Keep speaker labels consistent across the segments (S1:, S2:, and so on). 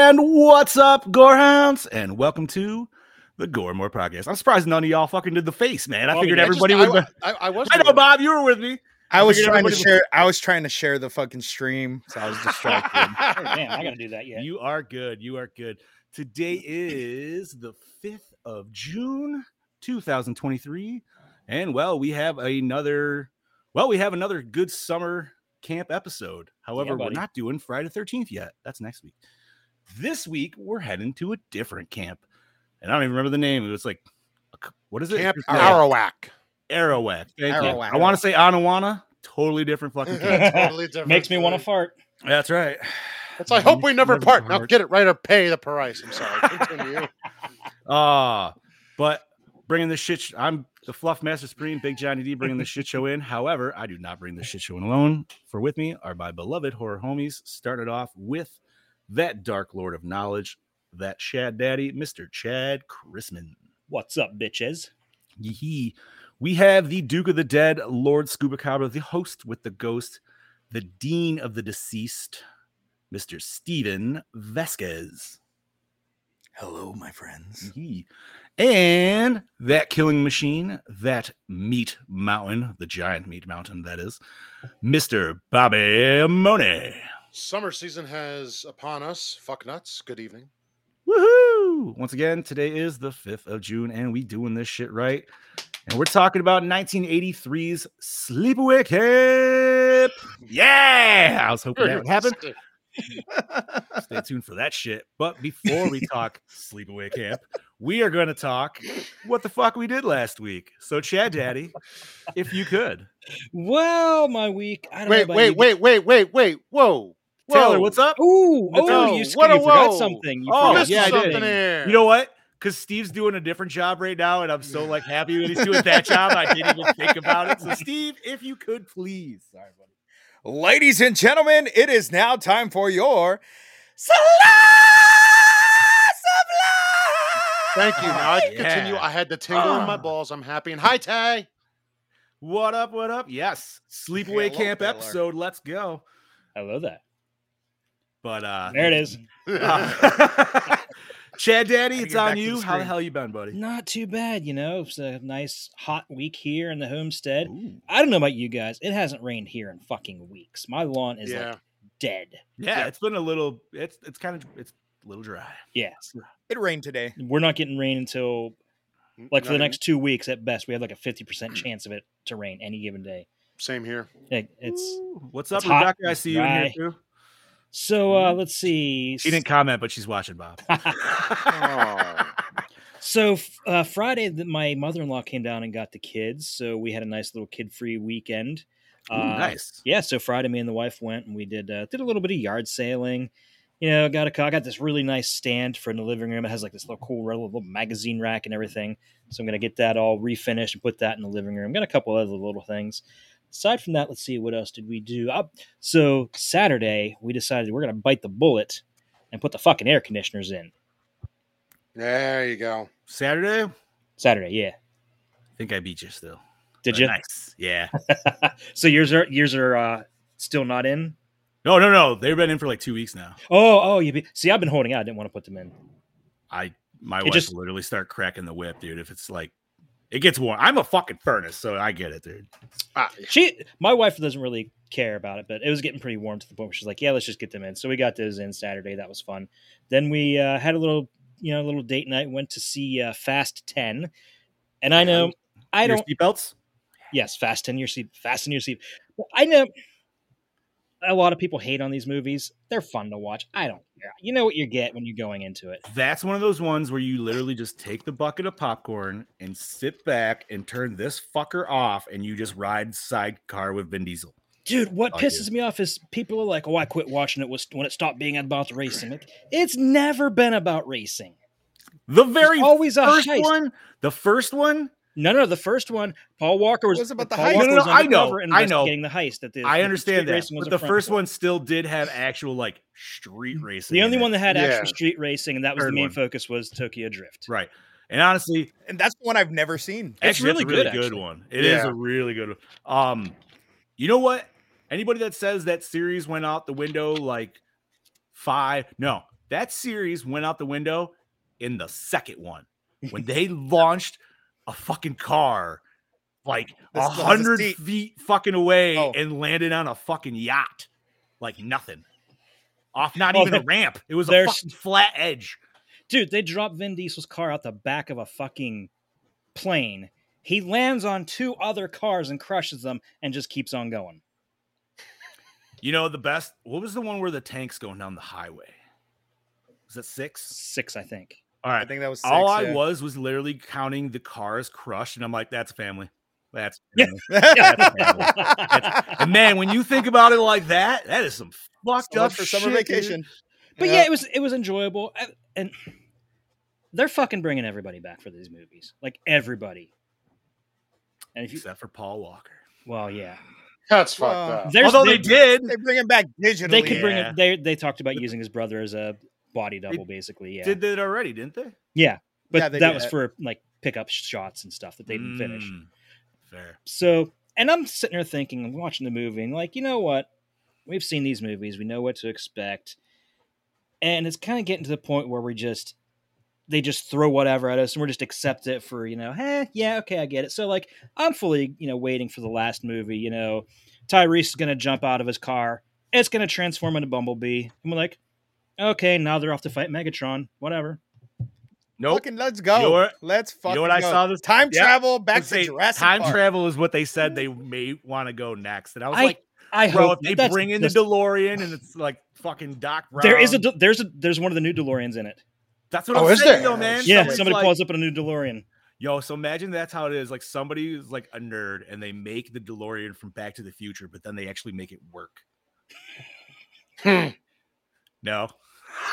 S1: What's up, Gorehounds? And welcome to the Goremore Podcast. I'm surprised none of y'all fucking did the face, man. I
S2: Bobby,
S1: figured
S2: I
S1: everybody
S2: just-
S1: would.
S2: I, I, I was.
S1: I know,
S2: doing it.
S1: Bob, you were with me.
S3: I was
S1: figured
S3: trying to
S1: everybody was-
S3: share. I was trying to share the fucking stream, so I was distracted.
S4: Oh, damn, I gotta do that yet.
S1: You are good. You are good. Today is the 5th of June, 2023. And well, we have another well, we have another good summer camp episode. However, we're
S4: buddy.
S1: not doing Friday 13th yet. That's next week. This week we're heading to a different camp. And I don't even remember the name. It was like what is it?
S2: Camp
S1: No,
S2: Arawak.
S1: Arawak. Thank you.
S3: Arawak.
S1: I want to say Anawana. Totally different fucking camp.
S2: totally different.
S4: Makes me want to
S2: thing.
S4: fart.
S1: That's right.
S2: It's I hope we never part. Now
S1: part.
S2: get it right or pay the price. I'm sorry. Continue.
S1: Ah, but bringing this shit. sh- I'm the Fluff Master Supreme, Big Johnny D, bringing this shit show in. However, I do not bring this shit show in alone. For with me are my beloved horror homies. Started off with that Dark Lord of Knowledge, that Chad Daddy, Mister Chad Chrisman.
S4: What's up, bitches?
S1: Yee. We have the Duke of the Dead, Lord Scuba Cabra, the host with the ghost, the Dean of the Deceased, Mister Steven Vesquez.
S3: Hello, my friends.
S1: Yee. And that killing machine, that meat mountain, the giant meat mountain, that is, Mr. Bobby Money.
S2: Summer season has upon us. Fuck nuts. Good evening.
S1: Woohoo! Once again, today is the 5th of June, and we doing this shit right. And we're talking about 1983's Sleepaway Camp. Yeah! I was hoping that would happen. Stay tuned for that shit. But before we talk sleepaway camp, we are going to talk what the fuck we did last week. So, Chad Daddy, if you could,
S4: Well, my week. I don't know
S2: Wait,
S4: about
S2: wait,
S4: you
S2: wait, wait, wait, wait. Whoa. Whoa.
S1: Taylor, what's up?
S4: guys- Ooh,
S1: Let's
S4: oh,
S2: go.
S4: you, sc-
S2: What a
S4: you forgot
S2: whoa.
S4: something. You
S1: Oh,
S4: forgot
S2: Missed
S1: yeah, I did.
S2: something
S4: something.
S2: here.
S1: You know what? Because Steve's doing a different job right now, and I'm so like happy that he's doing that job. I didn't even think about it. So, Steve, if you could please, sorry, buddy.
S3: Ladies and gentlemen, it is now time for your slice of life.
S2: Thank you. Now I can
S1: Yeah.
S2: continue. I had the tingle in my
S1: Ah.
S2: balls. I'm happy. And hi, Tay.
S1: What up? What up? Yes, sleepaway
S3: Hello,
S1: camp
S3: Taylor.
S1: episode. Let's go.
S4: I love that.
S1: But uh,
S4: There it is.
S1: uh, Chad Daddy,
S3: Gotta
S1: it's
S3: get back
S1: on
S3: to the
S1: you. How the
S3: screen.
S1: hell you been, buddy?
S4: Not too bad, you know. It's a nice hot week here in the homestead.
S1: Ooh.
S4: I don't know about you guys. It hasn't rained here in fucking weeks. My lawn is
S2: yeah.
S4: like dead.
S1: Yeah,
S2: Yeah.
S1: it's been a little. It's it's kind of it's a little dry.
S4: Yeah.
S3: It rained today.
S4: We're not getting rain until like for the
S2: Not
S4: next two weeks at best. We have like a 50% chance of it to rain any given day.
S2: even- Same here.
S4: Like, it's
S1: Ooh, what's up,
S4: it's hot,
S1: Rebecca? I see you in here
S4: dry.
S1: too.
S4: so
S2: Mm-hmm.
S4: uh let's see.
S1: She didn't comment, but she's watching Bob.
S4: Uh,
S2: Oh.
S4: So f- uh, Friday, th- my mother in law came down and got the kids, so we had a nice little kid free weekend. Uh,
S1: Ooh, nice.
S4: Yeah, so Friday, me and the wife went and we did uh, did a little bit of yard sailing. You know, got a co- I got this really nice stand for in the living room. It has like this little cool red little magazine rack and everything. So I'm gonna get that all refinished and put that in the living room. Got a couple other little things. Aside from that, let's see what else did we do. Uh, so Saturday, we decided we're gonna bite the bullet and put the fucking air conditioners in.
S2: there you go.
S1: Saturday, I
S4: Saturday, yeah.
S1: think I beat you still.
S4: Did
S1: But
S4: you?
S1: Nice. Yeah.
S4: so yours are yours are uh, still not in.
S1: No, no, no. They've been in for like two weeks now.
S4: Oh, oh, you be, see, I've been holding out. I didn't want to put them in.
S1: I my
S4: It
S1: wife
S4: just-
S1: will literally start cracking the whip, dude. If it's like it gets warm. I'm a fucking furnace, so I get it, dude.
S2: Ah,
S4: She, my wife, doesn't really care about it, but it was getting pretty warm to the point where she's like, "Yeah, let's just get them in." So we got those in Saturday. That was fun. Then we uh, had a little, you know, a little date night. Went to see uh, Fast Ten, and I know I
S1: Your
S4: don't.
S1: seatbelts.
S4: Yes, Fasten your seat. Fasten your seat. Well, I know a lot of people hate on these movies. They're fun to watch. I don't care. You know what you get when you're going into it.
S1: That's one of those ones where you literally just take the bucket of popcorn and sit back and turn this fucker off, and you just ride sidecar with Vin Diesel.
S4: Dude, what
S1: Oh, yeah.
S4: pisses me off is people are like, "Oh, I quit watching it was when it stopped being about the racing." Like, it's never been about racing.
S1: The very
S4: There's always a
S1: first
S4: heist.
S1: one, the first one,
S4: No, no, the first one, Paul Walker was,
S3: It was about the
S4: Paul
S3: heist.
S4: Walker
S1: No, no,
S4: was
S1: no, I know,
S4: undercover
S1: I know.
S4: investigating the heist. That the, that
S1: I
S4: the
S1: understand
S4: street
S1: that,
S4: racing was
S1: but
S4: a
S1: the
S4: front
S1: first
S4: for.
S1: one still did have actual like street racing.
S4: the
S1: in
S4: only
S1: it.
S4: one that had
S2: Yeah.
S4: actual street racing, and that was
S1: Third
S4: the main
S1: one.
S4: focus, was Tokyo Drift.
S1: right. And honestly,
S3: And that's the one I've never
S4: It's
S3: seen.
S1: actually, that's
S4: really
S1: a really
S4: good,
S1: good
S4: actually.
S1: one. It is
S2: Yeah.
S1: a really good one. Um, you know what? Anybody that says that series went out the window like five, no, That series went out the window in the second one when they launched a fucking car like
S3: This
S1: a
S3: is- this is
S1: hundred
S3: deep.
S1: feet fucking away
S3: Oh.
S1: and landed on a fucking yacht like nothing. Off not
S4: Well,
S1: even a ramp. It was a
S4: Oh, there's-
S1: fucking flat edge.
S4: Dude, they dropped Vin Diesel's car out the back of a fucking plane. He lands on two other cars and crushes them and just keeps on going.
S1: You know the best. What was the one where the tanks going down the highway? Was that six?
S4: Six, I think.
S1: All
S3: I
S1: right.
S3: think that was six,
S1: All I
S3: yeah.
S1: was was literally counting the cars crushed, and I'm like, "That's family. That's
S4: Yeah.
S1: family. And man, when you think about it like that, that is some fucked
S3: So
S1: up
S3: much for summer
S1: shit, dude.
S3: vacation.
S4: But yeah, it was it was enjoyable, I- and they're fucking bringing everybody back for these movies, like everybody. And if you,
S1: Except for Paul Walker.
S4: well, yeah,
S2: That's fucked
S3: Wow.
S2: up.
S4: There's-
S1: Although they, did.
S3: They bring him back digitally.
S4: they could bring
S1: Yeah.
S4: it. They they talked about using his brother as a body double, basically. Yeah,
S1: Did that already, didn't they?
S4: yeah, but
S3: Yeah, they
S4: that
S3: did
S4: was
S3: that.
S4: for like pickup shots and stuff that they didn't finish.
S1: Mm, Fair.
S4: So, and I'm sitting there thinking, I'm watching the movie, and like, you know what? We've seen these movies, we know what to expect, and it's kind of getting to the point where we just they just throw whatever at us, and we're just accept it for you know, hey, yeah, okay, I get it. So like, I'm fully you know waiting for the last movie. You know, Tyrese is gonna jump out of his car. It's gonna transform into Bumblebee. I'm like, okay, now they're off to fight Megatron. Whatever.
S1: Nope.
S3: Fucking let's go.
S1: You know what-
S3: let's
S1: you
S3: fucking
S1: know what I
S3: go.
S1: saw this-
S3: time
S1: Yeah.
S3: travel back
S1: Let's
S3: to
S1: say
S3: Jurassic
S1: time
S3: Park.
S1: travel is what they said they may want to go next, and I was
S4: I-
S1: like,
S4: I
S1: "Bro,
S4: hope
S1: if they
S4: that's
S1: bring in
S4: just-
S1: the DeLorean and it's like fucking Doc Brown,
S4: there is a De- there's a there's one of the new DeLoreans in it.
S1: that's what
S2: Oh,
S1: I'm
S2: is
S1: saying,
S2: there?
S1: yo, man.
S4: Yeah,
S1: So it's
S4: somebody
S1: like-
S4: calls up in a new DeLorean.
S1: Yo, so imagine that's how it is. Like somebody is like a nerd and they make the DeLorean from Back to the Future, but then they actually make it work.
S2: Hmm.
S1: No.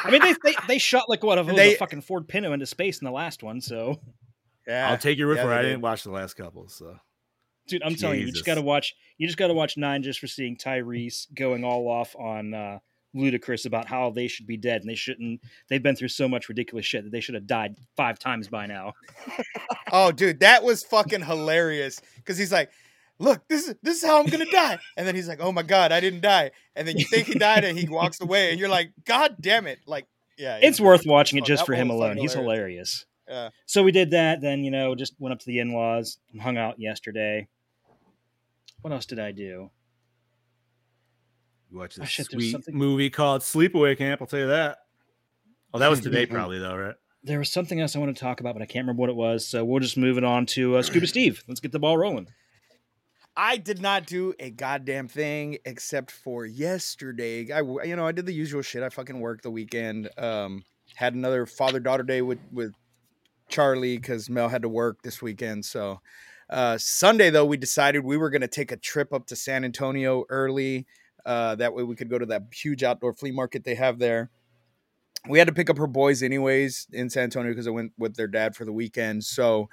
S4: I mean, they they, they shot like what of
S3: They-
S4: a fucking Ford Pinto into space in the last one. So,
S1: I'll
S3: Yeah.
S1: take your word
S3: yeah,
S1: for it.
S3: they
S1: I
S3: did.
S1: didn't watch the last couple, so
S4: dude, I'm telling you, you
S1: Jesus.
S4: just got to watch. You just got to watch nine just for seeing Tyrese going all off on uh, Ludacris about how they should be dead and they shouldn't. They've been through so much ridiculous shit that they should have died five times by now.
S3: oh, dude, that was fucking hilarious. Because he's like, look, this is this is how I'm gonna die. And then he's like, oh my god, I didn't die. And then you think he died, and he walks away, and you're like, god damn it, like, yeah.
S4: It's
S3: he-
S4: worth watching it
S3: fuck,
S4: just
S3: that
S4: for him
S3: one was
S4: alone.
S3: fucking
S4: He's hilarious.
S3: Yeah.
S4: So we did that. Then you know, just went up to the in laws, hung out yesterday. What else did I do?
S1: you watch
S4: Oh,
S1: this
S4: shit, there's
S1: sweet
S4: something-
S1: movie called Sleepaway Camp. I'll tell you that. Oh, that was today, probably though, right?
S4: There was something else I want to talk about, but I can't remember what it was. So we'll just move it on to uh, Scuba Steve. Let's get the ball rolling.
S3: I did not do a goddamn thing except for yesterday. I w- you know I did the usual shit. I fucking worked the weekend. Um, had another father daughter day with with Charlie because Mel had to work this weekend. So uh, Sunday though we decided we were gonna take a trip up to San Antonio early. Uh, that way we could go to that huge outdoor flea market they have there. We had to pick up her boys anyways in San Antonio because I went with their dad for the weekend. So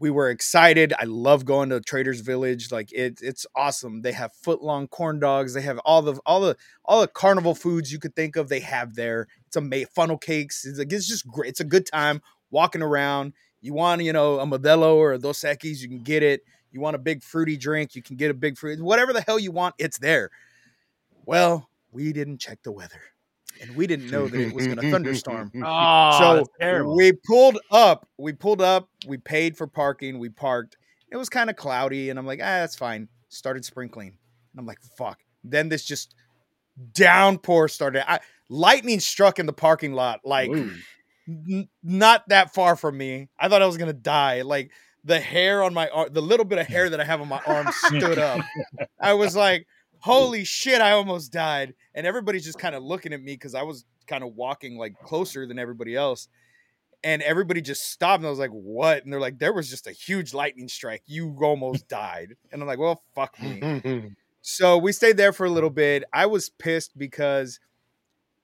S3: we were excited. I love going to Trader's Village. Like it, it's awesome. They have foot long corn dogs. They have all the all the all the carnival foods you could think of. They have there. It's a ma- funnel cakes. It's like it's just great. It's a good time walking around. You want you know a Modelo or a Dos Equis, you can get it. You want a big fruity drink, you can get a big fruit. Whatever the hell you want, it's there. Well, we didn't check the weather, and we didn't know that it was going to thunderstorm
S1: Oh,
S3: so we pulled up. We pulled up. We paid for parking. We parked. It was kind of cloudy, and I'm like, ah, that's fine. Started sprinkling, and I'm like, fuck. Then this just downpour started. I, lightning struck in the parking lot, like
S4: Ooh.
S3: n- not that far from me. I thought I was gonna die. Like the hair on my arm, the little bit of hair that I have on my arm stood up. I was like, "Holy shit! I almost died!" And everybody's just kind of looking at me because I was kind of walking like closer than everybody else. And everybody just stopped, and I was like, "What?" And they're like, "There was just a huge lightning strike. You almost died." And I'm like, "Well, fuck me." So we stayed there for a little bit. I was pissed because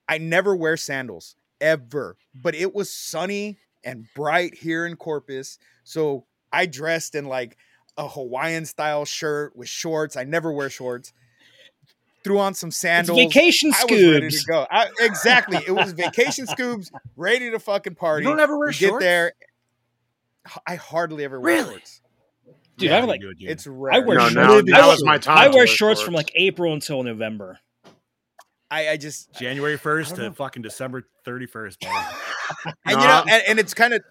S3: I never wear sandals ever, but it was sunny and bright here in Corpus. So I dressed in like a Hawaiian style shirt with shorts. I never wear shorts. Threw on some
S4: It's
S3: sandals.
S4: vacation
S3: I was ready to
S4: scoobs.
S3: go. I- exactly. It was vacation scoobs, ready to fucking party.
S1: You don't ever wear
S3: We
S1: shorts.
S3: get there. I hardly ever wear
S1: Really?
S3: shorts.
S4: Dude,
S1: Yeah,
S4: I would
S1: you
S4: like
S1: do it, dude.
S3: It's rare.
S4: I wear
S2: no,
S4: shorts.
S2: now,
S4: Living
S2: now is
S4: shorts.
S2: my time.
S4: I
S2: to
S4: wear shorts from like April until November.
S3: I, I just
S1: January
S3: I
S1: 1st
S3: don't
S1: to
S3: know.
S1: fucking December 31st, buddy.
S3: and you know,
S2: Nah.
S3: and, and it's kind of,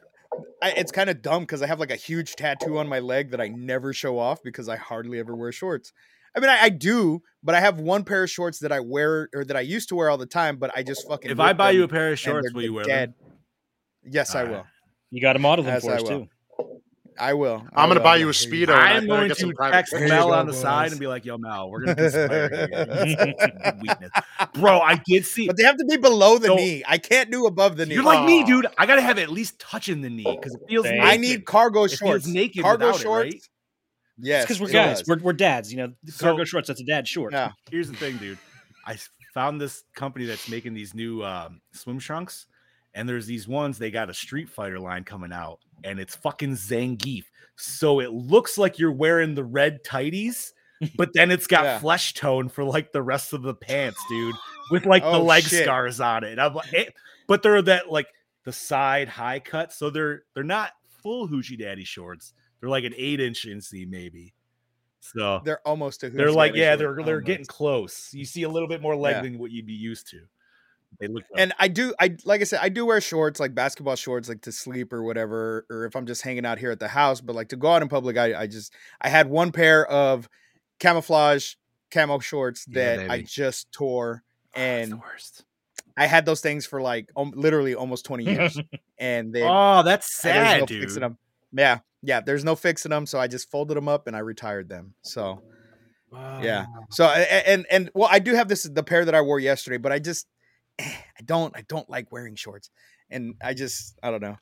S3: I, it's kind of dumb because I have like a huge tattoo on my leg that I never show off because I hardly ever wear shorts. I mean, I, I do, but I have one pair of shorts that I wear or that I used to wear all the time, but I just fucking.
S1: if I
S3: rip
S1: buy you a
S3: them
S1: pair of
S3: and
S1: shorts,
S3: they're
S1: will you wear them?
S3: dead. Yes, I
S1: All right.
S3: will.
S4: You got to model them
S3: As
S4: for
S3: I
S4: us
S3: will.
S4: too.
S3: I will. I
S2: I'm gonna
S3: will.
S2: buy you a
S3: Here go.
S2: Speedo. and I
S1: I'm
S2: better
S1: going
S2: get
S1: to
S2: some private
S1: text
S3: pictures.
S1: Mel
S3: Here you
S1: on
S3: go,
S1: the side
S3: boys.
S1: and be like, "Yo, Mel, we're gonna conspire here. Weakness. bro." I did see.
S3: But they have to be below the
S1: So-
S3: knee. I can't do above the knee.
S1: You're like me,
S2: Aw.
S1: dude. I gotta have it at least touching the knee because it feels.
S4: Dang.
S1: naked.
S3: I need cargo
S1: It feels
S3: shorts.
S1: naked
S3: Cargo
S1: without it,
S3: shorts.
S1: right?
S3: Yes,
S4: because we're
S3: it
S4: guys.
S3: does.
S4: We're, we're dads. You know,
S1: So-
S4: cargo shorts. That's a dad short.
S3: Yeah.
S1: Here's the thing, dude. I s- found this company that's making these new um, swim trunks, and there's these ones they got a Street Fighter line coming out, and it's fucking Zangief. So it looks like you're wearing the red tighties, but then it's got
S3: Yeah.
S1: flesh tone for like the rest of the pants, dude, with like the
S3: Oh,
S1: leg
S3: shit.
S1: scars on it. I'm like, eh, but they're that like the side high cut, so they're they're not full hoochie daddy shorts. They're like an eight inch inseam maybe. So
S3: They're almost a.
S1: they're
S3: hooch
S1: like,
S3: daddy
S1: yeah,
S3: short. Oh
S1: they're they're
S3: Almost.
S1: getting close. You see a little bit more leg
S3: Yeah.
S1: than what you'd be used to. They look
S3: And I do, I like I said, I do wear shorts, like basketball shorts, like to sleep or whatever, or if I'm just hanging out here at the house. But like to go out in public, I, I just, I had one pair of camouflage camo shorts
S1: Yeah,
S3: that I
S1: baby. Oh,
S3: just tore, and
S1: the worst.
S3: I had those things for like um, literally almost 20 years, and they
S1: Oh, that's
S3: I- there's
S1: sad,
S3: no
S1: dude.
S3: Fixing them. Yeah, yeah. There's no fixing them, so I just folded them up and I retired them. So yeah.
S4: Oh,
S3: So a- a- and and well, I do have this the pair that I wore yesterday, but I just eh, I don't I don't like wearing shorts, and I just I don't know.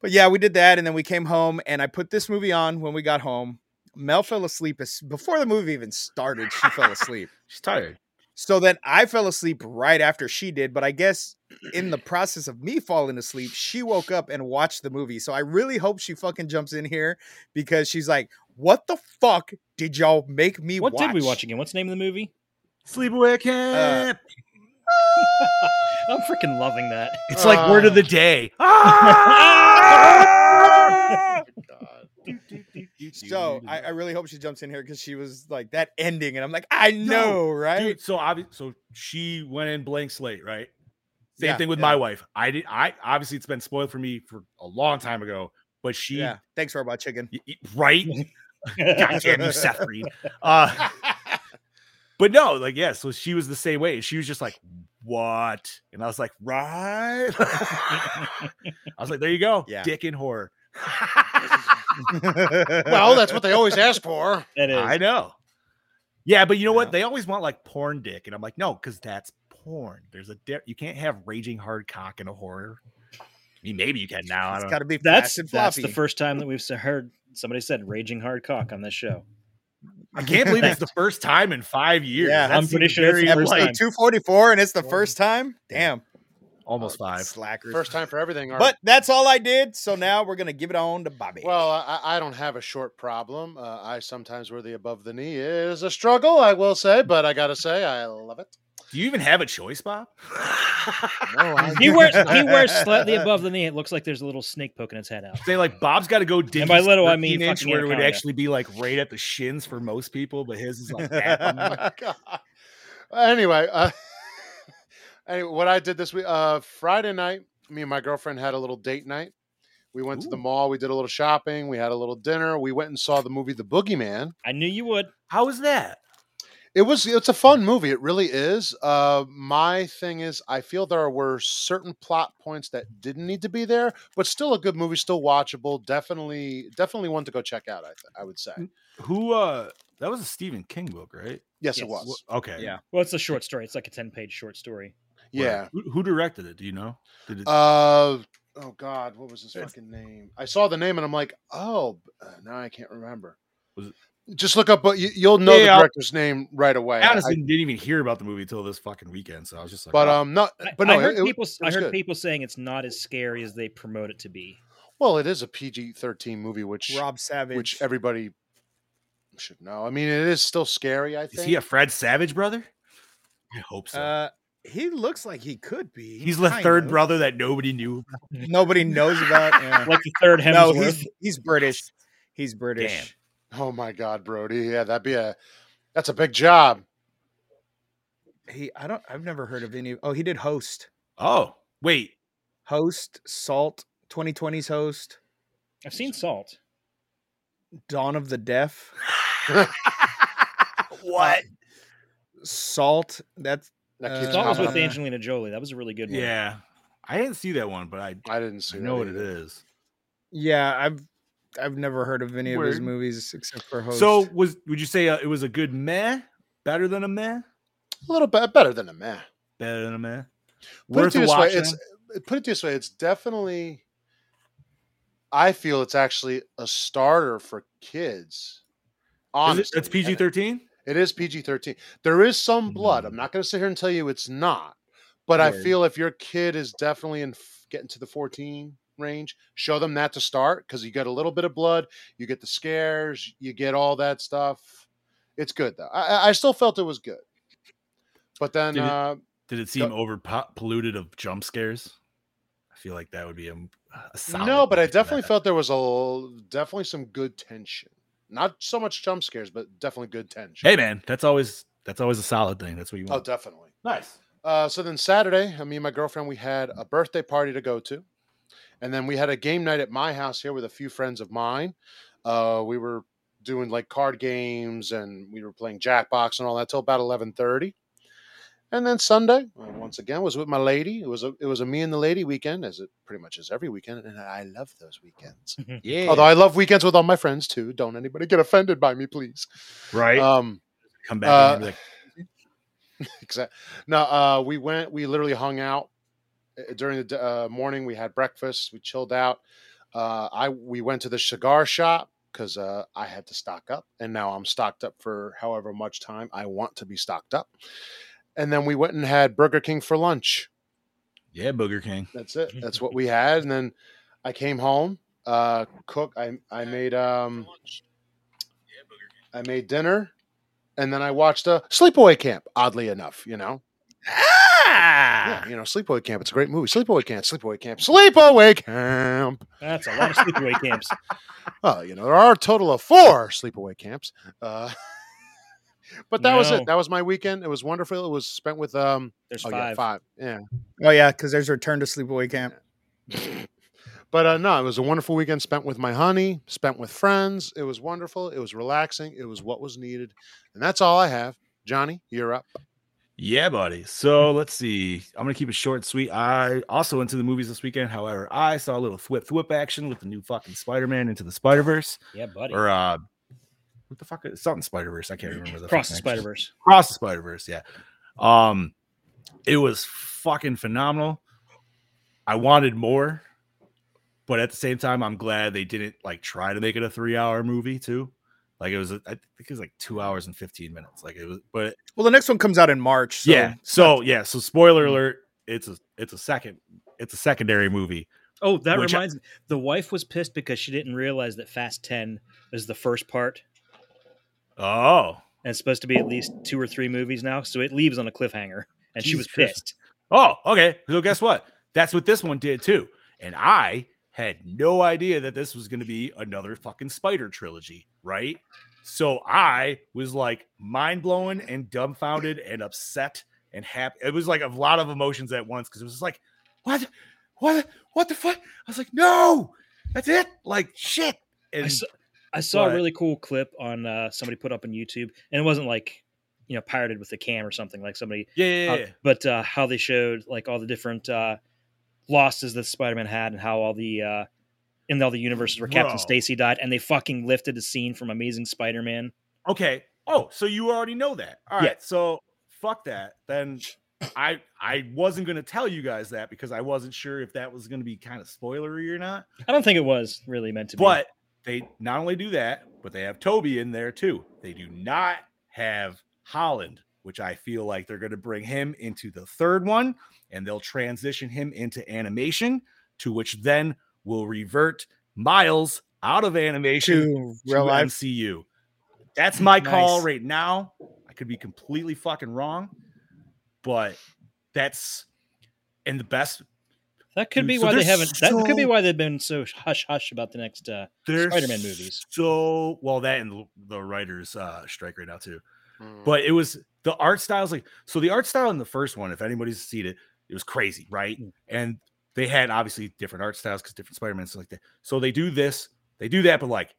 S3: But yeah, we did that, and then we came home, and I put this movie on when we got home. Mel fell asleep as, before the movie even started. She fell asleep.
S1: she's tired.
S3: So then I fell asleep right after she did, but I guess in the process of me falling asleep, she woke up and watched the movie. So I really hope she fucking jumps in here because she's like, "What the fuck did y'all make me
S4: What
S3: watch?"
S4: did we watch again? What's the name of the movie?
S3: Uh,
S1: Sleepaway camp.
S4: I'm freaking loving that.
S1: it's like word of
S2: uh,
S1: the
S3: oh.
S1: day. Ah!
S2: God.
S3: So I, I really hope she jumps in here because she was like that ending, and I'm like, I know, right?
S1: Dude, so obvi- so she went in blank slate, right? Same
S3: Yeah,
S1: thing with
S3: yeah,
S1: my wife. I did. I obviously it's been spoiled for me for a long time ago, but she,
S3: Yeah. Thanks, Robot Chicken.
S1: y- y- right? God damn you, Seth Reed. Uh, but no, like, yeah, so she was the same way. She was just like, what? And I was like, right? I was like, there you go.
S3: Yeah.
S1: Dick and horror.
S2: well, that's what they always ask for.
S4: That is.
S1: I know. Yeah, but you know
S3: Yeah.
S1: what? They always want like porn dick. And I'm like, no, because that's porn. There's a di- you can't have raging hard cock in a horror. I mean, maybe you can now. I
S3: it's
S1: don't
S3: got to be
S4: that's
S3: fast and
S4: that's
S3: floppy.
S4: the first time that we've s- heard somebody said "raging hard cock" on this show.
S1: I can't believe it's the first time in five years.
S3: Yeah,
S1: That
S4: I'm pretty
S1: seems
S4: sure it's the
S1: very,
S4: first
S1: like,
S4: time.
S3: 244, and it's the first time. Damn,
S1: almost five.
S3: slackers.
S2: First time for everything. Art.
S3: But that's all I did. So now we're gonna give it on to Bobby.
S2: well, I, I don't have a short problem. Uh, I sometimes wear the above the knee is a struggle, I will say, but I gotta say I love it.
S1: Do you even have a choice, Bob?
S2: No, I
S4: He wears he wears slightly above the knee. It looks like there's a little snake poking its head out.
S1: Say like Bob's got to go dig.
S4: by
S1: his
S4: little, I mean
S1: 13 inch
S4: fucking
S1: where it would
S4: anaconda.
S1: actually be like right at the shins for most people, but his is like that. I'm like,
S2: my God. Anyway, uh, anyway, what I did this week, uh, Friday night, me and my girlfriend had a little date night. We went to the
S1: Ooh.
S2: mall. We did a little shopping. We had a little dinner. We went and saw the movie The Boogeyman.
S4: I knew you would.
S1: How is that?
S2: It was. It's a fun movie. It really is. Uh, my thing is, I feel there were certain plot points that didn't need to be there, but still a good movie, still watchable. Definitely, definitely one to go check out. I, th- I would say.
S1: Who? uh That was a Stephen King book, right?
S4: Yes.
S2: Yes, it was.
S1: Wh- Okay.
S3: Yeah.
S4: Well, it's a short story. It's like a ten page short story.
S2: Yeah.
S1: Who, who directed it? Do you know? Did it,
S2: Uh oh God, what was his
S1: It's-
S2: fucking name? I saw the name and I'm like, oh, b- uh, now I can't remember.
S1: Was it-
S2: Just look up, but you, you'll know
S1: Yeah,
S2: the
S1: I'll-
S2: director's name right away.
S1: I
S2: I-
S1: honestly didn't even hear about the movie until this fucking weekend, so I was just like,
S2: but
S1: oh.
S2: um, not,
S4: I-
S2: but
S4: I
S2: no,
S4: heard
S2: it, it,
S4: people. s- I
S2: was
S4: heard
S2: good.
S4: people saying it's not as scary as they promote it to be.
S2: well, it is a PG-13 movie, which
S3: Rob Savage.
S2: which everybody should know. I mean, it is still scary. I think.
S1: is he a Fred Savage brother? I hope so.
S3: uh, he looks like he could be.
S1: He's the
S3: kind
S1: third
S3: of.
S1: brother that nobody knew.
S3: Nobody knows about. yeah.
S4: Like the third
S3: no,
S4: Hemsworth.
S3: he's he's British. He's British.
S1: Damn.
S2: oh my God, Brody. Yeah, that'd be a. That's a big job.
S3: he I don't I've never heard of any. Oh, he did host,
S1: Oh, wait.
S3: host Salt 2020's host
S4: I've seen Salt.
S3: Dawn of the Deaf
S1: what?
S3: Salt. That's
S2: That keeps
S3: Uh,
S4: Salt was with
S3: uh,
S2: popping up.
S4: Angelina Jolie. That was a really good one.
S1: Yeah. I didn't see that one, but I,
S2: I didn't
S1: I
S2: see
S1: know what
S2: that
S1: it
S2: either.
S1: is.
S3: yeah. I've I've never heard of any of his
S1: Word.
S3: movies except for host.
S1: So was would you say uh, it was a good meh? Better than a meh?
S2: A little bit better than a meh.
S1: Better than a meh?
S2: Put it
S1: Worth
S2: this way,
S1: watching.
S2: it's put it this way, it's definitely I feel it's actually a starter for kids.
S1: Is
S2: Honestly,
S1: it- It's
S2: and
S1: PG thirteen.
S2: It is PG thirteen. There is some blood. I'm
S1: Mm.
S2: not going to sit here and tell you it's not, but I
S4: Word.
S2: feel if your kid is definitely in f- getting to the 14 range, show them that to start because you get a little bit of blood, you get the scares, you get all that stuff. It's good though. I, I- I still felt it was good, but then
S1: Did it-
S2: uh,
S1: Did it seem over polluted of jump scares? I feel like that would be a, a solid.
S2: no. But
S1: movie
S2: I
S1: for
S2: definitely
S1: that.
S2: felt there was a l- definitely some good tension. Not so much jump scares, but definitely good tension.
S1: Hey man, that's always that's always a solid thing. That's what you
S2: Oh,
S1: want.
S2: definitely.
S1: nice.
S2: Uh, so then Saturday, uh, me and my girlfriend, we had a birthday party to go to. And then we had a game night at my house here with a few friends of mine. Uh, we were doing like card games and we were playing Jackbox and all that till about 1130. And then Sunday, uh, once again, was with my lady. It was a it was a me and the lady weekend, as it pretty much is every weekend, and I love those weekends.
S1: Yeah.
S2: Although I love weekends with all my friends too. Don't anybody get offended by me, please.
S1: right.
S2: Um,
S1: Come back. and
S2: uh,
S1: be like,
S2: Exactly. No, uh, we went. We literally hung out uh, during the d- uh, morning. We had breakfast. We chilled out. Uh, I we went to the cigar shop because uh, I had to stock up, and now I'm stocked up for however much time I want to be stocked up. And then we went and had Burger King for lunch.
S1: yeah, Booger King.
S2: That's it. That's what we had. And then I came home. Uh, cook. I I made um. I made dinner, and then I watched a sleepaway camp. Oddly enough, you know.
S1: Ah!
S3: Ah!
S2: Yeah,
S4: Ah.
S2: you know, Sleepaway Camp. It's a great movie. Sleepaway Camp. Sleepaway Camp. Sleepaway Camp.
S4: That's a lot of sleepaway camps.
S2: Well, you know, there are a total of four sleepaway camps. Uh, but that was
S4: No.
S2: it. That was my weekend. It was wonderful. It was spent with um.
S4: There's
S2: oh,
S4: five.
S2: yeah, five. Yeah.
S3: oh yeah, because there's Return to Sleepaway Camp.
S2: But uh, no, it was a wonderful weekend spent with my honey, spent with friends. It was wonderful. It was relaxing. It was what was needed, and that's all I have. Johnny, you're up.
S1: Yeah, buddy. So let's see. I'm gonna keep it short and sweet. I also went to the movies this weekend. However, I saw a little thwip thwip action with the new fucking Spider-Man into the Spider-Verse.
S4: Yeah, buddy.
S1: Or uh what the fuck is something Spider-Verse? I can't remember the
S4: Across the
S1: fucking
S4: Spider
S1: action.
S4: Verse.
S1: Across the Spider Verse, yeah. Um, it was fucking phenomenal. I wanted more, but at the same time, I'm glad they didn't like try to make it a three hour movie too. Like it was, I think it was like two hours and fifteen minutes. Like it was, but
S3: Well, the next one comes out in March. So
S1: yeah. So yeah. So spoiler alert. It's a it's a second it's a secondary movie.
S4: Oh, that
S1: Which I-
S4: reminds me. The wife was pissed because she didn't realize that Fast 10 is the first part
S1: Oh
S4: and it's supposed to be at least two or three movies now. So it leaves on a cliffhanger. And she
S1: Jesus
S4: was
S1: Christ.
S4: pissed.
S1: oh okay. So guess what? That's what this one did too. And I had no idea that this was going to be another fucking spider trilogy, right? So I was like mind blowing and dumbfounded and upset and happy. It was like a lot of emotions at once because it was just like, what, what, what the fuck? I was like, no, that's it. Like shit.
S4: I
S1: And
S4: saw, I saw
S1: but-
S4: a really cool clip on uh, somebody put up on YouTube, and it wasn't like you know pirated with the cam or something like somebody,
S1: yeah, yeah, yeah,
S4: uh,
S1: yeah.
S4: but uh, how they showed like all the different uh, losses that Spider-Man had, and how all the uh, in all the universes where
S1: Bro.
S4: Captain Stacy died, and they fucking lifted a scene from Amazing Spider-Man.
S1: Okay. Oh, so you already know that. All right.
S4: Yeah.
S1: So fuck that. Then I I wasn't gonna tell you guys that because I wasn't sure if that was gonna be kind of spoilery or not.
S4: I don't think it was really meant to be.
S1: But they not only do that, but they have Toby in there too. They do not have Holland, which I feel like they're gonna bring him into the third one, and they'll transition him into animation, to which then will revert Miles out of animation
S3: to
S1: to
S3: real life.
S1: MCU. That's my call
S3: Nice.
S1: right now. I could be completely fucking wrong, but that's and the best.
S4: that could
S1: Dude,
S4: be
S1: so
S4: why they
S1: they're
S4: haven't. That could be
S1: so-
S4: why they've been so hush hush about the next. Uh,
S1: There's
S4: Spider-Man movies. Mm.
S1: So well, that and the writers' uh, strike right now too. But it was the art style is like so the art style in the first one, if anybody's seen it, it was crazy, right? And they had obviously different art styles because different Spider-Man stuff like that. So they do this, they do that, but like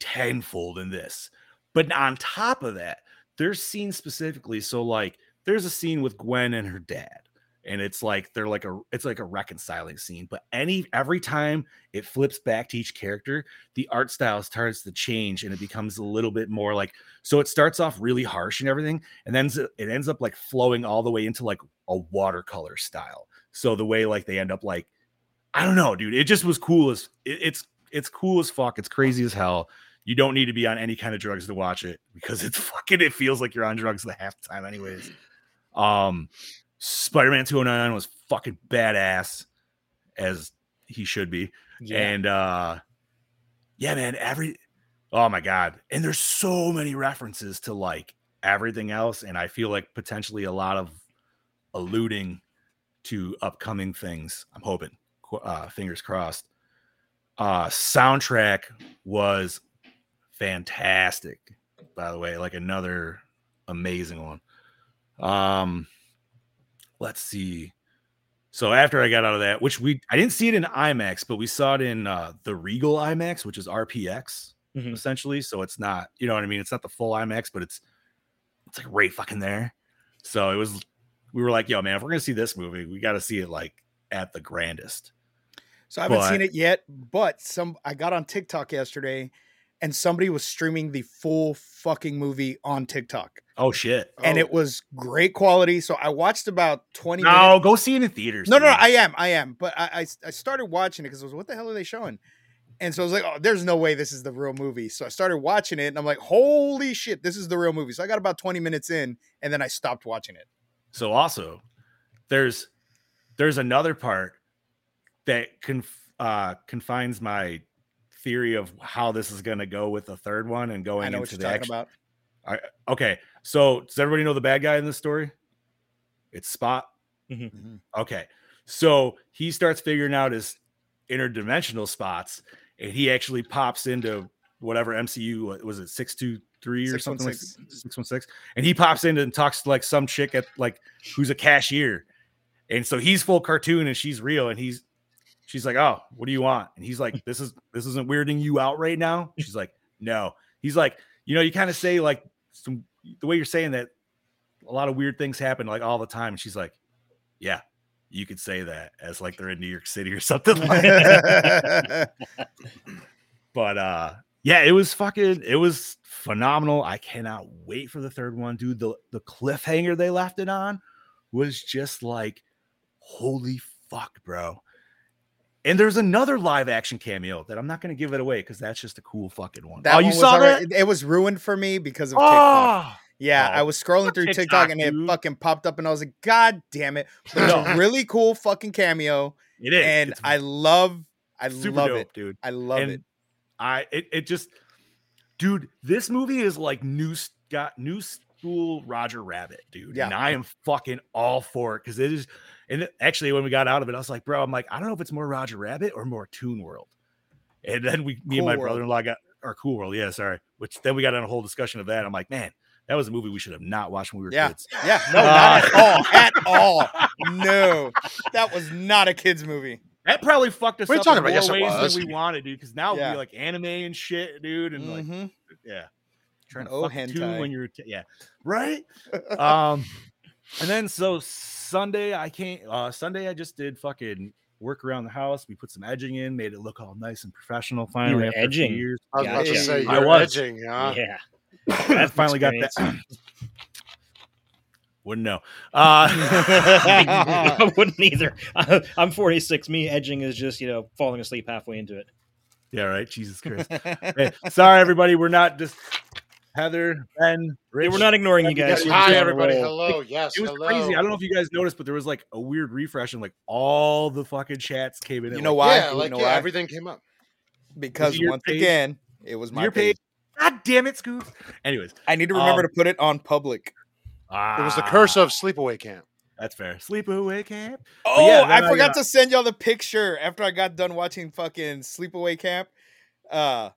S1: tenfold in this. But on top of that, there's scenes specifically. So like there's a scene with Gwen and her dad. And it's like they're like a it's like a reconciling scene. But any every time it flips back to each character, the art style starts to change and it becomes a little bit more like so it starts off really harsh and everything, and then it ends up like flowing all the way into like a watercolor style. So the way like they end up like I don't know, dude. It just was cool as it, it's it's cool as fuck. It's crazy as hell. You don't need to be on any kind of drugs to watch it because it's fucking it feels like you're on drugs the half the time, anyways. Um Spider-Man 209 was fucking badass as he should be. And uh yeah, man, every oh my god. And there's so many references to like everything else, and I feel like potentially a lot of alluding to upcoming things. I'm hoping. Qu- Uh fingers crossed. Uh soundtrack was fantastic, by the way. Like another amazing one. Um let's see. So after I got out of that, which we I didn't see it in IMAX, but we saw it in uh, the Regal IMAX, which is RPX
S3: Mm-hmm.
S4: Mhm.
S1: essentially. So it's not, you know what I mean? It's not the full IMAX, but it's it's like right fucking there. So it was we were like, yo, man, if we're gonna see this movie, we gotta see it like at the grandest.
S3: So I haven't
S1: But-
S3: seen it yet, but some I got on TikTok yesterday and somebody was streaming the full fucking movie on TikTok.
S1: Oh shit.
S3: And
S2: Oh.
S3: it was great quality. So I watched about 20 minutes.
S1: No, go see it in theaters.
S3: No, no, no,
S1: dude.
S3: I am, I am. But I, I s- I started watching it because I was what the hell are they showing? And so I was like, oh, there's no way this is the real movie. So I started watching it and I'm like, holy shit, this is the real movie. So I got about 20 minutes in and then I stopped watching it.
S1: So also, there's there's another part that conf- uh, confines my theory of how this is going to go with the third one and going
S3: I know what
S1: into
S3: you're
S1: the
S3: talking
S1: action.
S3: about.
S1: Okay, so does everybody know the bad guy in this story? It's Spot.
S4: Mhm.
S3: Mhm.
S1: Okay, so he starts figuring out his interdimensional spots, and he actually pops into whatever MCU wa- was it six two three or something like
S3: 616.
S1: six one six, and he pops in and talks to like some chick at like who's a cashier, and so he's full cartoon and she's real, and he's she's like, oh, what do you want? And he's like, this is this isn't weirding you out right now. She's like, no. He's like, you know, you kind of say like some the way you're saying that a lot of weird things happen like all the time. And she's like, yeah, you could say that as like they're in New York City or something like but uh yeah it was fucking it was phenomenal i cannot wait for the third one dude the the cliffhanger they left it on was just like holy fuck bro and there's another live action cameo that i'm not going to give it away because that's just a cool fucking one.
S3: That
S1: oh
S3: one
S1: you
S3: was
S1: saw
S3: alright.
S1: that
S3: It, it was ruined for me because of TikTok.
S1: oh
S3: Yeah,
S1: Oh,
S3: I was scrolling
S1: fuck
S3: through TikTok,
S1: TikTok,
S3: and it
S1: dude.
S3: fucking popped up, and I was like, "God damn it!" But it's a
S1: No.
S3: really cool fucking cameo,
S1: it is
S3: and
S1: It's
S3: I love, I
S1: super
S3: love
S1: dope,
S3: it,
S1: dude
S3: I love
S1: and
S3: it.
S1: I it, it just dude, this movie is like new got new school Roger Rabbit, dude.
S3: Yeah.
S1: And I am fucking all for it because it is and it- actually when we got out of it, I was like, bro, I'm like, I don't know if it's more Roger Rabbit or more Toon World. And then we me
S3: Cool
S1: and my
S3: World.
S1: brother-in-law got or Cool World, yeah, sorry. Which then we got in a whole discussion of that. I'm like, man, that was a movie we should have not watched when we were
S3: Yeah.
S1: kids.
S3: Yeah, no, not
S1: Uh,
S3: at all, at all. No, that was not a kids movie.
S1: That probably fucked us
S2: What are you
S1: up in
S2: talking about?
S1: more
S2: Yes, it
S1: ways
S2: was.
S1: than we wanted, dude. Because now
S3: Yeah.
S1: we like anime and shit, dude, and like
S3: Mhm.
S1: yeah. Trying to
S3: Oh,
S1: fuck a tune
S3: hentai.
S1: when you're t- yeah, right? um, and then so Sunday I can't. Uh, Sunday I just did fucking work around the house. We put some edging in, made it look all nice and professional. Finally, after a few
S4: edging.
S1: years,
S2: I was about to
S3: Gotcha.
S2: say
S1: I
S2: you're
S1: was.
S2: edging, huh?
S4: yeah.
S1: I finally got that. Wouldn't know. Uh,
S4: I wouldn't either. I'm 46. Me edging is just you know falling asleep halfway into it.
S1: yeah, right. Jesus Christ. Hey, sorry, everybody. We're not just Heather, Ben,
S4: Yeah,
S1: Rich.
S4: we're not ignoring you
S1: Yeah,
S4: guys.
S1: we
S4: We're just
S2: Hi
S4: on a
S2: everybody.
S4: roll.
S2: Hello. Yes.
S1: It was
S2: hello.
S1: crazy. I don't know if you guys noticed, but there was like a weird refresh, and like all the fucking chats came in.
S3: You
S1: at,
S3: know
S1: like,
S3: why?
S2: Yeah,
S3: You
S2: like
S3: know
S2: yeah,
S3: why?
S2: everything came up.
S3: Because
S1: your
S3: once
S1: page-
S3: again, it was my
S1: your
S3: page.
S1: page. God damn it, Scoop. Anyways,
S3: I need to remember
S1: Um,
S3: to put it on public.
S2: It was the curse
S1: Ah,
S2: of sleepaway camp.
S1: That's fair. Sleepaway camp.
S3: Oh,
S1: yeah,
S3: I
S1: then I
S3: forgot
S1: got-
S3: to send y'all the picture after I got done watching fucking Sleepaway Camp. Uh,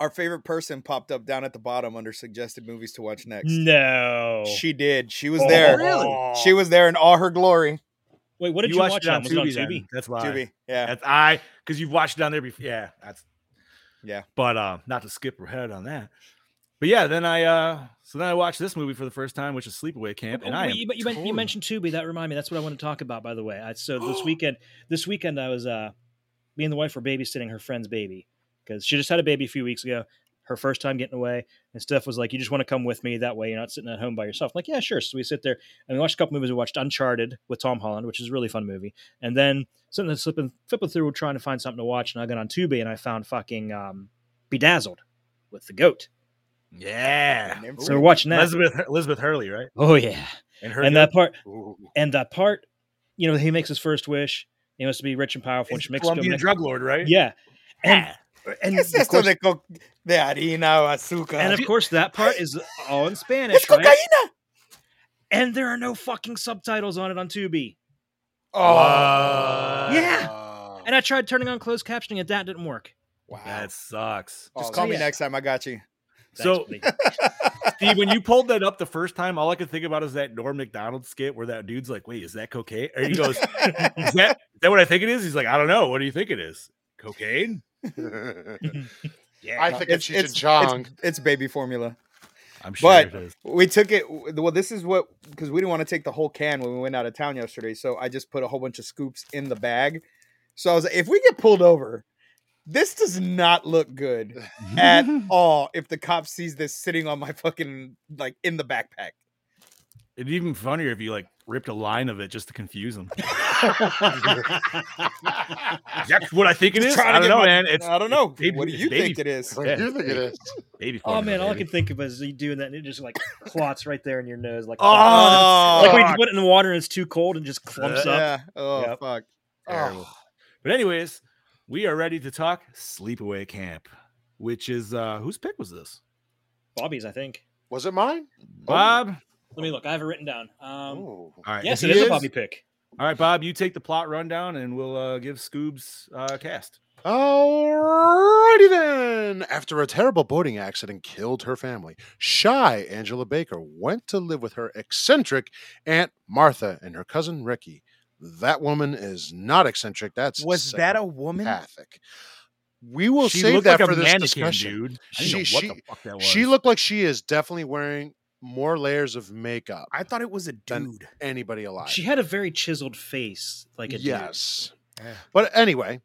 S3: our favorite person popped up down at the bottom under suggested movies to watch next.
S4: No.
S3: She did. She was there.
S4: Oh.
S3: She was there in all her glory.
S4: Wait, what did you,
S1: watched
S4: watch? On? Was it on
S1: then.
S4: Tubi?
S1: That's why.
S3: Tubi. Yeah.
S1: That's I because you've watched it down there before. Yeah, that's
S3: Yeah.
S1: But um, not to skip ahead on that. But yeah, then I uh so then I watched this movie for the first time, which is Sleepaway Camp, and
S4: Oh,
S1: I
S4: wait,
S1: am
S4: you, but you, men-
S1: totally-
S4: you mentioned Tubi. That reminded me. That's what I want to talk about. By the way, I, so this weekend, this weekend I was uh, me and the wife were babysitting her friend's baby because she just had a baby a few weeks ago. Her first time getting away, and Steph was like, "You just want to come with me? That way, you're not sitting at home by yourself." I'm like, yeah, sure. So we sit there and we watched a couple movies. We watched Uncharted with Tom Holland, which is a really fun movie, and then sitting there slipping flipping through, trying to find something to watch, and I got on Tubi and I found fucking um, Bedazzled with the goat.
S1: yeah.
S3: Name
S4: So we're watching that.
S1: Elizabeth Elizabeth Hurley, right?
S4: Oh yeah,
S1: And her
S4: and that part
S2: Ooh.
S4: and that part, you know, he makes his first wish. He wants to be rich and powerful, which makes him.
S1: Colombian drug lord, right?
S4: yeah, and
S1: Yeah.
S4: and
S3: Es
S4: of,
S3: esto
S4: course,
S3: de, co- de harina o
S2: uh,
S3: azúcar.
S4: and of course that part is all in
S3: it's
S4: Spanish,
S3: cocaína.
S4: right? And there are no fucking subtitles on it on Tubi.
S1: Uh,
S2: Oh.
S4: Yeah. And I tried turning on closed captioning, and that didn't work.
S3: Wow.
S1: That sucks.
S3: Just
S2: Oh,
S3: call me
S4: yeah.
S3: next time. I got you.
S4: Thanks,
S1: So-
S4: buddy.
S1: Steve, when you pulled that up the first time, all I could think about is that Norm McDonald skit where that dude's like, "Wait, is that cocaine?" Or he goes, "Is that, is that what I think it is?" He's like, "I don't know. What do you think it is? Cocaine?" Yeah,
S2: I think it's, it's,
S3: it's,
S2: Cheech and
S3: it's- it's baby formula.
S1: I'm sure
S3: but-
S1: it is.
S3: We took it. Well, this is what because we didn't want to take the whole can when we went out of town yesterday. So I just put a whole bunch of scoops in the bag. So I was like, if we get pulled over, this does not look good at all. If the cop sees this sitting on my fucking like in the backpack,
S1: It'd be even funnier if you like ripped a line of it just to confuse them. That's what I think it
S3: Just
S1: is. I
S3: trying to
S1: don't
S3: get
S1: know,
S3: my-
S1: man. It's
S3: I don't know.
S1: baby-
S3: what do
S1: it's
S3: you
S1: baby-
S3: think it is?
S2: What
S1: Yeah.
S2: do you think it is?
S1: baby.
S4: oh
S1: formula,
S4: man, all I
S1: baby.
S4: can think of is you doing that, and it just like clots right there in your nose, like
S1: Oh,
S4: like when you
S1: fuck.
S4: put it in the water and it's too cold and just clumps up.
S3: Yeah. Oh
S4: Yep.
S3: fuck.
S2: Oh,
S1: Terrible. But anyways, we are ready to talk sleepaway camp, which is uh whose pick was this?
S4: Bobby's, I think.
S2: Was it mine?
S1: Oh, Bob.
S4: Let me look. I have it written down. Um,
S2: Ooh.
S1: All right.
S4: yes,
S1: if
S4: it
S1: he
S4: is a Bobby pick.
S1: All right, Bob, you take the plot rundown and we'll uh give Scoob's uh cast.
S2: Alrighty then. After a terrible boating accident killed her family, shy Angela Baker went to live with her eccentric aunt Martha and her cousin Ricky. That woman is not eccentric. That's
S3: Was that a woman?
S2: psychopathic. We will
S1: she
S2: save
S1: looked
S2: that
S1: like
S2: for
S1: a
S2: this
S1: mannequin,
S2: discussion.
S1: dude. I
S2: She-
S1: didn't know what the
S2: she-
S1: fuck that was.
S2: She looked like she is definitely wearing more layers of makeup.
S3: I thought it was a
S2: Then-
S3: dude.
S2: Anybody alive?
S4: She had a very chiseled face, like a dude.
S2: yes.
S3: Yeah.
S2: But anyway,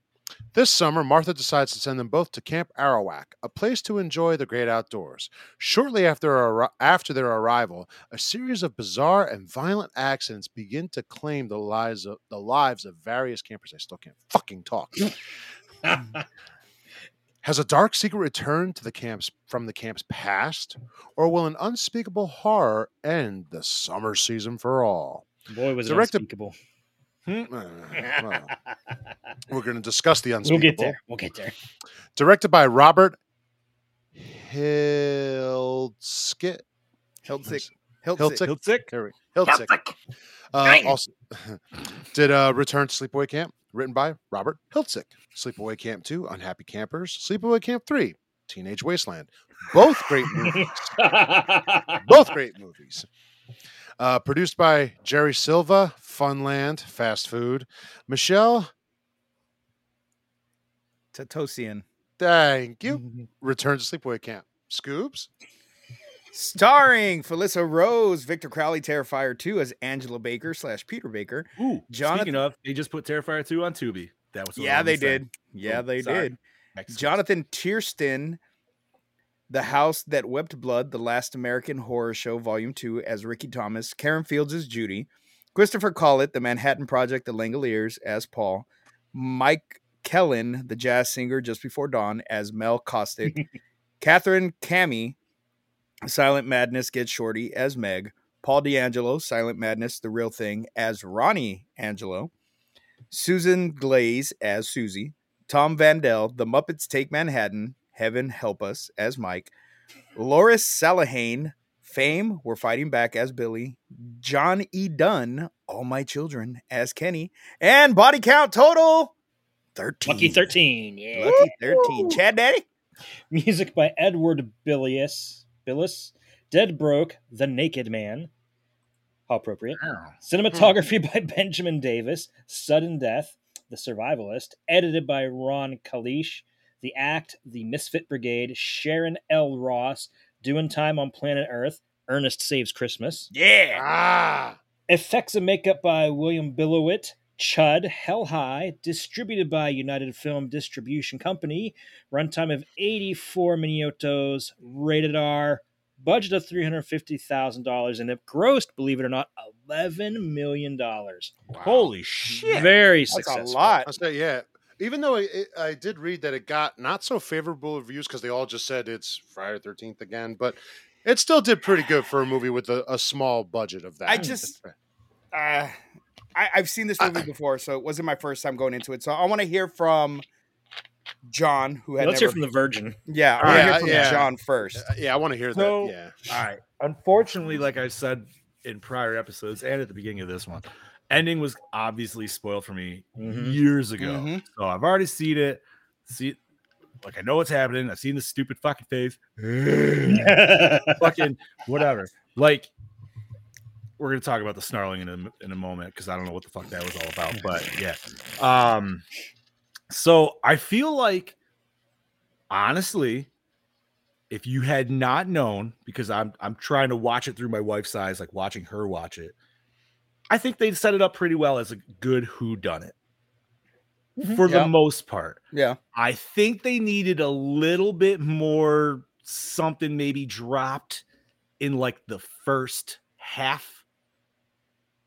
S2: this summer, Martha decides to send them both to Camp Arawak, a place to enjoy the great outdoors. Shortly after, arri- after their arrival, a series of bizarre and violent accidents begin to claim the lives of the lives of various campers. I still can't fucking talk. Has a dark secret returned to the camps from the camp's past, or will an unspeakable horror end the summer season for all?
S4: Boy was
S2: Directed-
S4: it unspeakable.
S2: Uh, well, we're going to discuss the
S4: we'll
S2: unspeakable.
S4: get there. We'll get there.
S2: directed by Robert Hildskit.
S3: Hiltzik. Hiltzik.
S2: Hiltzik.
S1: Hiltzik?
S2: Here we- Hiltzik. Uh, also, did uh, Return to Sleepaway Camp, written by Robert Hiltzik. Sleepaway Camp 2, Unhappy Campers. Sleepaway Camp 3, Teenage Wasteland. Both great movies. Both great movies. Uh, produced by Jerry Silva, Funland, Fast Food. Michelle,
S3: Tatosian.
S2: thank
S4: Mm.
S2: you. Return to Sleepaway Camp. Scoobs?
S3: Starring Felissa Rose, Victor Crowley, Terrifier 2 as Angela Baker slash Peter Baker.
S1: Ooh,
S3: Jonathan-
S1: Speaking of, they just put Terrifier 2 on Tubi. That was what I
S3: yeah,
S1: wanted
S3: they
S1: to say.
S3: did. Yeah,
S1: Oh,
S3: they
S1: sorry.
S3: did.
S1: Back to Scoobs.
S3: Jonathan Tiersten, The House That Wept Blood, The Last American Horror Show, Volume 2, as Ricky Thomas. Karen Fields as Judy. Christopher Collett, The Manhattan Project, The Langoliers, as Paul. Mike Kellen, the jazz singer just before dawn, as Mel Caustic. Catherine Cammy, Silent Madness Gets Shorty, as Meg. Paul D'Angelo, Silent Madness, The Real Thing, as Ronnie Angelo. Susan Glaze as Susie. Tom Vandell, The Muppets Take Manhattan, Heaven Help Us as Mike, Loris Salahane, Fame, We're Fighting Back as Billy, John E. Dunn, All My Children as Kenny, and body count total 13.
S4: Lucky 13. Yeah.
S3: Lucky 13. Chad Daddy?
S4: Music by Edward Billius. Billis. Dead Broke, The Naked Man. How appropriate.
S1: Wow.
S4: Cinematography by Benjamin Davis, Sudden Death, The Survivalist, edited by Ron Kalish, The Act, The Misfit Brigade, Sharon L. Ross, Doing Time on Planet Earth, Ernest Saves Christmas,
S1: Yeah.
S2: Ah,
S4: Effects and Makeup by William Billowit, Chud, Hell High, distributed by United Film Distribution Company, runtime of 84 minutos, rated R, budget of $350,000, and it grossed, believe it or not, $11 million.
S2: wow.
S1: Holy shit.
S4: Very
S3: That's
S4: successful.
S3: a lot.
S2: I say, yeah. Even though it, it- I did read that it got not so favorable reviews because they all just said it's Friday Thirteenth again, but it still did pretty good for a movie with a, a small budget of that.
S3: I just- uh, I, I've seen
S2: Uh,
S3: this movie before, so it wasn't my first time going into it. So I want to hear from John, who had
S4: Let's hear from
S3: never.
S4: the Virgin.
S3: yeah, I want to
S2: Yeah,
S3: hear from
S2: uh, yeah.
S3: John first.
S2: yeah, I want to hear
S1: So-
S2: that. Yeah,
S1: All right. Unfortunately, like I've said in prior episodes and at the beginning of this one, ending was obviously spoiled for me
S4: Mhm.
S1: years ago.
S2: Mm-hmm.
S3: Mhm.
S1: So I've already seen it. See, like I know what's happening. I've seen this stupid fucking face. fucking whatever. Like we're gonna talk about the snarling in a, in a moment because I don't know what the fuck that was all about. But yeah, um, so I feel like honestly, if you had not known, because I'm I'm trying to watch it through my wife's eyes, like watching her watch it, I think they set it up pretty well as a good who done it for
S3: Yeah.
S1: the most part.
S3: Yeah,
S1: I think they needed a little bit more something maybe dropped in like the first half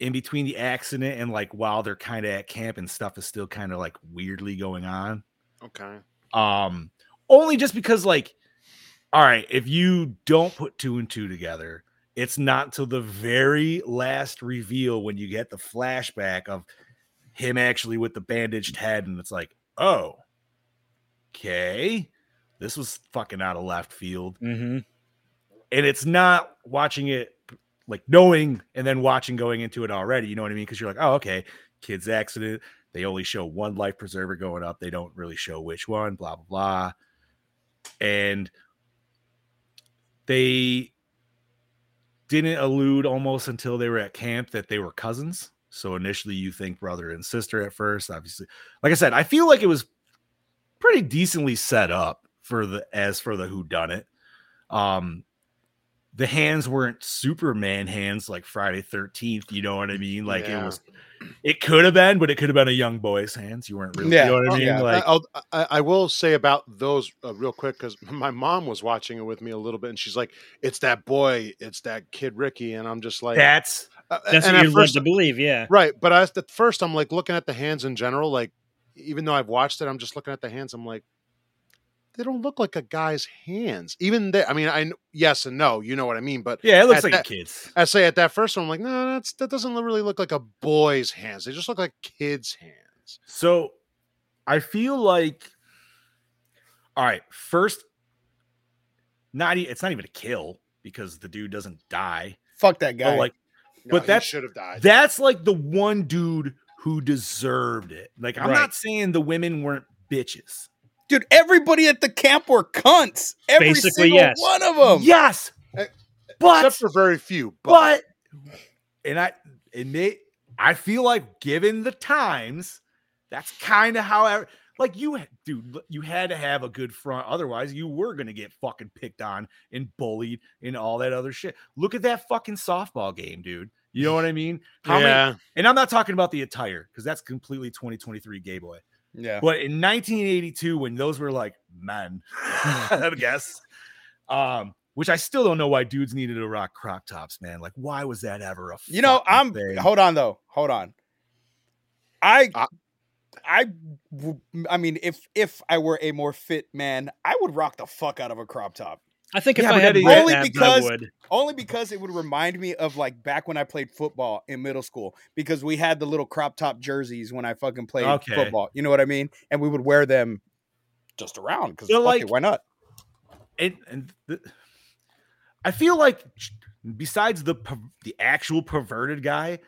S1: in between the accident and like while they're kind of at camp and stuff is still kind of like weirdly going on.
S2: okay.
S1: Um only just because like all right, if you don't put two and two together, it's not till the very last reveal when you get the flashback of him actually with the bandaged head and it's like, "Oh. Okay. This was fucking out of left field."
S4: Mhm.
S1: And it's not watching it like knowing and then watching going into it already, you know what I mean? Cuz you're like, "Oh, okay. Kids accident. They only show one life preserver going up. They don't really show which one, blah blah blah." And they didn't allude almost until they were at camp that they were cousins. So initially, you think brother and sister at first. Obviously, like I said, I feel like it was pretty decently set up for the as for the who done it. Um, the hands weren't Superman hands like Friday Thirteenth. You know what I mean? Like it
S2: Yeah.
S1: was, it could have been, but it could have been a young boy's hands. You weren't really,
S3: Yeah.
S1: you know what
S2: Oh,
S1: I mean?
S3: Yeah.
S1: Like,
S2: I, I'll- I, I will say about those uh, real quick because my mom was watching it with me a little bit, and she's like, "It's that boy, it's that kid Ricky," and I'm just like,
S1: that's
S2: uh,
S4: That's
S2: and
S4: what
S2: at
S4: you're
S2: first-
S4: led to believe, yeah.
S2: Right. But I, at first, I'm like looking at the hands in general. Like, even though I've watched it, I'm just looking at the hands. I'm like, they don't look like a guy's hands. Even there, I mean, I kn- yes and no. You know what I mean. But
S1: yeah, it looks
S2: At
S1: like
S2: that-
S1: a kid's.
S2: I say at that first one, I'm like, no, that's that doesn't lo- really look like a boy's hands. They just look like kids' hands.
S1: So I feel like all right, first not e- it's not even a kill because the dude doesn't die.
S3: fuck that
S1: But
S4: Oh,
S3: guy.
S1: like But
S2: he
S1: that-
S2: should have died.
S1: that's like the one dude who deserved it. Like I'm
S4: Right.
S1: not saying the women weren't bitches.
S3: dude, everybody at the camp were cunts. Every
S4: Basically,
S3: single
S4: yes.
S3: one of them.
S1: yes.
S2: Eh,
S1: But
S2: Except for very few. But,
S1: but and I and they I feel like given the times, that's kind of how I, like you ha- dude, l- you had to have a good front, otherwise you were gonna get fucking picked on and bullied and all that other shit. Look at that fucking softball game, dude. You know what I mean? How many-
S2: yeah,
S1: and I'm not talking about the attire because that's completely 2023 gay boy.
S3: Yeah,
S1: But in 1982, when those were like men, I guess, um, which I still don't know why dudes needed to rock crop tops, man. Like, why was that ever a
S3: you know,
S1: fucking
S3: I'm.
S1: thing?
S3: Hold on though. Hold on. I.
S2: I-
S3: I w- I mean, if if I were a more fit man, I would rock the fuck out of a crop top.
S4: I think if
S1: Yeah,
S4: I
S1: but
S4: had
S1: that is-
S4: my
S3: Only
S4: abs,
S3: because-
S4: I would.
S3: Only because it would remind me of like back when I played football in middle school because we had the little crop top jerseys when I fucking played
S1: Okay.
S3: football. You know what I mean? And we would wear them just around because
S1: They're
S3: like,
S1: like-
S3: why not?
S1: and, and the, I feel like sh- besides the per- the actual perverted guy,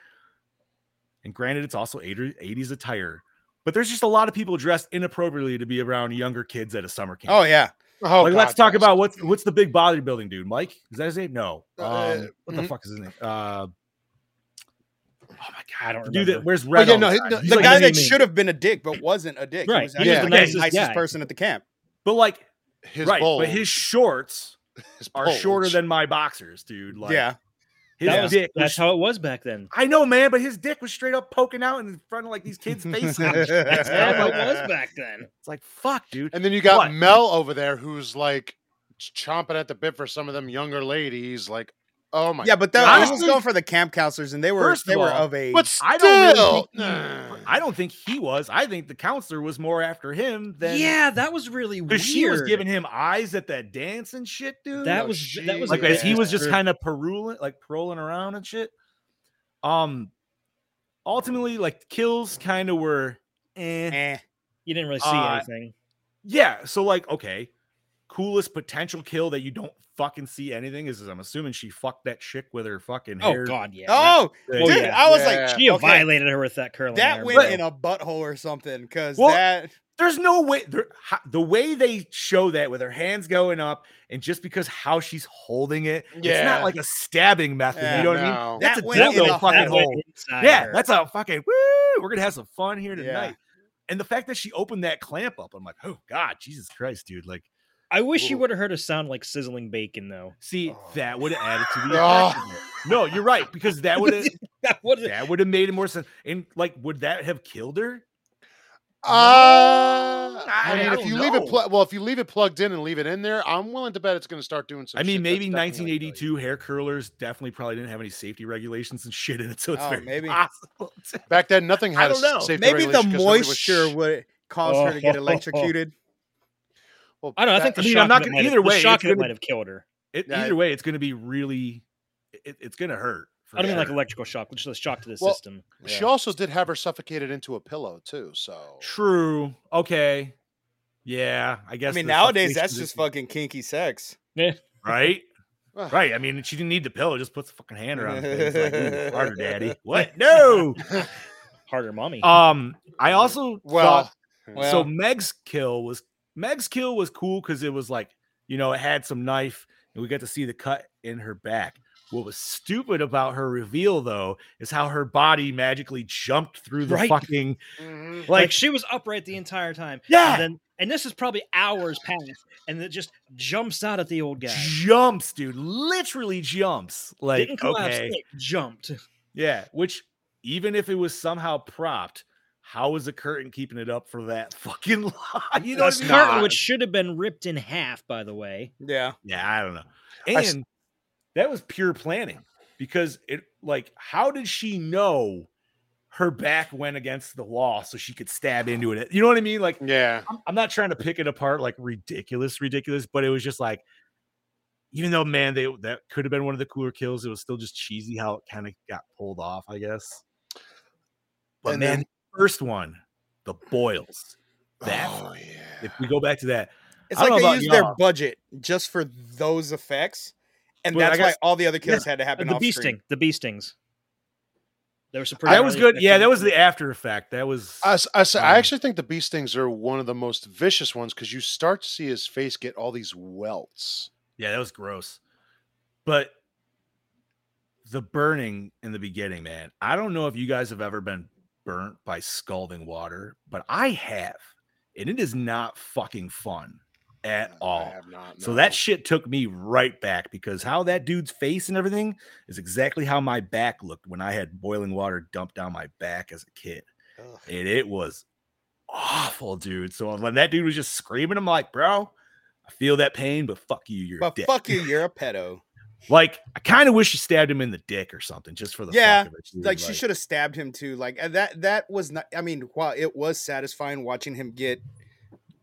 S1: and granted, it's also 80 80s attire, but there's just a lot of people dressed inappropriately to be around younger kids at a summer camp.
S3: Oh yeah,
S2: Oh,
S1: like, let's
S2: God,
S1: talk
S2: yes.
S1: about what's what's the big bodybuilding dude, Mike? Is that his name? No. Um,
S2: Uh,
S1: what the
S2: mhm.
S1: fuck is his name? Uh, oh my god,
S4: I don't
S1: dude,
S4: remember.
S1: that, where's
S2: Well,
S1: Red?
S2: yeah,
S1: all the
S2: no, he-
S1: time?
S2: no,
S1: He's
S3: The
S1: like
S3: guy
S1: an
S3: that
S1: enemy.
S3: should have been a dick but wasn't a dick.
S4: Right.
S3: He was,
S4: He
S3: actually
S2: was the
S3: the
S1: nicest
S3: nicest
S4: guy.
S3: person at the camp.
S1: but like
S2: his
S1: right,
S2: bulge,
S1: but his shorts
S2: his
S1: are
S2: bulge.
S1: shorter than my boxers, dude. Like,
S3: yeah.
S1: his
S4: That was-
S1: dick. was
S4: That's how it was back then.
S1: I know, man, but his dick was straight up poking out in front of like these kids' faces. and shit.
S4: That's how it was
S2: and
S4: back then.
S1: it's like fuck, dude.
S2: then you got
S1: What?
S2: Mel over there, who's like chomping at the bit for some of them younger ladies. Like, oh my,
S3: Yeah, but that
S1: God.
S3: I was
S2: Honestly-
S3: going for the camp counselers and they were
S1: First of
S3: they were
S1: all,
S3: of a
S2: but
S1: I don't really
S2: still,
S1: think he, I don't think he was. I think the counselor was more after him than
S4: yeah, that was really weird.
S1: because she was giving him eyes at that dance and shit, dude.
S4: that
S2: No,
S4: was
S2: she-
S4: that was a
S1: like as he
S4: bad
S1: was just
S4: group.
S1: kind of peruling, like paroling around and shit. Um, ultimately, like kills kind of were, eh.
S3: Eh.
S4: you didn't really see
S1: uh,
S4: anything.
S1: yeah. So like, okay, coolest potential kill that you don't fucking see anything is, is I'm assuming she fucked that chick with her fucking
S4: Oh
S1: hair.
S4: god, yeah. that-
S3: Oh,
S1: thing.
S4: Oh,
S3: dude,
S4: yeah.
S3: I was
S2: Yeah.
S3: like,
S4: she
S3: okay,
S4: violated her with that curling.
S3: That
S4: iron,
S3: went
S4: bro.
S3: in a butthole or something because
S1: Well,
S3: that
S1: There's no way there, ho- the way they show that with her hands going up and just because how she's holding it, it's
S2: Yeah.
S1: not like a stabbing method.
S3: Yeah,
S1: you know what I mean?
S2: no.
S1: That's
S3: That
S1: a
S3: went in
S1: dildo
S3: a-
S1: fucking
S3: that
S4: went
S1: hole.
S4: inside
S1: Yeah,
S4: her.
S1: that's a fucking woo. We're gonna have some fun here
S3: Yeah.
S1: tonight. And the fact that she opened that clamp up, I'm like, oh god, Jesus Christ, dude. Like,
S4: I wish you
S2: Ooh.
S4: would have heard her sound like sizzling bacon though.
S1: see,
S2: Oh.
S1: that would have added to the
S2: No.
S1: effect of it. no. You're right because that would have
S4: That would have
S1: that would have made it more sense. And like, would that have killed her?
S2: Uh,
S1: I-
S2: I mean,
S1: I
S2: if
S1: don't
S2: you leave it
S1: know.
S2: pl- well, if you leave it plugged in and leave it in there, I'm willing to bet it's going to start doing some.
S1: I mean,
S2: shit that's
S1: maybe
S2: definitely gonna kill you.
S1: 1982 hair curlers definitely probably didn't have any safety regulations and shit in it, so it's
S3: Oh,
S1: very
S3: maybe.
S1: possible. to-
S2: Back then, nothing
S1: I
S2: had. a
S1: don't know.
S2: safety
S3: maybe the
S2: regulation 'cause nobody was
S3: moisture
S2: sh-
S3: would cause her to get
S4: Oh.
S3: electrocuted.
S2: well,
S4: I don't know. I think
S2: that-
S4: the
S1: I mean,
S4: shock
S1: I'm not
S4: of it
S1: gonna-
S4: might have-
S1: either way,
S4: the
S1: it's
S4: shock of it
S1: gonna-
S4: might have killed her.
S1: It,
S2: Yeah,
S1: either way, it's going to be really, it, it's going to hurt. for
S4: I don't mean like
S1: sure.
S4: electrical shock, which is a shock to the
S2: Well,
S4: system.
S2: she also did have her suffocated into a pillow too. So
S1: True. Okay. Yeah, I guess.
S3: I mean,
S1: the
S3: nowadays
S1: suffocation
S3: that's
S1: is-
S3: just fucking kinky sex.
S1: right.
S2: Ugh.
S1: Right. I mean, she didn't need the pillow. Just puts a fucking hand around. her face, like, "Ooh, harder, daddy. What? No.
S4: Harder mommy.
S1: Um, I also
S2: well,
S1: thought-
S3: Well,
S1: so. Meg's kill was Meg's kill was cool because it was like you know it had some knife and we got to see the cut in her back. What was stupid about her reveal though is how her body magically jumped through the
S4: Right.
S1: fucking
S2: mhm.
S4: like,
S1: like
S4: she was upright the entire time.
S1: yeah
S4: And then and this is probably hours past, and it just jumps out at the old guy.
S1: jumps, dude. Literally jumps. Like
S4: Didn't collapse,
S1: okay.
S4: like, jumped.
S1: Yeah, which even if it was somehow propped, how is the curtain keeping it up for that fucking lie? You know
S2: That's
S1: what I mean?
S2: not-
S4: Curtain, which should have been ripped in half, by the way.
S3: yeah,
S1: Yeah, I don't know.
S2: I s-
S1: And that was pure planning because it like how did she know her back went against the wall so she could stab into it? You know what I mean? Like
S2: yeah,
S1: I'm, I'm not trying to pick it apart like ridiculous, ridiculous, but it was just like, even though man, they that could have been one of the cooler kills. It was still just cheesy how it kind of got pulled off, I guess. But
S2: And
S1: man,
S2: then-
S1: first one, the boils. That
S2: oh yeah.
S1: if we go back to that,
S3: it's
S1: I don't know
S3: like they
S1: about
S3: used their
S1: y'all.
S3: budget just for those effects, and
S1: Well, I
S3: that's why
S1: guess-
S3: all the other killers had to happen
S4: Uh, the
S3: off
S4: bee
S3: screen.
S4: sting. The bee stings. There was some pretty
S1: that was
S4: gnarly
S1: good.
S4: effects
S1: Yeah,
S4: in
S1: that was
S4: there.
S1: the after effect. That was
S2: I, s- I s- I
S1: Um,
S2: actually think the bee stings are one of the most vicious ones because you start to see his face get all these welts.
S1: yeah, that was gross. But the burning in the beginning, man. I don't know if you guys have ever been burnt by scalding water, but I have, and it is not fucking fun at all.
S2: I have not.
S1: So
S2: no.
S1: that shit took me right back because how that dude's face and everything is exactly how my back looked when I had boiling water dumped down my back as a kid.
S2: Ugh.
S1: And it was awful, dude. So when that dude was just screaming, I'm like, bro, I feel that pain, but fuck you, you're a
S3: But
S1: dick.
S3: fuck you, you're a pedo.
S1: Like, I kind of wish you stabbed him in the dick or something just for the
S3: Yeah,
S1: fuck of it. dude.
S3: like she should have stabbed him too. Like uh, that. That was not. I mean, while it was satisfying watching him get,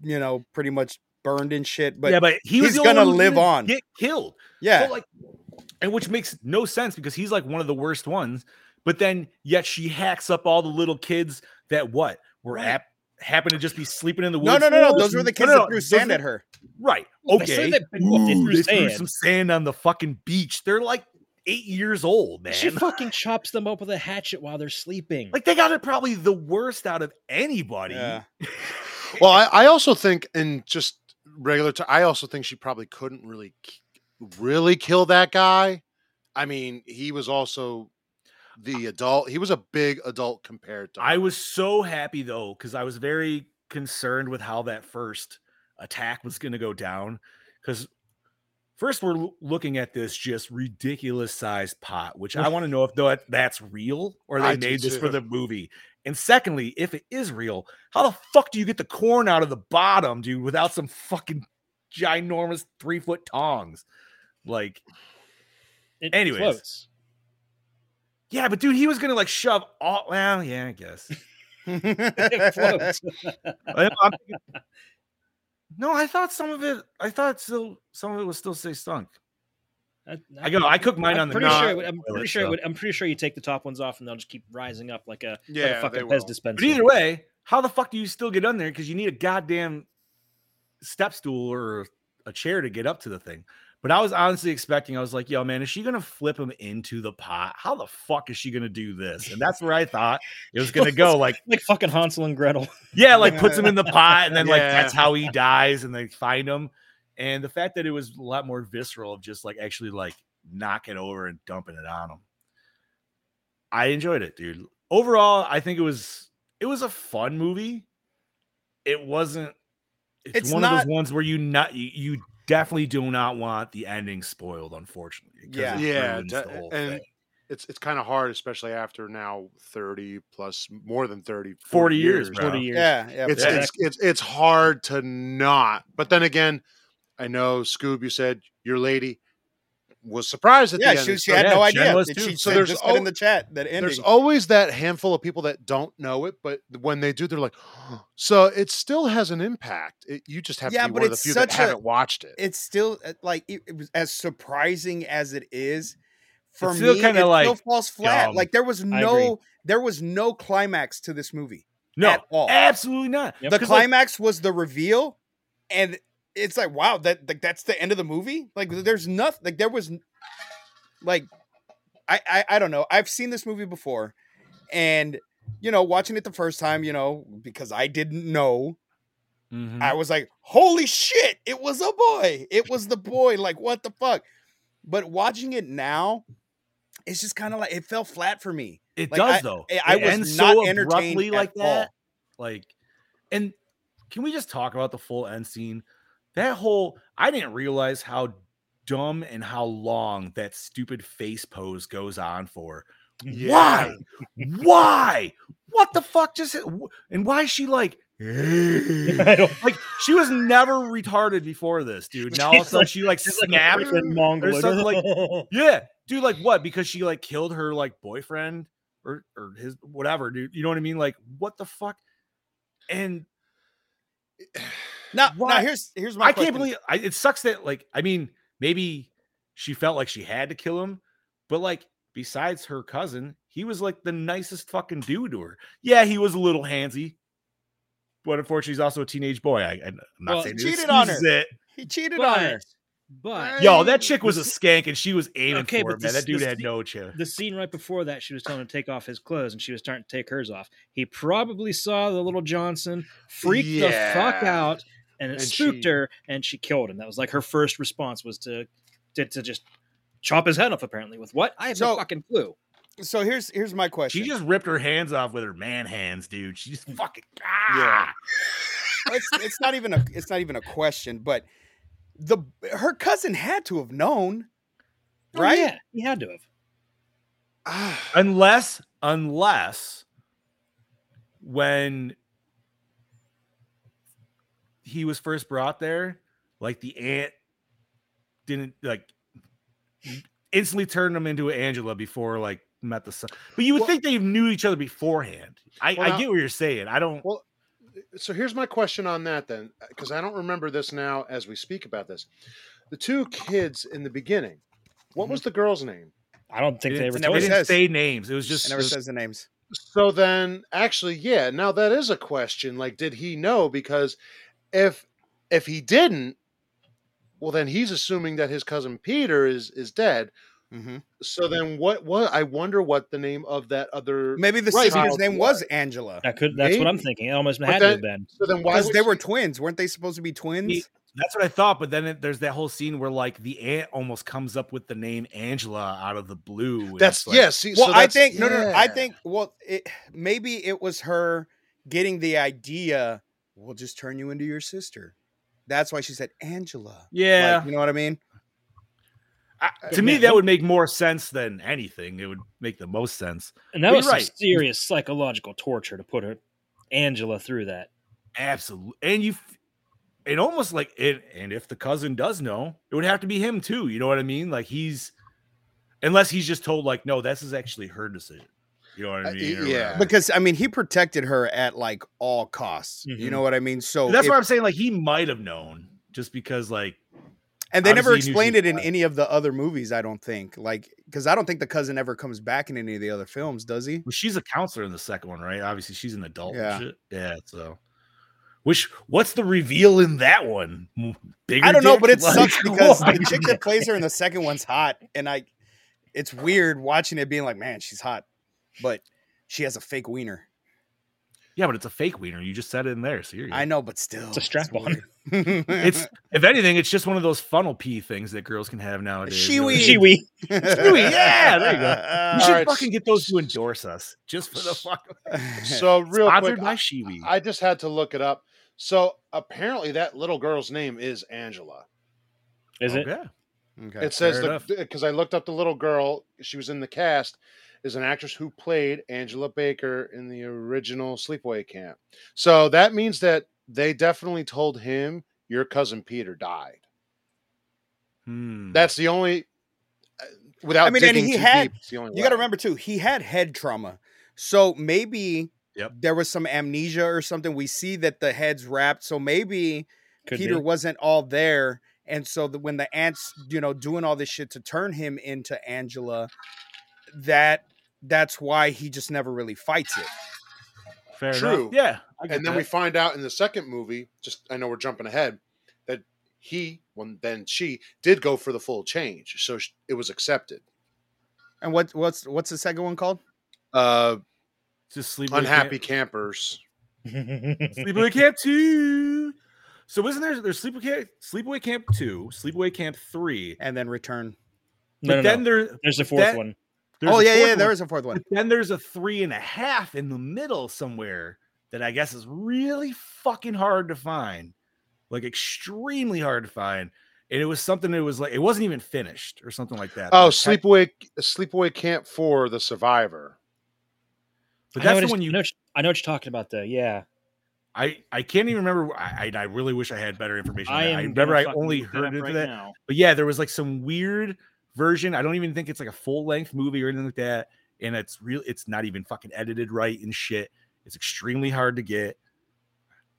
S3: you know, pretty much burned and shit. But
S1: yeah,
S3: yeah,
S1: but he was
S3: he's
S1: the only
S3: gonna
S1: one who
S3: live
S1: didn't
S3: on.
S1: Get killed. So like, and which makes no sense because he's like one of the worst ones. But then, yet she hacks up all the little kids that what were
S4: Right.
S1: ap- happen to just be sleeping in the
S3: no,
S1: woods.
S3: no, no, no.
S1: for?
S3: Those were the kids
S1: no,
S3: that
S1: no,
S3: threw
S1: those
S3: sand
S1: were-
S3: at her.
S1: Right.
S4: Well, they
S1: e-, Okay.
S4: said they picked up- they
S1: Ooh,
S4: threw
S1: they threw
S4: sand.
S1: some sand on the fucking beach. They're like eight years old, man.
S4: She fucking chops them up with a hatchet while they're sleeping.
S1: like they got it probably the worst out of anybody.
S3: Yeah.
S2: Well, I, I also think, and just regular time. I also think she probably couldn't really, k- really kill that guy. I mean, he was also the adult. He was a big adult compared to.
S1: I
S2: her.
S1: was so happy though because I was very concerned with how that first attack was going to go down. Because first we're l- looking at this just ridiculous sized pot, which I want to know if that, that's real or they
S2: I do
S1: made this for
S2: too.
S1: the movie. And secondly, if it is real, how the fuck do you get the corn out of the bottom, dude, without some fucking ginormous three foot tongs? Like,
S4: It
S1: Anyways.
S4: floats.
S1: yeah, but dude, he was gonna like shove all. Well, yeah, I guess.
S4: It floats.
S1: I- I'm thinking- no, I thought some of it. I thought still some of it was still say stunk. I go. I cook mine
S4: I'm
S1: on the.
S4: pretty
S1: no,
S4: sure.
S1: I-
S4: it would- I'm
S1: toilet,
S4: pretty sure. it
S1: so.
S4: would- I'm pretty sure you take the top ones off, and they'll just keep rising up like a, like a
S2: yeah, they
S4: fucking
S2: will.
S4: Pez dispenser.
S1: But either way, how the fuck do you still get on there? Because you need a goddamn step stool or a chair to get up to the thing. But I was honestly expecting. I was like, "Yo, man, is she gonna flip him into the pot? How the fuck is she gonna do this?" And that's where I thought it was gonna go. Like,
S4: like fucking Hansel and Gretel.
S1: Yeah, like puts him in the pot, and then like
S2: Yeah.
S1: that's how he dies, and they find him. And the fact that it was a lot more visceral of just like actually like knocking over and dumping it on him. I enjoyed it, dude. Overall, I think it was it was a fun movie. It wasn't. It's,
S3: It's
S1: one of
S3: not-
S1: those ones where you not you, you definitely do not want the ending spoiled, unfortunately. 'cause
S3: Yeah.
S1: it
S2: yeah,
S1: ruins
S2: de-
S1: the whole
S2: and
S1: thing.
S2: it's it's kind of hard, especially after now thirty plus more than 30, 40,
S1: 40 years, bro.
S4: Forty years.
S3: Yeah, yeah.
S2: It's,
S1: Yeah.
S2: it's it's it's hard to not. But then again, I know Scoob. You said your lady was surprised at
S3: yeah,
S2: the
S3: she,
S2: end.
S3: she
S1: so-
S3: had
S1: yeah,
S3: no
S1: Jen
S3: idea.
S1: was
S3: And
S1: too.
S3: She
S1: So
S3: said
S2: there's
S3: just said in
S2: al-
S3: the chat that ending.
S2: There's always that handful of people that don't know it, but when they do, they're like, so it still has an impact. It, you just have
S3: Yeah,
S2: to be
S3: but
S2: one of the
S3: it's
S2: few that
S3: such a-
S2: haven't watched it.
S3: it's still uh, like it, it was as surprising as it is for
S1: still
S3: me.
S1: kinda
S3: it still
S1: like
S3: falls flat.
S1: dumb.
S3: Like there was
S4: agree.
S3: no there was no climax to this movie
S1: no,
S3: at all.
S1: absolutely not.
S4: Yep.
S3: The
S1: 'Cause, like,
S3: climax was the reveal, and it's like wow that like, that's the end of the movie. Like there's nothing. Like there was n- like I, I I don't know. I've seen this movie before, and you know watching it the first time, you know because I didn't know.
S2: Mm-hmm.
S1: Mhm.
S3: I was like, holy shit, it was a boy. It was the boy. Like, what the fuck? But watching it now, it's just kind of like it fell flat for me.
S1: It
S3: Like,
S1: does
S3: I- eh,
S1: though.
S3: I- I
S1: It
S3: was
S1: ends
S3: not
S1: so
S3: entertained
S1: abruptly
S3: at
S1: like that.
S3: all.
S1: Like, and can we just talk about the full end scene? That whole I didn't realize how dumb and how long that stupid face pose goes on for. Why? Why? What the fuck just wh- and why is she like "Hey"?
S4: I don't.
S1: like she was never retarded before this, dude. Now all of a
S4: She's
S1: sudden
S4: like-
S1: she like
S4: It's like a
S1: snapped.
S4: freaking Mongol.
S1: There's something like- Yeah, dude, like what? Because she like killed her like boyfriend or or his whatever, dude. You know what I mean? Like what the fuck? And
S3: Now, now
S1: Why?
S3: here's here's my
S1: I
S3: question.
S1: can't believe I, it sucks that like I mean maybe she felt like she had to kill him, but like besides her cousin, he was like the nicest fucking dude to her. Yeah, he was a little handsy, but unfortunately he's also a teenage boy. I, I'm not
S4: Well,
S1: saying
S3: he
S1: it
S3: cheated on her.
S1: excuses It.
S3: he cheated on her.
S4: but, but
S1: Yo, that
S2: Hey,
S1: chick was a skank and she was aiming
S4: Okay,
S1: for
S4: but
S1: him. Man.
S4: this-
S1: That dude
S4: this
S1: had
S4: the-
S1: no chance.
S4: the scene right before that, she was telling him to take off his clothes, and she was starting to take hers off. He probably saw the little Johnson, freaked the fuck
S2: Yeah.
S4: out, and it
S2: And
S4: spooked
S2: she-
S4: her, and she killed him. That was like her first response was to to, to just chop his head off. Apparently, with what I have
S3: So-
S4: no fucking clue.
S3: So here's here's my question.
S1: She just ripped her hands off with her man hands, dude. She just fucking
S2: Yeah.
S1: ah.
S3: it's, it's not even a it's not even a question, but the her cousin had to have known,
S4: Oh,
S3: right?
S4: yeah, he had to have.
S2: Ah,
S1: Unless, unless when he was first brought there, like the aunt didn't like instantly turned him into Angela before like met the son. But you would
S2: Well-
S1: think they knew each other beforehand. I,
S2: Well,
S1: I
S2: now-
S1: get what you're saying. I don't.
S2: Well, so here's my question on that then, because I don't remember this now as we speak about this. The two kids in the beginning,
S3: Mm-hmm.
S2: what was the girl's name?
S4: I don't
S1: They
S4: think they ever
S1: didn't, they
S4: told
S3: never
S1: didn't
S4: him.
S3: says.
S1: say names. It was
S3: It
S1: just
S3: never
S1: it was
S3: says the names.
S2: So then, actually, yeah. Now that is a question. Like, did he know? Because if if he didn't, well, then he's assuming that his cousin Peter is is dead.
S3: Mhm.
S2: So then, what? What? I wonder what the name of that other.
S3: Maybe the
S2: Right,
S3: sister's
S2: because-
S3: name was Angela
S4: That could. That's what I'm
S2: Maybe.
S4: thinking. It almost
S2: But
S4: had to
S2: that-
S4: have been.
S2: So then, why
S3: because
S2: would
S3: they
S2: she-
S3: were twins. Weren't they supposed to be twins?
S1: That's what I thought, but then it, there's that whole scene where like the aunt almost comes up with the name Angela out of the blue. and
S2: That's
S1: it's like,
S2: yeah. See,
S3: well,
S2: so
S3: I
S2: that's-
S3: think no, no, no. I
S2: yeah.
S3: think well, it, maybe it was her getting the idea. We'll just turn you into your sister. That's why she said Angela.
S1: yeah.
S3: Like, you know what I mean.
S1: I- to me, that would make more sense than anything. It would make the most sense.
S4: And that
S1: You're
S4: was some
S1: right.
S4: serious psychological torture to put her Angela through that.
S1: Absolutely. And you, f- it almost like it. And if the cousin does know, it would have to be him too. You know what I mean? Like he's, unless he's just told like, no, this is actually her decision. You know what
S2: Uh,
S1: I mean? Or
S2: yeah.
S1: whatever.
S3: Because I mean, he protected her at like all costs. You
S4: Mhm.
S3: know what I mean. So
S1: Mm-hmm. that's
S3: oh, if-
S1: why I'm saying like he might have known just because like
S3: and they never
S1: Obviously, he knew she
S3: explained it in
S1: died.
S3: any of the other movies. I don't think like because I don't think the cousin ever comes back in any of the other films, does he?
S1: well, she's a counselor in the second one, right? Obviously, she's an adult.
S3: Yeah.
S1: And shit. Yeah. So. Which what's the reveal in that one? M- Bigger
S3: I don't know,
S1: dick?
S3: but it
S1: Like,
S3: sucks because the
S1: why?
S3: chick that plays her in the second one's hot, and I, it's weird watching it being like, man, she's hot, but she has a fake wiener.
S1: Yeah, but it's a fake wiener. You just said it in there. So you're good.
S3: I know, but still,
S4: It's a strap-on.
S3: weird.
S1: It's if anything, it's just one of those funnel pee things that girls can have nowadays. you know?
S3: Shiwi.
S4: She we
S1: Chewy, yeah, there you go. You
S2: All
S1: should
S2: right,
S1: fucking get those to endorse us just for the fuck.
S2: so. Real
S1: Sponsored
S2: quick,
S1: by
S2: I,
S1: Shiwi.
S2: I just had to look it up. So apparently, that little girl's name is Angela.
S4: is it?
S1: Okay.
S3: Okay.
S2: It says
S1: fair enough.
S2: because I looked up the little girl. She was in the cast. Is an actress who played Angela Baker in the original Sleepaway Camp. So that means that they definitely told him your cousin Peter died.
S1: Hmm.
S2: That's the only. uh, Without
S3: I mean, and
S2: digging
S3: he
S2: too
S3: had-
S2: deep, it's the only
S3: You got to
S2: way.
S3: remember too, he had head trauma, so maybe
S1: Yep.
S3: there was some amnesia or something. We see that the head's wrapped, so maybe
S4: Could
S3: Peter
S4: be.
S3: wasn't all there. And so the, when the ants, you know, doing all this shit to turn him into Angela, that that's why he just never really fights it.
S1: fair
S2: True.
S1: enough. Yeah. I get
S2: and then
S1: that.
S2: we find out in the second movie just i know we're jumping ahead that he when then she did go for the full change so sh- it was accepted
S3: And what what's what's the second one called?
S2: uh
S1: just sleep with
S2: unhappy
S1: Camp.
S2: campers
S1: Sleepaway Camp 2. So isn't there there's Sleepaway Camp, Sleepaway Camp 2, Sleepaway Camp 3.
S3: And then return.
S1: But
S4: no, no,
S1: then
S4: no.
S1: there
S4: There's the fourth
S1: that-
S4: one.
S1: there's
S3: oh
S1: a
S3: yeah,
S1: fourth
S3: yeah,
S1: one.
S3: there is a fourth one.
S1: But then there's a three and a half in the middle somewhere that I guess is really fucking hard to find, like extremely hard to find. And it was something that was like it wasn't even finished or something like that.
S2: oh
S1: Like, tech-
S2: sleepaway sleepaway camp for the survivor
S1: But
S4: I know
S1: that's
S4: what
S1: the
S4: it's-
S1: one
S4: I
S1: you.
S4: know, what you- I know what you're talking about. though. yeah,
S1: I I can't even remember. wh- I I, I really wish I had better information. on
S4: I
S1: that.
S4: am.
S1: I
S4: gonna
S1: remember I
S4: fucking
S1: only
S4: look up
S1: heard it for
S4: right
S1: that.
S4: now.
S1: But yeah, there was like some weird version. I don't even think it's like a full length movie or anything like that. And it's real. It's not even fucking edited right and shit. It's extremely hard to get.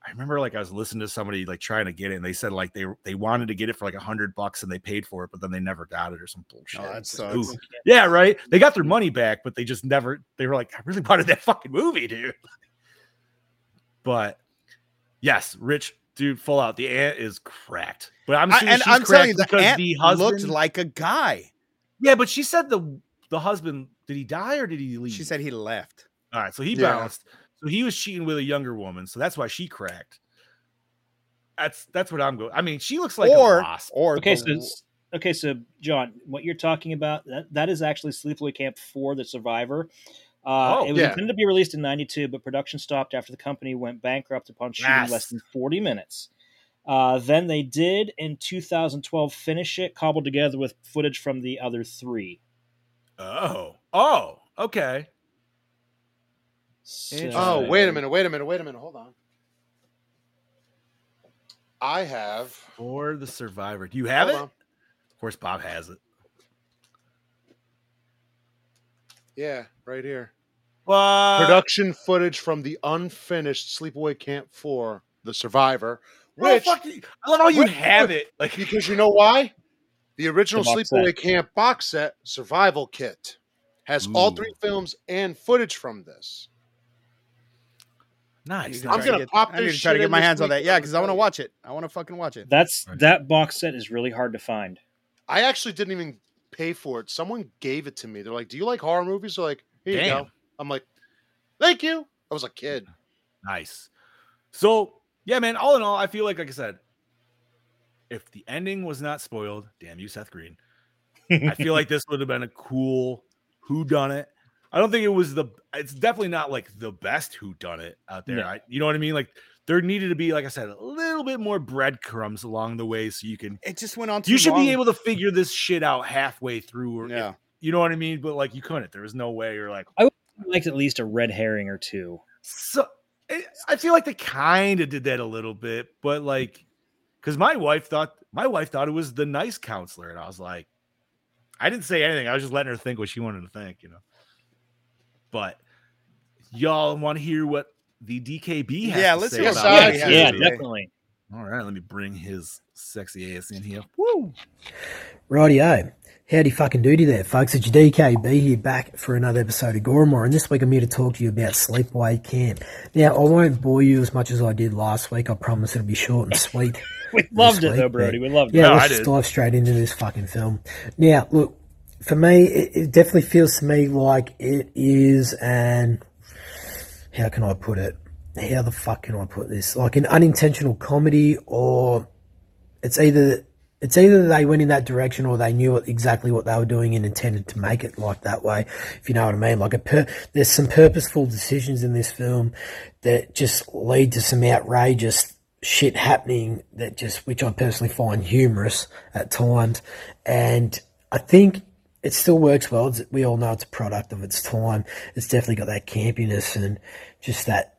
S1: I remember like I was listening to somebody like trying to get it, and they said like they they wanted to get it for like a hundred bucks, and they paid for it, but then they never got it or some bullshit.
S3: Oh, that
S1: It's like,
S3: sucks.
S1: ooh. Yeah, right. They got their money back, but they just never. They were like, I really wanted that fucking movie, dude. But yes, Rich, dude, full out. The aunt is cracked, but I'm
S3: I-
S1: assuming
S3: and
S1: she's
S3: I'm telling
S1: cracked
S3: you, the
S1: because
S3: ant
S1: the husband
S3: looked like a guy.
S1: yeah, but she said the the husband did he die or did he leave?
S3: She said he left.
S1: all right, so he
S2: Yeah.
S1: bounced. So he was cheating with a younger woman, so that's why she cracked. That's that's what I'm going. I mean, she looks like
S3: or
S1: a wasp.
S3: or
S4: Okay,
S3: the-
S4: so okay, so John, what you're talking about that, that is actually Sleepaway Camp for the Survivor. Uh,
S1: Oh,
S4: it was
S2: yeah.
S4: intended to be released in '92, but production stopped after the company went bankrupt upon shooting
S1: Yes.
S4: less than 40 minutes. Uh, then they did in 2012 finish it, cobbled together with footage from the other three.
S1: Oh, oh, okay.
S4: So-
S1: Interesting.
S2: oh wait a minute wait a minute wait a minute hold on i have
S1: For the survivor, do you have
S2: hold
S1: it?
S2: on.
S1: Of course, Bob has it.
S2: yeah right here
S1: What?
S2: production footage from the unfinished sleepaway camp for the survivor
S1: Well,
S2: which
S1: fuck you- I love how you
S2: which-
S1: have it. Like
S2: Because you know why? The original
S4: The box set.
S2: Sleepaway Camp box set survival kit has all three
S1: Ooh.
S2: films and footage from this.
S1: nice.
S2: I'm
S1: nice.
S2: gonna
S3: get-
S2: pop
S3: I need
S2: this
S3: to try to
S2: shit
S3: get
S2: in
S3: my
S2: this
S3: hands on
S2: week
S3: that. Yeah, because I want to
S2: early.
S3: watch it. I want to fucking watch it.
S4: That's
S1: Right.
S4: that box set is really hard to find.
S2: I actually didn't even pay for it. Someone gave it to me. They're like, Do you like horror movies? They're like, Here you
S1: Damn.
S2: go. I'm like, Thank you. I was a kid.
S1: Nice. So yeah, man. All in all, I feel like, like I said, if the ending was not spoiled, damn you, Seth Green. I feel like this would have been a cool who done it. I don't think it was the it's definitely not like the best who done it out there.
S4: No.
S1: I, you know what I mean? Like there needed to be like I said a little bit more breadcrumbs along the way so you can
S3: It just went on. Too
S1: you should
S3: long.
S1: be able to figure this shit out halfway through or if-
S2: Yeah.
S1: you know what I mean? But like you couldn't. There was no way you're like
S4: liked at least a red herring or two.
S1: so I I feel like they kind of did that a little bit, but like, because my wife thought my wife thought it was the nice counselor, and I was like, I didn't say anything. I was just letting her think what she wanted to think, you know. But y'all want to hear what the DKB has
S3: Yeah,
S1: to
S3: let's
S1: say
S2: hear what
S1: about
S2: Saj
S1: this
S2: has
S1: movie.
S4: yeah,
S2: to be.
S4: definitely.
S1: All right, let me bring his sexy ass in here. Woo!
S5: Rightio. Howdy fucking doody there, folks. It's your DKB here back for another episode of Goramore, and this week I'm here to talk to you about Sleepaway Camp. Now, I won't bore you as much as I did last week. I promise it'll be short and sweet.
S4: We loved it though,
S5: week,
S4: Brody.
S5: but-
S4: We loved
S5: Yeah,
S1: No, I
S5: let's just
S1: did.
S5: dive straight into this fucking film. Now, look, for me, it, it definitely feels to me like it is an. How can I put it? How the fuck can I put this? Like an unintentional comedy, or it's either it's either they went in that direction or they knew what, exactly what they were doing and intended to make it like that way. If you know what I mean, like a per, there's some purposeful decisions in this film that just lead to some outrageous shit happening that just which I personally find humorous at times, and I think it still works well. It's, we all know it's a product of its time. It's definitely got that campiness and just that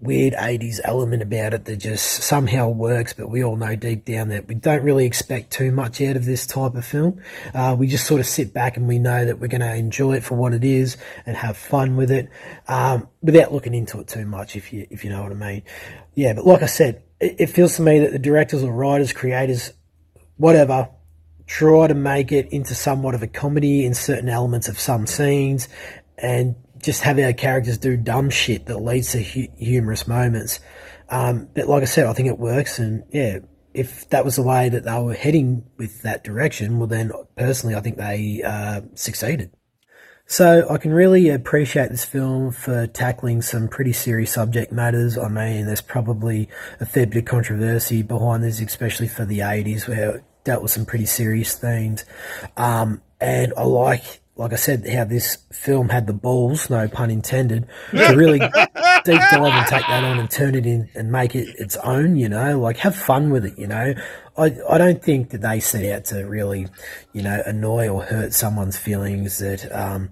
S5: weird 80s element about it that just somehow works, but we all know deep down that we don't really expect too much out of this type of film. Uh, we just sort of sit back and we know that we're going to enjoy it for what it is and have fun with it um, without looking into it too much, if you, if you know what I mean. Yeah, but like I said, it, it feels to me that the directors or writers, creators, whatever, try to make it into somewhat of a comedy in certain elements of some scenes and just have our characters do dumb shit that leads to hu- humorous moments. Um, but like I said, I think it works. And yeah, if that was the way that they were heading with that direction, well, then personally, I think they uh, succeeded. So I can really appreciate this film for tackling some pretty serious subject matters. I mean, there's probably a fair bit of controversy behind this, especially for the 80s, where it dealt with some pretty serious themes. Um, and I like, like I said, how this film had the balls, no pun intended, to really deep dive and take that on and turn it in and make it its own, you know, like have fun with it, you know. I, I don't think that they set out to really, you know, annoy or hurt someone's feelings that, um,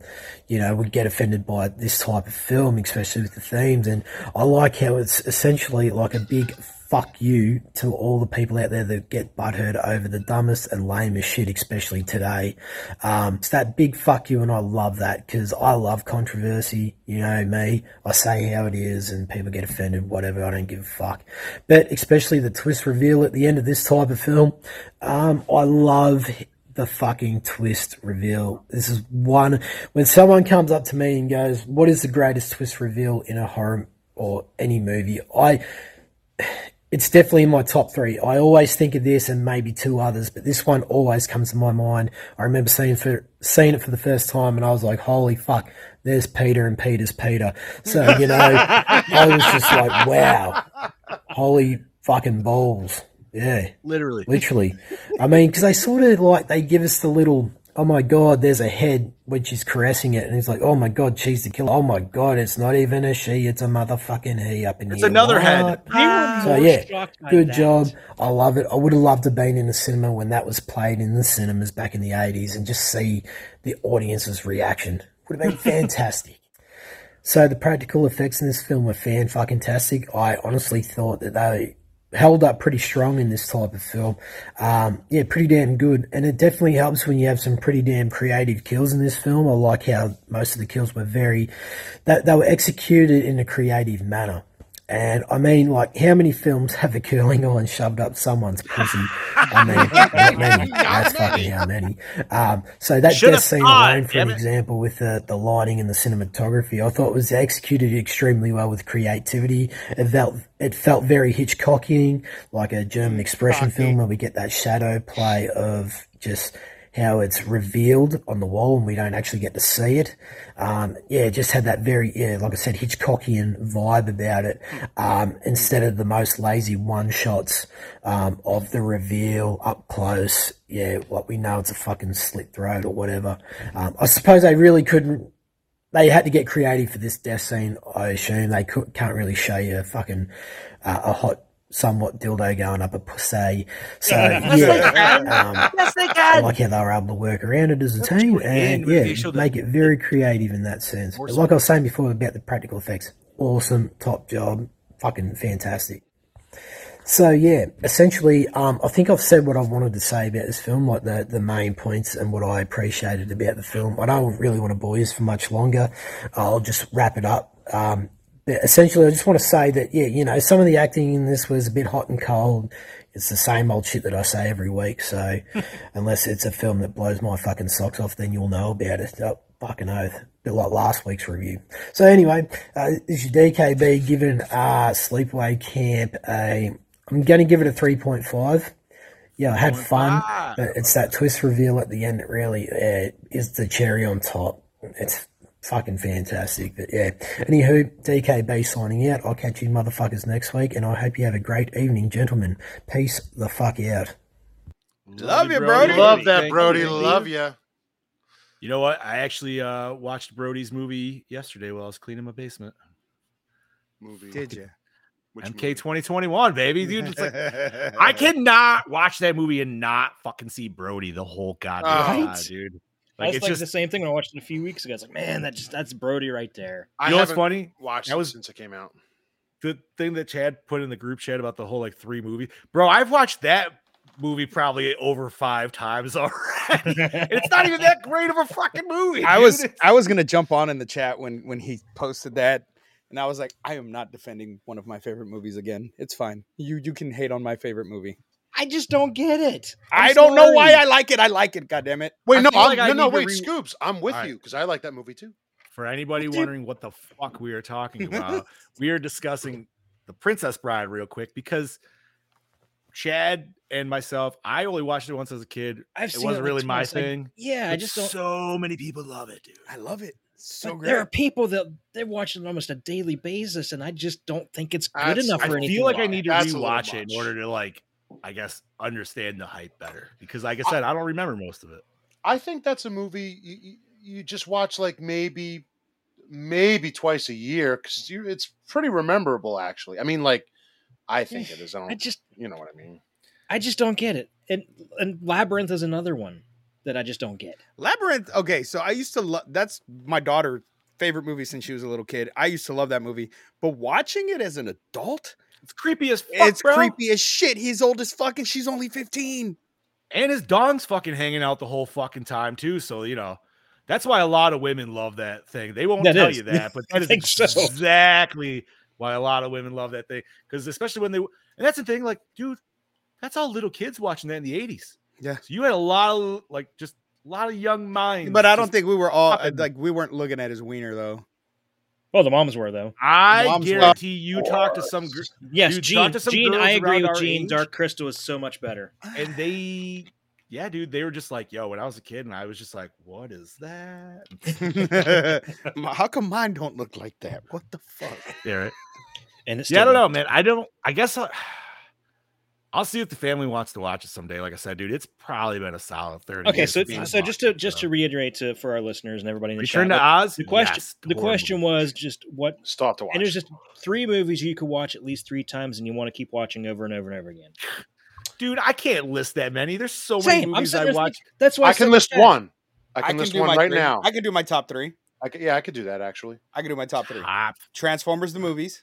S5: you know, would get offended by this type of film, especially with the themes. And I like how it's essentially like a big fuck you to all the people out there that get butthurt over the dumbest and lamest shit, especially today. Um, it's that big fuck you, and I love that because I love controversy. You know me, I say how it is, and people get offended, whatever. I don't give a fuck. But especially the twist reveal at the end of this type of film, um, I love the fucking twist reveal. This is one when someone comes up to me and goes, "What is the greatest twist reveal in a horror or any movie?" I it's definitely in my top three. I always think of this and maybe two others, but this one always comes to my mind. I remember seeing for seeing it for the first time, and I was like, "Holy fuck!" There's Peter, and Peter's Peter. So you know, I was just like, "Wow, holy fucking balls!" Yeah,
S1: Literally.
S5: literally. I mean, because they sort of like they give us the little, "Oh my god, there's a head," when she's caressing it, and it's like, "Oh my god, she's the killer." Oh my god, it's not even a she; it's a motherfucking he up in
S1: It's
S5: here.
S1: another
S5: What?
S1: head.
S4: They were
S5: So,
S4: more
S5: yeah,
S4: shocked by
S5: Good
S4: that.
S5: job. I love it. I would have loved to have been in a cinema when that was played in the cinemas back in the 80s and just see the audience's reaction. Would have been fantastic. so the practical effects in this film were fan fucking tastic. I honestly thought that they held up pretty strong in this type of film. Um, yeah, pretty damn good. And it definitely helps when you have some pretty damn creative kills in this film. I like how most of the kills were very, that they were executed in a creative manner. And I mean, like, how many films have a curling iron shoved up someone's pussy? I mean, not many. That's fucking how many. Um, so that
S1: Should've
S5: death scene
S1: thought,
S5: alone, for
S1: damn
S5: an
S1: it.
S5: example, with the, the lighting and the cinematography, I thought was executed extremely well with creativity. It felt, it felt very Hitchcockian, like a German expression film where we get that shadow play of just how it's revealed on the wall and we don't actually get to see it. Um, yeah, it just had that very, yeah, like I said, Hitchcockian vibe about it. Um, instead of the most lazy one shots um, of the reveal up close, yeah, what we know it's a fucking slit throat or whatever. Um, I suppose they really couldn't. They had to get creative for this death scene. I assume they could, can't really show you a fucking uh, a hot, somewhat dildo going up a pussy. So yeah, um,
S6: Yes, they
S5: I
S6: can.
S5: like how they were able to work around it as a team
S1: put it in
S5: and
S1: with the
S5: yeah,
S1: issue that-
S5: make it very creative in that sense. But like I was saying before about the practical effects, awesome, top job, fucking fantastic. So yeah, essentially, um, I think I've said what I wanted to say about this film, like the the main points and what I appreciated about the film. I don't really want to bore you for much longer. I'll just wrap it up. Um, but essentially, I just want to say that yeah, you know, some of the acting in this was a bit hot and cold. It's the same old shit that I say every week. So unless it's a film that blows my fucking socks off, then you'll know about it. Oh, fucking oath. Bit like last week's review. So anyway, uh, is your DKB given uh, Sleepaway Camp a? I'm going to give it a three point five. Yeah, I had fun, but Uh, it's that twist reveal at the end that really uh, is the cherry on top. It's fucking fantastic. But yeah, anywho, DKB signing out. I'll catch you motherfuckers next week, and I hope you have a great evening, gentlemen. Peace the fuck out.
S3: Love you, Brody.
S2: Love
S1: Thank
S2: that,
S1: you,
S2: Brody.
S1: Brody.
S2: Love you.
S1: You know what? I actually uh, watched Brody's movie yesterday while I was cleaning my basement.
S2: Movie.
S3: Did you?
S2: Which
S1: MK
S2: movie?
S1: 2021, baby. Dude, it's like, I cannot watch that movie and not fucking see Brody the whole goddamn
S4: Right?
S1: time, dude.
S4: Like,
S1: Like
S4: it's
S1: it's
S4: like
S1: just
S4: the same thing when I watched it a few weeks ago. It's like, man, that just that's Brody right there.
S2: I
S1: you know what's
S2: haven't
S1: funny?
S2: watched
S1: That
S2: it
S1: was-
S2: since it came out.
S1: The thing that Chad put in the group chat about the whole like three movie, bro. I've watched that movie probably over five times already. And it's not even that great of a fucking movie.
S3: I
S1: dude.
S3: was
S1: It's-
S3: I was gonna jump on in the chat when when he posted that, and I was like, I am not defending one of my favorite movies again. It's fine. You you can hate on my favorite movie.
S4: I just don't get it.
S3: I'm I
S4: I'm
S3: do not know why
S4: sorry.
S3: I like it. I like it. God damn it.
S2: Wait,
S1: I
S2: no,
S1: feel
S2: I'm,
S1: like I
S2: no, no,
S1: need to
S2: wait,
S1: re-
S2: Scoops. I'm with
S1: All right.
S2: you because I like that movie too.
S1: For anybody wondering what the fuck we are talking about, we are discussing The Princess Bride real quick because Chad and myself, I only watched it once as a kid.
S4: I've
S1: It
S4: seen
S1: wasn't
S4: like
S1: really my
S4: twice. Like,
S1: thing.
S4: yeah, I
S1: but
S4: just don't.
S1: So many people love it, dude.
S3: I love it. So
S4: but
S3: great.
S4: there are people that they watch it on almost a daily basis, and I just don't think it's good
S2: That's-
S4: enough
S1: I
S4: for
S1: feel
S4: anything.
S1: like I
S4: about
S1: need
S4: it.
S1: to
S2: That's a little
S1: rewatch it in
S2: much.
S1: order to like, I guess, understand the hype better. Because like I said, I don't remember most of it.
S2: I think that's a movie you, you- you just watch like maybe maybe twice a year because it's pretty rememberable actually. I mean, like I think it is. I
S4: I
S2: don't,
S4: just
S2: you know what I mean.
S4: I just don't get it. And and Labyrinth is another one that I just don't get.
S3: Labyrinth. Okay, so I used to love. That's my daughter's favorite movie since she was a little kid. I used to love that movie, but watching it as an adult,
S1: It's creepy as fuck,
S3: it's
S1: bro.
S3: creepy as shit. He's old as fuck, and she's only fifteen.
S1: And his dong's fucking hanging out the whole fucking time too. So you know, that's why a lot of women love that thing. They won't
S4: That
S1: tell
S4: is.
S1: you that, but
S4: I
S1: that is
S4: think so.
S1: exactly why a lot of women love that thing. Because especially when they and that's the thing, like, dude, that's all little kids watching that in the eighties.
S3: Yeah.
S1: So you had a lot of like just a lot of young minds.
S3: But I don't
S1: just-
S3: think we were all uh,
S1: popping.
S3: like we weren't looking at his wiener though.
S4: Well, the moms were though.
S1: I
S3: Moms were-
S1: guarantee you talk to some gr-
S4: Yes,
S1: Dude, talk
S4: Gene.
S1: to some
S4: Gene,
S1: girls
S4: I agree
S1: around
S4: with
S1: our
S4: Gene.
S1: age.
S4: Dark Crystal is so much better.
S1: and they yeah dude they were just like yo when i was a kid and i was just like what is that
S3: My- How come mine don't look like that? What the fuck?
S1: Barrett.
S4: And it's
S1: yeah i don't know man i don't i guess I, i'll see if the family wants to watch it someday like i said dude it's probably been a solid 30
S4: Okay,
S1: years
S4: so
S1: since I've
S4: so just
S1: watched
S4: to
S1: it,
S4: just
S1: so.
S4: to reiterate to for our listeners and everybody in the
S1: return
S4: chat,
S1: to oz
S4: the question
S1: Yes,
S4: the
S1: horrible
S4: question
S1: movie.
S4: was just what
S2: Still have to watch.
S4: and
S2: it.
S4: there's just three movies you could watch at least three times and you want to keep watching over and over and over again.
S1: dude i can't list that many there's so many
S4: Same. I'm
S1: movies
S4: sitting
S1: i
S4: there
S1: watch
S4: thinking- That's why I,
S2: I can
S4: said
S2: list
S4: that.
S2: one. I can list
S3: do
S2: one
S3: my
S2: right
S3: three.
S2: now.
S3: I can do my top three.
S2: I could, yeah, I could do that actually.
S3: I can do my top three.
S1: top
S3: Transformers the movies,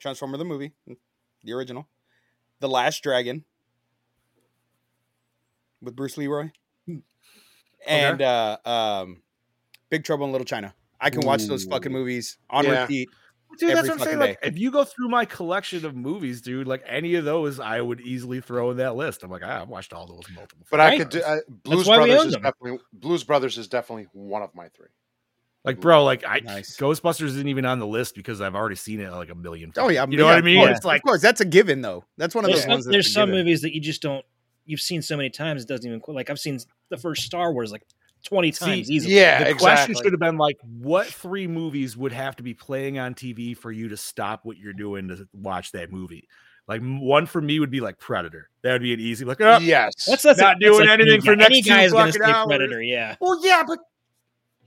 S3: Transformer the movie, Mm, the original, The Last Dragon with Bruce Leroy, Mm. and uh, um, Big Trouble in Little China. I can watch those fucking movies on
S2: Yeah.
S3: repeat.
S1: Dude, that's
S3: every
S1: what I'm saying.
S3: fucking
S1: Like, if you go through my collection of movies, dude, like any of those, I would easily throw in that list. I'm like, ah, I've watched all those multiple.
S2: But I
S4: Right.
S2: could do I, Blues
S4: why we
S2: Brothers
S4: own
S2: is
S4: them.
S2: definitely Blues Brothers is definitely one of my three.
S1: Like, bro, like I
S3: Nice.
S1: Ghostbusters isn't even on the list because I've already seen it like a million.
S3: Oh
S1: fucking-
S3: yeah,
S1: you know
S3: yeah,
S1: what I
S3: of
S1: mean?
S3: course,
S1: It's like
S3: of course that's a given though. That's one of
S4: There's
S3: those
S4: some,
S3: ones. that's
S4: there's
S3: a
S4: some
S3: given.
S4: movies that you just don't you've seen so many times it doesn't even qu- like I've seen the first Star Wars like twenty times
S1: See,
S4: easily.
S2: Yeah,
S1: the
S2: exactly.
S1: question should have been like, what three movies would have to be playing on TV for you to stop what you're doing to watch that movie? Like m- one for me would be like Predator. That would be an easy like. Oh,
S2: yes.
S4: That's that's
S1: Not doing
S4: that's
S1: anything
S4: any
S1: for
S4: guy-
S1: next
S4: any
S1: two
S4: guy is gonna
S1: fucking
S4: say
S1: hours.
S4: Predator. Yeah,
S1: Well, yeah, but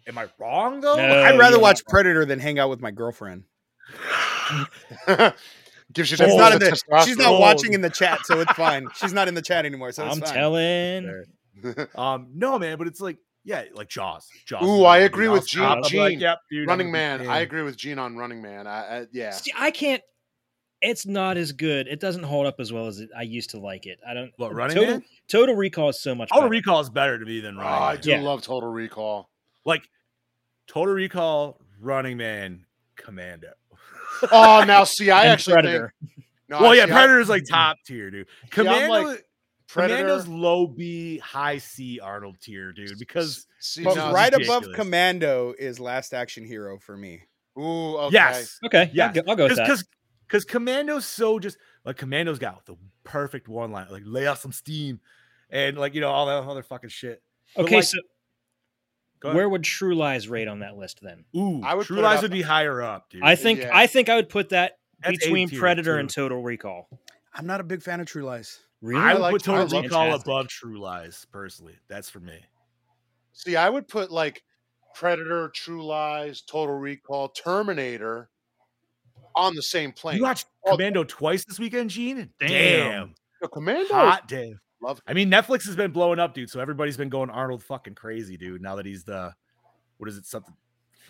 S1: am I wrong though?
S4: No.
S3: I'd
S4: Oh,
S3: rather
S4: yeah.
S3: watch Predator than hang out with my girlfriend.
S2: Gives you
S3: She's
S2: that
S4: Oh,
S3: not in
S2: boost of
S3: the, Oh, she's not
S2: testosterone.
S3: watching in the chat, so it's fine. She's not in the chat anymore, so it's
S4: I'm
S3: fine.
S4: telling.
S1: Um, no, man, but it's like, yeah, like Jaws. Jaws
S2: Ooh,
S1: is another
S2: I
S1: one, dude.
S2: agree
S1: I'll
S2: with
S1: stop.
S2: Gene.
S1: I'm
S2: Gene,
S1: Like, yep, dude,
S2: Running
S1: I'm-
S2: Man.
S1: yeah.
S2: I agree with Gene on Running Man. I, I yeah.
S4: See, I can't. It's not as good. It doesn't hold up as well as it, I used to like it. I don't.
S1: What, Running
S4: Total,
S1: Man?
S4: Total Recall is so much.
S1: Total
S4: better.
S1: Recall is better to me than
S2: Oh,
S1: Running
S2: I
S1: Man.
S2: do
S4: Yeah.
S2: love Total Recall.
S1: Like Total Recall, Running Man, Commando.
S2: Oh, now see, I
S4: And
S2: actually
S4: Predator.
S2: think. No,
S1: well,
S2: I
S1: yeah,
S2: Ah, see, I-
S1: Predator's like top tier, dude.
S2: I'm
S1: Commando,
S2: like, Predator.
S1: Commando's low B, high C Arnold tier, dude. Because
S2: See,
S3: But
S2: now-
S3: right
S1: it's
S3: above
S1: ridiculous.
S3: Commando is Last Action Hero for me.
S2: Ooh, okay.
S1: yes,
S4: Okay. Yeah.
S1: Yes.
S4: I'll go, I'll go with that.
S1: because because Commando's so just like Commando's got the perfect one line, like lay off some steam, and like you know all that other fucking shit. but
S4: Okay.
S1: like-
S4: so
S1: Go ahead.
S4: where would True Lies rate on that list then?
S1: Ooh,
S2: I would
S1: True
S2: put it
S1: Lies
S2: up-
S1: would be higher up, dude.
S4: I think
S2: Yeah.
S4: I think I would put that
S1: That's
S4: between
S1: A tier,
S4: Predator and
S1: too.
S4: Total Recall.
S3: I'm not a big fan of True Lies.
S4: Really?
S1: I
S2: I
S1: would
S2: like-
S1: put
S2: I
S1: Total
S2: love
S1: Recall
S4: Fantastic.
S1: above True Lies personally. That's for me.
S2: See, I would put like Predator, True Lies, Total Recall, Terminator on the same plane.
S1: You watched
S2: Oh.
S1: Commando twice this weekend, Gene?
S4: Damn.
S2: Yo, Commando.
S1: Hot damn.
S2: Love-
S1: I mean, Netflix has been blowing up, dude. So everybody's been going Arnold fucking crazy, dude. Now that he's the what is it something?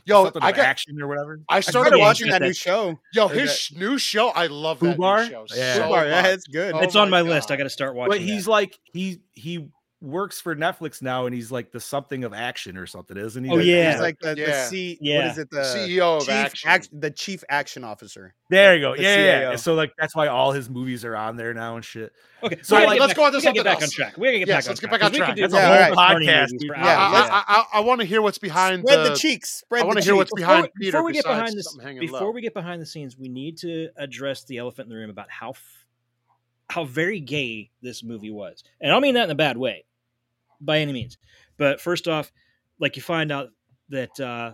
S2: Yo,
S1: something
S2: I
S1: of
S2: got.
S1: action or whatever.
S2: I
S3: I
S2: started
S3: started
S4: Yeah,
S3: watching
S2: watching.
S4: you
S3: that
S4: got
S3: new
S4: that-
S3: show.
S2: Yo,
S1: Is
S2: his
S1: that-
S2: sh- new show. I love that
S1: Fubar?
S2: new show.
S1: Yeah.
S2: so
S3: Fubar, yeah,
S2: much.
S3: it's good.
S2: Oh
S4: it's on my
S2: my
S4: list. I
S2: God.
S4: got to start watching.
S1: But
S4: that.
S1: he's like he he works for Netflix now, and he's like the something of action or something, isn't he?
S4: Oh,
S1: Like,
S4: yeah.
S3: He's like the, the
S2: Yeah.
S3: C. What
S4: Yeah.
S3: is it?
S2: The
S3: The
S2: CEO E of
S3: uh, chief
S2: Action.
S3: act- the chief action officer.
S1: there you go.
S3: The
S1: Yeah, yeah, yeah.
S3: CAO.
S1: So like that's why all his movies are on there now and shit.
S4: okay.
S1: so,
S4: we gotta
S1: like,
S4: get
S2: let's
S4: back-
S2: go on to
S4: we gotta get
S2: something
S4: back on
S2: else.
S4: track. We gotta get
S2: Yes,
S4: back
S2: let's
S4: on
S2: get back on
S4: track. 'cause we could
S1: track.
S4: do
S1: That's a
S4: all
S1: whole
S4: sorts of
S1: podcast,
S4: movies
S1: dude.
S4: for
S2: I,
S4: hours.
S3: Yeah, let's-
S2: I, I, want to hear what's behind.
S3: Spread the,
S2: the-
S3: cheeks. Spread
S2: I want
S3: the
S2: to hear
S3: cheeks.
S2: what's
S4: Before we-
S2: behind Peter.
S4: before we get
S2: besides
S4: behind this,
S2: something hanging
S4: before
S2: low.
S4: we get behind the scenes, we need to address the elephant in the room about how f- how very gay this movie was, and I don't mean that in a bad way, by any means. But first off, like you find out that uh,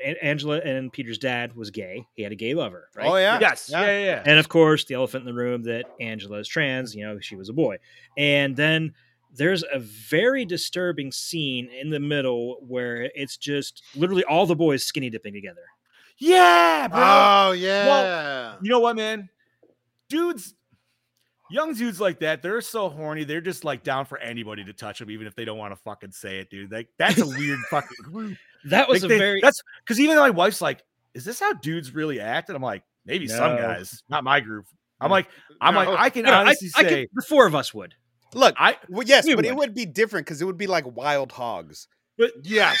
S4: A- Angela and Peter's dad was gay; he had a gay lover, right?
S3: Oh yeah.
S1: Yes. Yeah,
S3: Yeah.
S1: yeah. yeah.
S4: And of course, the elephant in the room that Angela is trans, you know, she was a boy. And then there's a very disturbing scene in the middle where it's just literally all the boys skinny dipping together.
S1: Yeah, bro.
S2: Oh yeah.
S1: you know what, man? Dudes, young dudes like that, they're so horny. They're just like down for anybody to touch them, even if they don't want to fucking say it, dude. Like that's a weird fucking group.
S4: That was
S1: Like,
S4: a
S1: they-
S4: very
S1: that's because even my wife's like, "Is this how dudes really act?" And I'm like, "Maybe some
S4: No.
S1: guys, not my group." I'm
S2: No.
S1: like, I'm
S2: No.
S1: like, I can
S4: No, I-
S1: honestly
S4: I could-
S1: say,
S4: the four of us would.
S3: Look.
S1: I,
S3: Well, yes,
S4: We
S3: but it
S4: would.
S3: would be different because it would be like wild hogs.
S2: yes.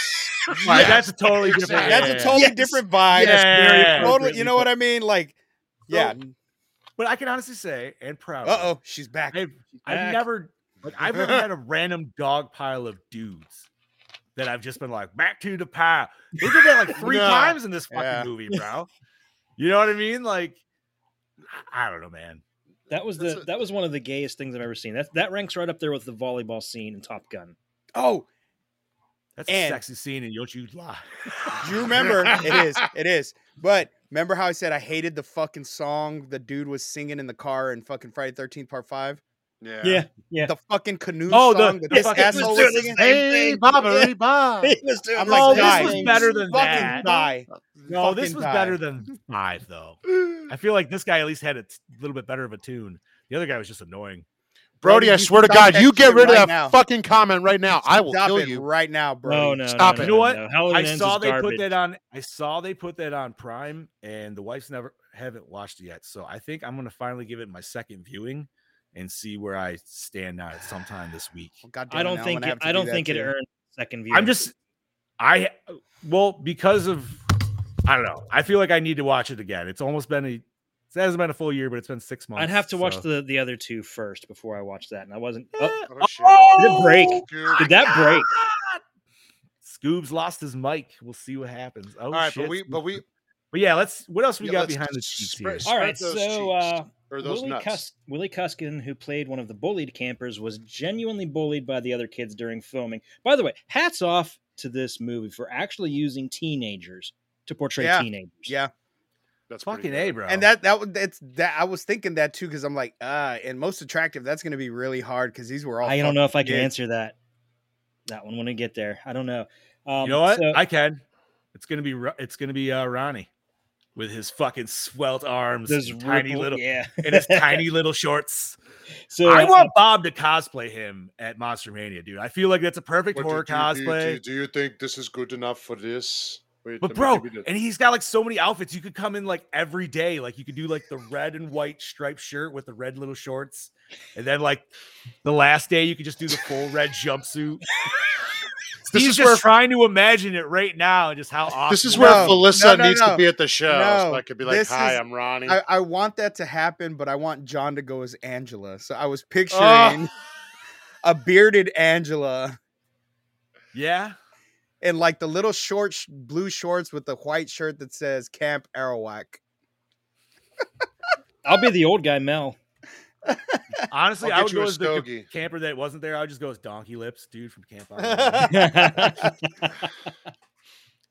S1: like,
S2: Yes.
S1: that's a totally different.
S2: Exactly.
S3: That's a totally
S4: Yes.
S3: different vibe.
S1: Yeah. Very
S3: Totally,
S1: appropriately
S3: you know what I mean? Like, yeah.
S1: But I can honestly say, and proud.
S3: Uh oh, she's back.
S1: I've, I've
S4: back.
S1: never like I've never had a random dog pile of dudes that I've just been like back to the pile. They did that like three
S2: No.
S1: times in this fucking
S3: Yeah.
S1: movie, bro. You know what I mean? Like I I don't know, man.
S4: That was
S2: That's
S4: the
S2: a-
S4: that was one of the gayest things I've ever seen. That that ranks right up there with the volleyball scene in Top Gun.
S3: Oh,
S1: That's a
S3: And-
S1: sexy scene in Yochu Lie.
S3: you remember? it is. It is. But remember how I said I hated the fucking song the dude was singing in the car in fucking Friday Thirteenth Part Five?
S2: Yeah.
S4: Yeah.
S3: The fucking canoe
S1: Oh, the-
S3: song that
S1: the
S3: this
S1: fucking-
S3: asshole
S4: Dude,
S3: was
S4: this-
S3: singing.
S2: Hey, Bobbery, Bob.
S4: was doing
S3: I'm
S4: like,
S1: oh,
S3: like,
S1: this
S3: guys,
S1: was
S4: guys,
S1: better than
S3: Fucking
S1: that.
S3: die.
S1: No, this
S3: Fucking
S1: was
S3: die.
S1: better than five, though. I feel like this guy at least had a t- little bit better of a tune. The other guy was just annoying.
S2: Brody, I
S3: you
S2: swear to
S3: stop
S2: God,
S3: that
S2: you get
S3: shit
S2: rid of
S3: right
S2: that
S3: now.
S2: fucking comment right now. I will
S3: Stop
S2: kill
S3: it
S2: you.
S3: right now,
S4: No,
S3: bro.
S4: no,
S2: Stop
S4: no, no,
S2: it.
S1: You know what?
S4: no. Halloween
S1: I
S4: Ends
S1: saw
S4: is
S1: they
S4: garbage.
S1: put that on. I saw they put that on Prime, and the wife's never haven't watched it yet. So I think I'm gonna finally give it my second viewing and see where I stand now sometime this week.
S3: Well, Oh, God damn
S4: I
S3: it,
S4: don't
S3: now I'm
S4: think
S3: gonna
S4: it,
S3: have to
S4: I
S3: do
S4: don't
S3: that
S4: think it
S3: too.
S4: earned second view.
S1: I'm just I well because of I don't know. I feel like I need to watch it again. It's almost been a it hasn't been a full year, but it's been six months.
S4: I'd have to watch
S1: so-
S4: the the other two first before I watched that, and I wasn't. Oh,
S1: Eh,
S2: Oh, shit.
S4: did it break?
S2: Dude.
S4: Did that break?
S1: Scoob's lost his mic. We'll see what happens. Oh,
S2: All right,
S1: shit.
S2: but we, but we,
S1: But yeah, let's. What else we
S2: Yeah,
S1: got
S2: let's
S1: behind the
S2: just
S1: sheets
S2: spread-
S1: here?
S4: All right,
S2: those
S4: so
S2: cheeks.
S4: uh,
S2: or those
S4: Willie,
S2: nuts.
S4: Cus- Willie Cuskin, who played one of the bullied campers, was genuinely bullied by the other kids during filming. By the way, hats off to this movie for actually using teenagers to portray
S3: Yeah.
S4: teenagers.
S3: Yeah,
S2: That's pretty
S1: Fucking
S2: good.
S1: a, bro.
S3: and that that was that's that. I was thinking that too because I'm like, uh, and most attractive. That's going to be really hard because these were all.
S4: I don't know if I can
S3: kids.
S4: answer that. That one when we get there, I don't know. Um,
S1: you know what?
S4: so-
S1: I can. It's gonna be. Ro- It's gonna be uh, Ronnie with his fucking swelt arms,
S4: those
S1: and tiny
S4: ripple-
S1: little,
S4: yeah.
S1: and his tiny little shorts.
S4: so
S1: I
S4: uh,
S1: want Bob to cosplay him at Monster Mania, dude. I feel like that's a perfect
S2: What do-
S1: horror
S2: do you- do you-
S1: cosplay.
S2: Do, you- do you think this is good enough for this? Wait,
S1: But
S2: let me
S1: bro,
S2: give you the-
S1: and he's got like so many outfits. You could come in like every day. Like you could do like the red and white striped shirt with the red little shorts, and then like the last day you could just do the full red jumpsuit.
S2: This
S1: Steve's
S2: is
S1: just
S2: where-
S1: trying to imagine it right now and just how awesome.
S2: this is
S1: it
S2: where
S3: No,
S2: Felissa
S3: no, no,
S2: needs
S3: no.
S2: to be at the show, so
S3: No,
S2: I could be like,
S3: this
S2: "Hi,
S3: is-
S2: I'm Ronnie."
S3: I, I want that to happen, but I want John to go as Angela. So I was picturing a bearded Angela
S1: yeah.
S3: in like the little short sh- blue shorts with the white shirt that says Camp Arawak.
S4: I'll be the old guy, Mel.
S1: Honestly,
S2: I'll
S1: I would
S2: get you
S1: go
S2: a
S1: as the
S2: stogie.
S1: camper that wasn't there. I would just go as Donkey Lips, dude from Camp. Iron.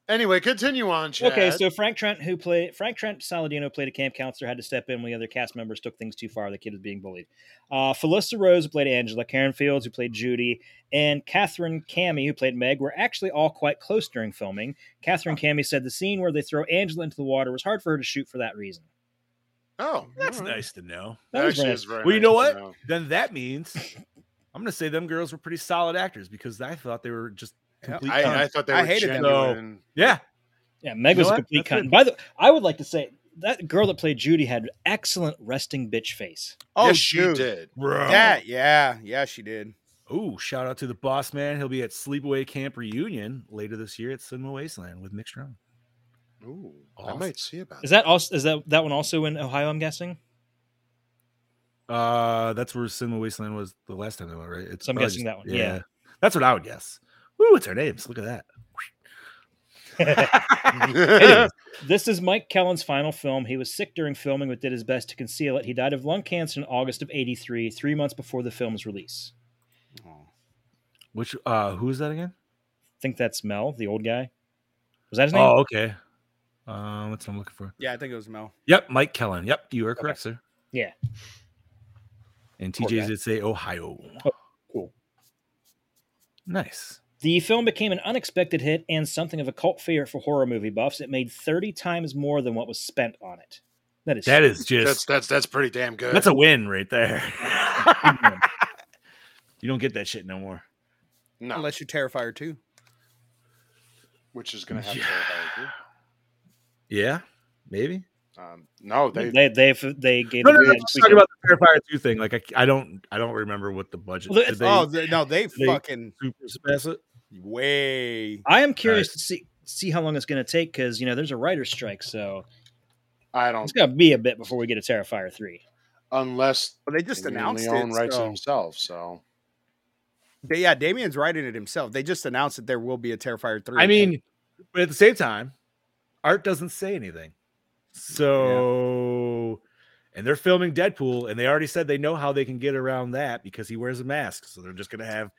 S2: Anyway, continue on, Chad.
S4: Okay, so Frank Trent, who played Frank Trent Saladino, played a camp counselor, had to step in when the other cast members took things too far. The kid was being bullied. Uh, Felissa Rose, who played Angela, Karen Fields, who played Judy, and Catherine Cammy, who played Meg, were actually all quite close during filming. Catherine Cammy said the scene where they throw Angela into the water was hard for her to shoot for that reason.
S2: oh,
S1: That's
S2: alright.
S1: nice to know.
S4: That
S2: That
S4: was
S2: actually
S4: nice.
S2: is very
S1: Well, you
S2: nice
S1: know
S2: to
S1: what? Then that means I'm gonna say them girls were pretty solid actors because I thought they were just
S3: Yeah,
S1: complete.
S2: I,
S1: cunts.
S2: I thought they
S3: I
S2: were
S3: hated them.
S2: genuine.
S1: yeah.
S4: Yeah, Meg
S1: You know
S4: was a
S1: what?
S4: complete
S1: That's
S4: cunt. By the, I would like to say that girl that played Judy had excellent resting bitch face.
S3: Oh,
S2: yes, she
S3: dude.
S2: did.
S1: Bro.
S3: That, yeah, yeah, she did.
S1: Ooh, shout out to the boss man. He'll be at Sleepaway Camp Reunion later this year at Cinema Wasteland with Mixed Round.
S2: Ooh, I
S1: Awesome.
S2: might see about
S4: Is that also is that that one also in Ohio? I'm guessing.
S1: Uh, that's where Cinema Wasteland was the last time I went, right? It's
S4: So I'm
S1: probably
S4: guessing that one, yeah.
S1: That's what I would guess. Ooh, it's our names. Look at that.
S4: Anyways, this is Mike Kellen's final film. He was sick during filming, but did his best to conceal it. He died of lung cancer in August of '83, three months before the film's release.
S1: Which uh who is that again?
S4: I think that's Mel, the old guy. Was that his name?
S1: Oh, okay. Um, what's I'm looking for?
S3: Yeah, I think it was Mel.
S1: Yep, Mike Kellen. Yep, you are correct, sir.
S4: Yeah.
S1: And
S4: Poor
S1: TJ's
S4: guy.
S1: did say Ohio.
S4: Oh, cool.
S1: Nice.
S4: The film became an unexpected hit and something of a cult favorite for horror movie buffs. It made 30 times more than what was spent on it. That is
S1: That is
S2: that's
S1: just
S2: that's that's pretty damn good.
S1: that's a win right there. you don't get that shit no more.
S2: no,
S3: Unless you Terrifier too.
S2: which is gonna happen.
S1: Yeah. Yeah, maybe.
S2: Um, no, they
S4: they they they gave
S1: No,
S4: the
S1: no, no.
S4: green light
S1: Let's
S4: to
S1: talk
S4: tweak
S1: about the Terrifier two thing. Like, I, I don't, I don't remember what the budget.
S4: Well,
S1: did they
S3: oh, they, no, they
S1: they-
S3: fucking
S1: super surpass it?
S3: way.
S4: it. I am curious to see see how long it's going to take because you know there's a writer's strike, so
S2: I
S1: Oh.
S2: don't
S4: it's going to be a bit before we get a Terrifier three.
S2: unless
S3: Well, Oh, they just
S2: Damien
S3: announced
S2: Leone
S3: it.
S2: writes it
S3: so-
S2: himself. So
S3: They- yeah, Damien's writing it himself. They just announced that there will be a Terrifier three.
S1: I mean, but at the same time, Art doesn't say anything. So, and they're filming Deadpool, and they already said they know how they can get around that because he wears a mask. So they're just gonna have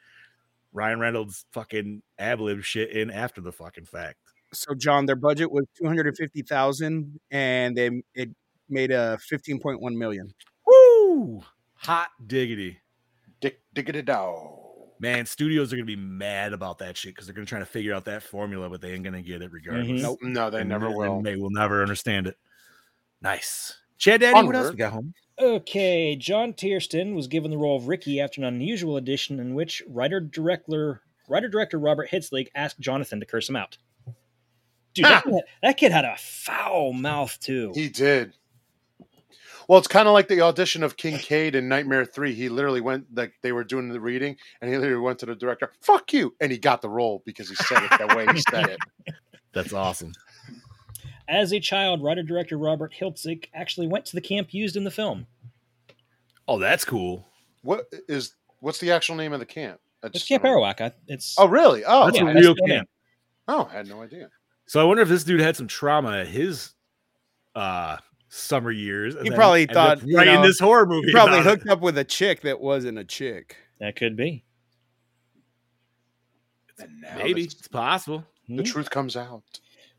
S1: Ryan Reynolds fucking ad lib shit in after the fucking fact.
S3: so John, their budget was two hundred and fifty thousand, and they it made a fifteen point one million.
S1: Woo! Hot diggity.
S2: dick diggity dow.
S1: Man, studios are gonna be mad about that shit because they're gonna try to figure out that formula, but they ain't gonna get it regardless.
S4: Mhm.
S2: Nope, no, they
S1: And
S2: never
S1: then
S2: will.
S1: They will never understand it. Nice. Chad Daddy, what else
S2: Onward.
S1: we got home?
S4: Okay, John Tiersten was given the role of Ricky after an unusual audition in which writer director writer director Robert Hitzlake asked Jonathan to curse him out. Dude, that, kid, that kid had a foul mouth too.
S2: He did. Well, it's kind of like the audition of Kincaid in Nightmare Three. He literally went like they were doing the reading, and he literally went to the director, "Fuck you," and he got the role because he said it that way. He said it.
S1: That's awesome.
S4: As a child, writer director Robert Hitzlake actually went to the camp used in the film.
S1: Oh, that's cool.
S2: What is what's the actual name of the camp? I
S4: It's
S2: just
S4: Camp
S2: don't know.
S4: Arawak. I- It's
S2: Oh, really? Oh,
S1: That's
S4: yeah,
S1: a
S4: that's
S1: real
S4: the name.
S1: camp.
S2: oh, I had no idea.
S1: So I wonder if this dude had some trauma at his uh summer years. and
S3: He
S1: then
S3: probably
S1: end
S3: thought,
S1: up
S3: you
S1: writing
S3: know,
S1: this horror movie.
S3: He probably
S1: about it.
S3: hooked up with a chick that wasn't a chick.
S4: That could be.
S1: Maybe it's possible.
S2: the truth comes out.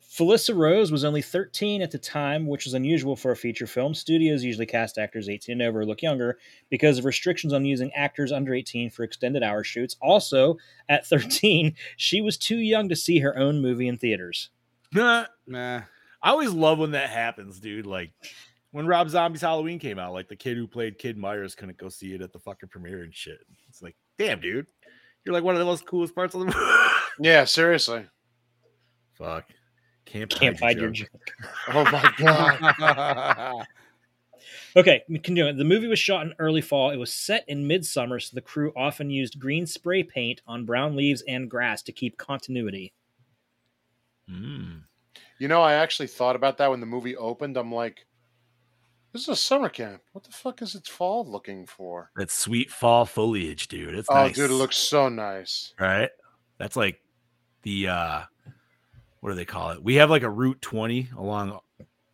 S4: Felissa Rose was only 13 at the time, which was unusual for a feature film. Studios usually cast actors 18 and over who look younger because of restrictions on using actors under 18 for extended hour shoots. Also, at 13, she was too young to see her own movie in theaters.
S1: Nah,
S3: Nah.
S1: I always love when that happens, dude. Like when Rob Zombie's Halloween came out, like the kid who played Kid Myers couldn't go see it at the fucking premiere and shit. It's like, damn, dude, you're like one of the most coolest parts of the movie.
S2: Yeah, seriously.
S1: Fuck, can't
S4: Can't
S1: hide
S4: find your. joke.
S2: Oh my god.
S4: Okay, continuing. The movie was shot in early fall. It was set in midsummer, so the crew often used green spray paint on brown leaves and grass to keep continuity.
S1: Mm.
S2: You know, I actually thought about that when the movie opened. I'm like, this is a summer camp. What the fuck is its fall looking for?
S1: That sweet fall foliage, dude. It's
S2: Oh,
S1: nice.
S2: dude, it looks so nice.
S1: right. That's like the uh what do they call it? We have like a Route 20 along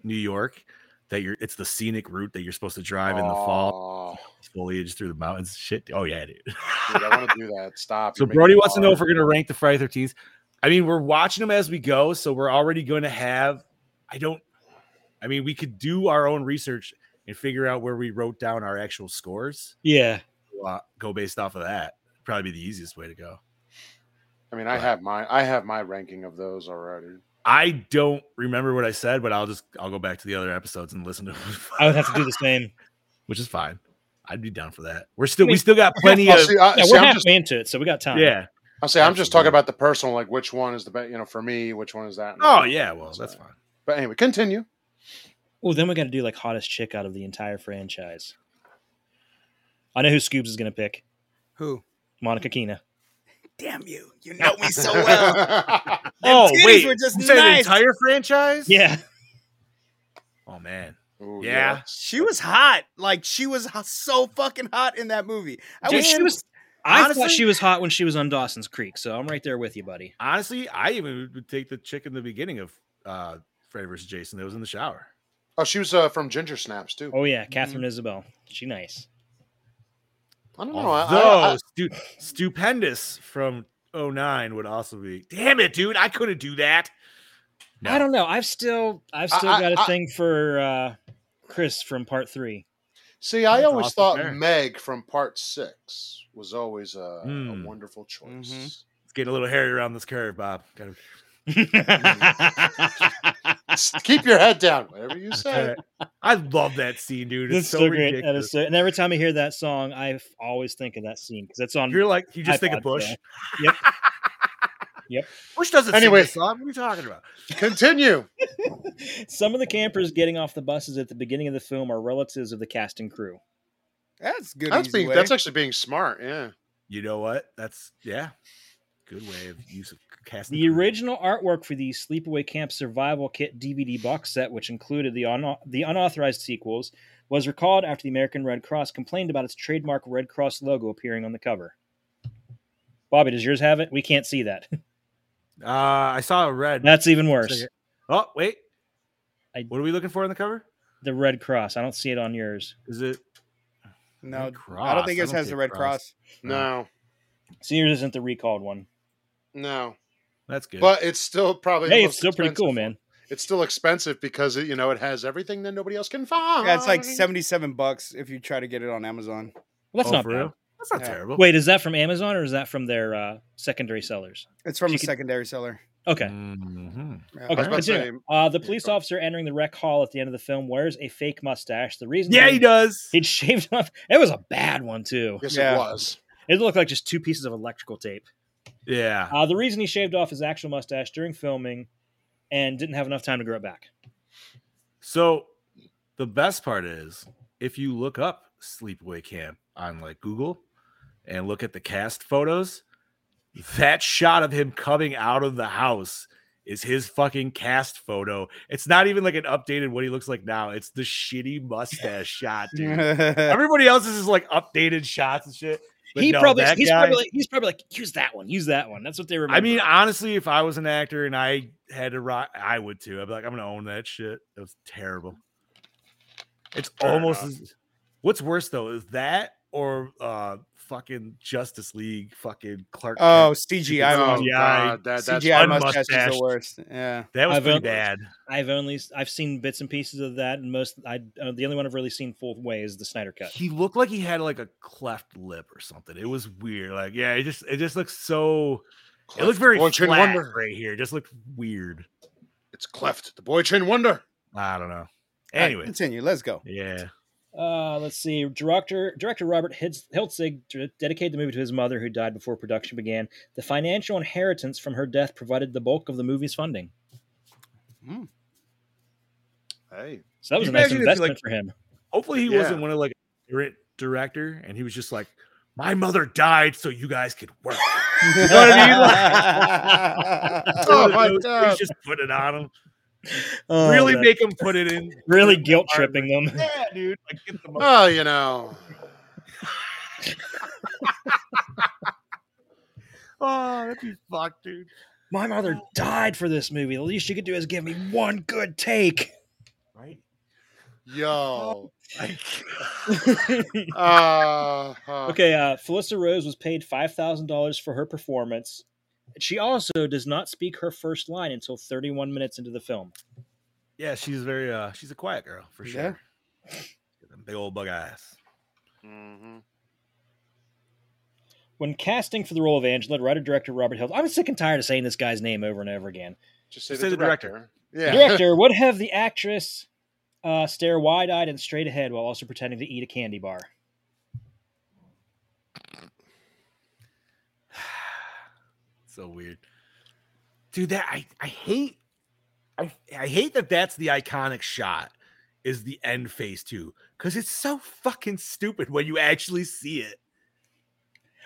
S1: New York that you're it's the scenic route that you're supposed to drive in the fall. foliage through the mountains. Shit. Oh yeah, dude.
S2: Oh, dude, I want to do that. Stop.
S1: so
S2: You're making
S1: Brody
S2: me
S1: wants to know
S2: hard.
S1: if we're gonna rank the Friday Thirteenth. I mean, we're watching them as we go, so we're already going to have. I don't. I mean, we could do our own research and figure out where we wrote down our actual scores.
S4: Yeah.
S1: Uh, go based off of that. Probably be the easiest way to go.
S2: I mean, I have my I have my ranking of those already.
S1: I don't remember what I said, but I'll just I'll go back to the other episodes and listen to.
S4: I would have to do the same.
S1: which is fine. I'd be down for that. We're still
S4: mean,
S1: we still got plenty
S2: Oh,
S1: of
S2: see, I,
S4: Yeah,
S2: see,
S4: we're
S2: I'm
S4: halfway
S2: just
S4: into it, so we got time.
S1: yeah.
S2: I say I'm just talking
S1: Absolutely.
S2: about the personal, like which one is the best, you know, for me, which one is that?
S1: Oh yeah, well that's fine.
S2: But anyway, continue.
S4: Well, then we got to do like hottest chick out of the entire franchise. I know who Scoobs is going to pick.
S3: Who?
S4: Monica Keena.
S3: Damn you. You know me so well.
S2: well.
S1: Oh
S3: titties
S1: wait,
S3: were just
S1: you said the
S3: nice.
S1: entire franchise?
S4: Yeah.
S1: Oh man.
S2: Ooh,
S1: Yeah.
S3: She was hot. Like she was ho- so fucking hot in that movie. I
S4: Dude,
S3: wish
S4: she was- I thought
S1: Honestly-
S4: she was hot when she was on Dawson's Creek, so I'm right there with you, buddy.
S1: Honestly, I even would take the chick in the beginning of uh Freddy vs. Jason that was in the shower.
S2: Oh, she was uh, from Ginger Snaps too.
S4: Oh, yeah. Catherine Isabel. She nice.
S2: I don't know. I, I-
S1: Although
S2: I-
S1: stu- stupendous from 09 would also be. Damn it, dude! I couldn't do that. No.
S4: I don't know. I've still I've
S2: I-
S4: still
S2: I-
S4: got a
S2: I-
S4: thing for uh Chris from part three.
S2: see, I
S1: That's
S2: always
S1: awesome
S2: thought
S1: there.
S2: Meg from Part Six was always a,
S1: Mm.
S2: a wonderful choice.
S1: It's getting a little hairy around this curve, Bob. Gotta-
S4: That's
S2: S- Keep your head down, whatever you say.
S1: uh, I love that scene, dude. It's so,
S4: so great. That
S1: ridiculous.
S4: is so, and every time I hear that song, I f- always think of that scene because it's on.
S1: You're like you just think
S4: iPod,
S1: of Bush.
S4: yeah. Yep. Yep.
S1: Bush doesn't anyway.
S2: Anyway.
S1: sing this song. What are you talking about?
S2: Continue.
S4: Some of the campers getting off the buses at the beginning of the film are relatives of the cast and crew.
S3: that's good.
S2: That's
S3: easy
S2: being
S3: way.
S2: that's actually being smart. Yeah.
S1: You know what? That's yeah. Good way of use of casting.
S4: The original artwork for the Sleepaway Camp Survival Kit DVD box set, which included the, un- the unauthorized sequels, was recalled after the American Red Cross complained about its trademark Red Cross logo appearing on the cover. Bobby, does yours have it? We can't see that.
S1: Uh, I saw a red.
S4: That's even worse.
S1: Second. Oh wait,
S4: I-
S1: what are we looking for on the cover?
S4: The Red Cross. I don't see it on yours.
S1: Is it?
S3: no.
S1: Red
S3: I don't think
S1: Cross. I
S3: it
S1: don't
S3: has
S1: see
S3: the
S1: a
S3: red cross.
S1: cross.
S2: No.
S4: So yours isn't the recalled one.
S2: No.
S1: That's good.
S2: But it's still probably. the
S4: Hey,
S2: Oh, most
S4: it's still pretty
S2: expensive
S4: cool,
S2: one.
S4: man.
S2: It's still expensive because it, you know it has everything that nobody else can find.
S3: Yeah, it's like seventy-seven bucks if you try to get it on Amazon.
S4: Well, that's
S1: Oh,
S4: not
S1: for
S4: bad.
S1: real? That's not
S3: Yeah.
S1: terrible.
S4: Wait, is that from Amazon or is that from their uh, secondary sellers?
S3: It's from
S4: You
S3: a
S4: could-
S3: secondary seller.
S4: Okay.
S1: Mhm.
S3: Yeah.
S4: Okay.
S2: was about to
S4: continue.
S2: say-
S4: uh, the police
S2: go ahead.
S4: officer entering the rec hall at the end of the film wears a fake mustache. The reason
S1: Yeah,
S4: being
S1: he does.
S4: He'd shaved off. It was a bad one too.
S2: Yes,
S3: Yeah.
S2: it was.
S4: It looked like just two pieces of electrical tape.
S1: Yeah.
S4: Uh, the reason he shaved off his actual mustache during filming and didn't have enough time to grow it back.
S1: So the best part is if you look up Sleepaway Camp on like Google and look at the cast photos, that shot of him coming out of the house is his fucking cast photo. It's not even like an updated what he looks like now. It's the shitty mustache shot, dude. Everybody else is just like updated shots and shit. But
S4: he
S1: no,
S4: probably
S1: that
S4: he's
S1: guy-
S4: probably like, he's probably like use that one, use that one. That's what they remember.
S1: I mean, honestly, if I was an actor and I had to rock, I would too. I'd be like, I'm gonna own that shit. It was terrible. It's
S4: Fair
S1: almost
S4: enough.
S1: as, what's worse though is that or uh fucking Justice League fucking Clark. Kent.
S3: Oh, CGI.
S1: Oh,
S3: one.
S1: yeah.
S2: God, that, that's
S3: CGI
S1: fun.
S3: mustache is the
S1: Unmustached.
S3: worst. Yeah.
S1: that was
S4: I've
S1: pretty
S4: owned-
S1: bad.
S4: I've only I've seen bits and pieces of that, and most I uh, the only one I've really seen full way is the Snyder cut.
S1: He looked like he had like a cleft lip or something. It was weird. Like, yeah, it just it just looks so. It looked very
S2: Boy
S1: flat
S2: Chin Wonder.
S1: right here. It just looked weird.
S2: It's cleft. The boy Chin Wonder.
S1: I don't know.
S3: All right,
S1: Anyway,
S3: continue. Let's go.
S1: yeah.
S4: Uh, let's see. Director director Robert Hitz- Hiltzig d- dedicated the movie to his mother, who died before production began. The financial inheritance from her death provided the bulk of the movie's funding.
S2: Hey,
S4: So that was
S1: You
S4: a nice
S1: imagine if you, like-
S4: investment for him.
S1: Hopefully he
S2: Yeah.
S1: wasn't one of like a direct director and he was just like, My mother died so you guys could work. You know what I mean? Like-
S2: Oh, my
S1: He was
S2: God.
S1: Just put it on him.
S4: Oh,
S1: really
S4: that-
S1: make him put it in.
S4: really guilt tripping them.
S1: Yeah, dude. Like get the mo-
S2: oh, you know.
S1: Oh, that'd be fucked, dude.
S4: My mother died for this movie. The least you could do is give me one good take.
S1: Right?
S2: Yo.
S1: Like,
S2: Uh, huh.
S4: Okay, uh, Felissa Rose was paid five thousand dollars for her performance. She also does not speak her first line until thirty-one minutes into the film.
S1: yeah, she's very uh she's a quiet girl for sure.
S3: Yeah.
S1: Got them Big old bug eyes.
S2: Mhm.
S4: When casting for the role of Angela, writer-director Robert Hill, I'm sick and tired of saying this guy's name over and over again.
S2: Just say,
S1: Say
S2: the
S1: the
S2: director.
S1: director.
S2: Yeah.
S4: Director would have the actress uh, stare wide-eyed and straight ahead while also pretending to eat a candy bar.
S1: so weird, dude. That I I hate. I I hate that that's the iconic shot. Is the end phase two because it's so fucking stupid when you actually see it.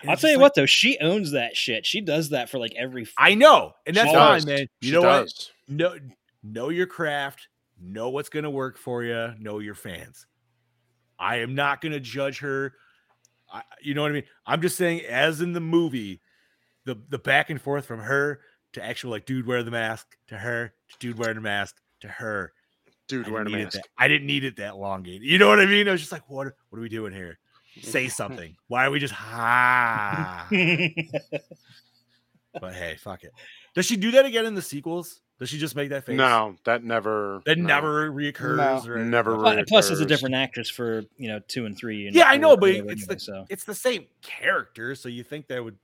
S1: And
S4: I'll
S1: it's
S4: tell
S1: just
S4: you
S1: like-
S4: what, though, she owns that shit. She does that for like every. f-
S1: I know, and that's
S4: She
S1: fine,
S2: does.
S1: man. You
S2: She
S1: know what?
S2: does.
S1: Know know your craft. Know what's gonna work for you. Know your fans. I am not gonna judge her. I, you know what I mean? I'm just saying, as in the movie, the the back and forth from her to actual like dude wear the mask to her to dude wearing the mask to her.
S2: Dude
S1: I
S2: wearing a
S1: needed
S2: mask.
S1: that- I didn't need it that long. Gabe. You know what I mean? I was just like, what? What are we doing here? Say something. Why are we just ha? but hey, fuck it. Does she do that again in the sequels? Does she just make that face?
S2: No, that never.
S1: That
S2: no.
S1: never reoccurs.
S3: No.
S1: Or anything
S2: Never
S1: like
S4: Plus, plus it's a
S2: reoccurs.
S4: different actress for you know two and three. and
S1: Yeah, I know,
S4: four
S1: but
S4: and whatever
S1: it's
S4: anyway,
S1: the-
S4: so.
S1: that. It's the same character, so you think that would.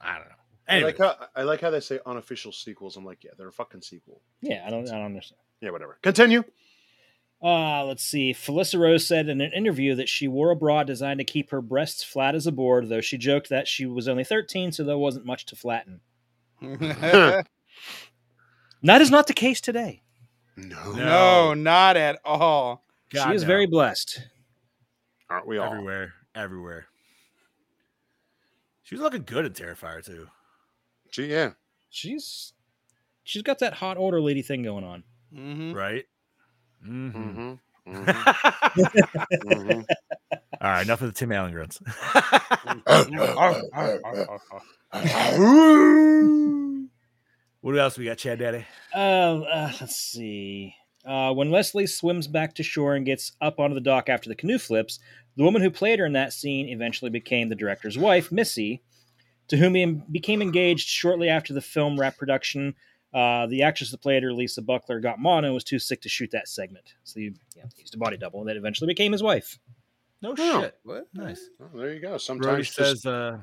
S1: I don't know.
S2: I
S1: Anyway,
S2: like how I like how they say unofficial sequels. I'm like, yeah, they're a fucking sequel.
S4: yeah. I don't. I don't understand.
S2: Yeah, whatever. Continue.
S4: Uh, let's see. Felissa Rose said in an interview that she wore a bra designed to keep her breasts flat as a board, though she joked that she was only 13, so there wasn't much to flatten. That is not the case today.
S2: No.
S3: no, not at all.
S1: God,
S4: she is
S1: no.
S4: very blessed.
S2: Aren't we all?
S1: everywhere, everywhere. She was looking good in Terrifier too.
S2: Gee, yeah.
S4: She's she's got that hot order lady thing going on.
S3: Mhm.
S1: right? Mhm.
S2: Mm-hmm.
S1: Mm-hmm. All right, enough of the Tim Allen grunts. what else we got, Chad Daddy?
S4: Uh, uh, let's see. Uh, when Leslie swims back to shore and gets up onto the dock after the canoe flips, the woman who played her in that scene eventually became the director's wife, Missy, to whom he became engaged shortly after the film wrapped production. Uh, the actress that played her, Lisa Buckler, got mono and was too sick to shoot that segment. So he yeah, used a body double that eventually became his wife.
S1: No
S2: Oh.
S1: shit.
S3: What?
S1: Nice.
S2: Well, there you go.
S1: Brody
S2: Sometimes just,
S1: says uh,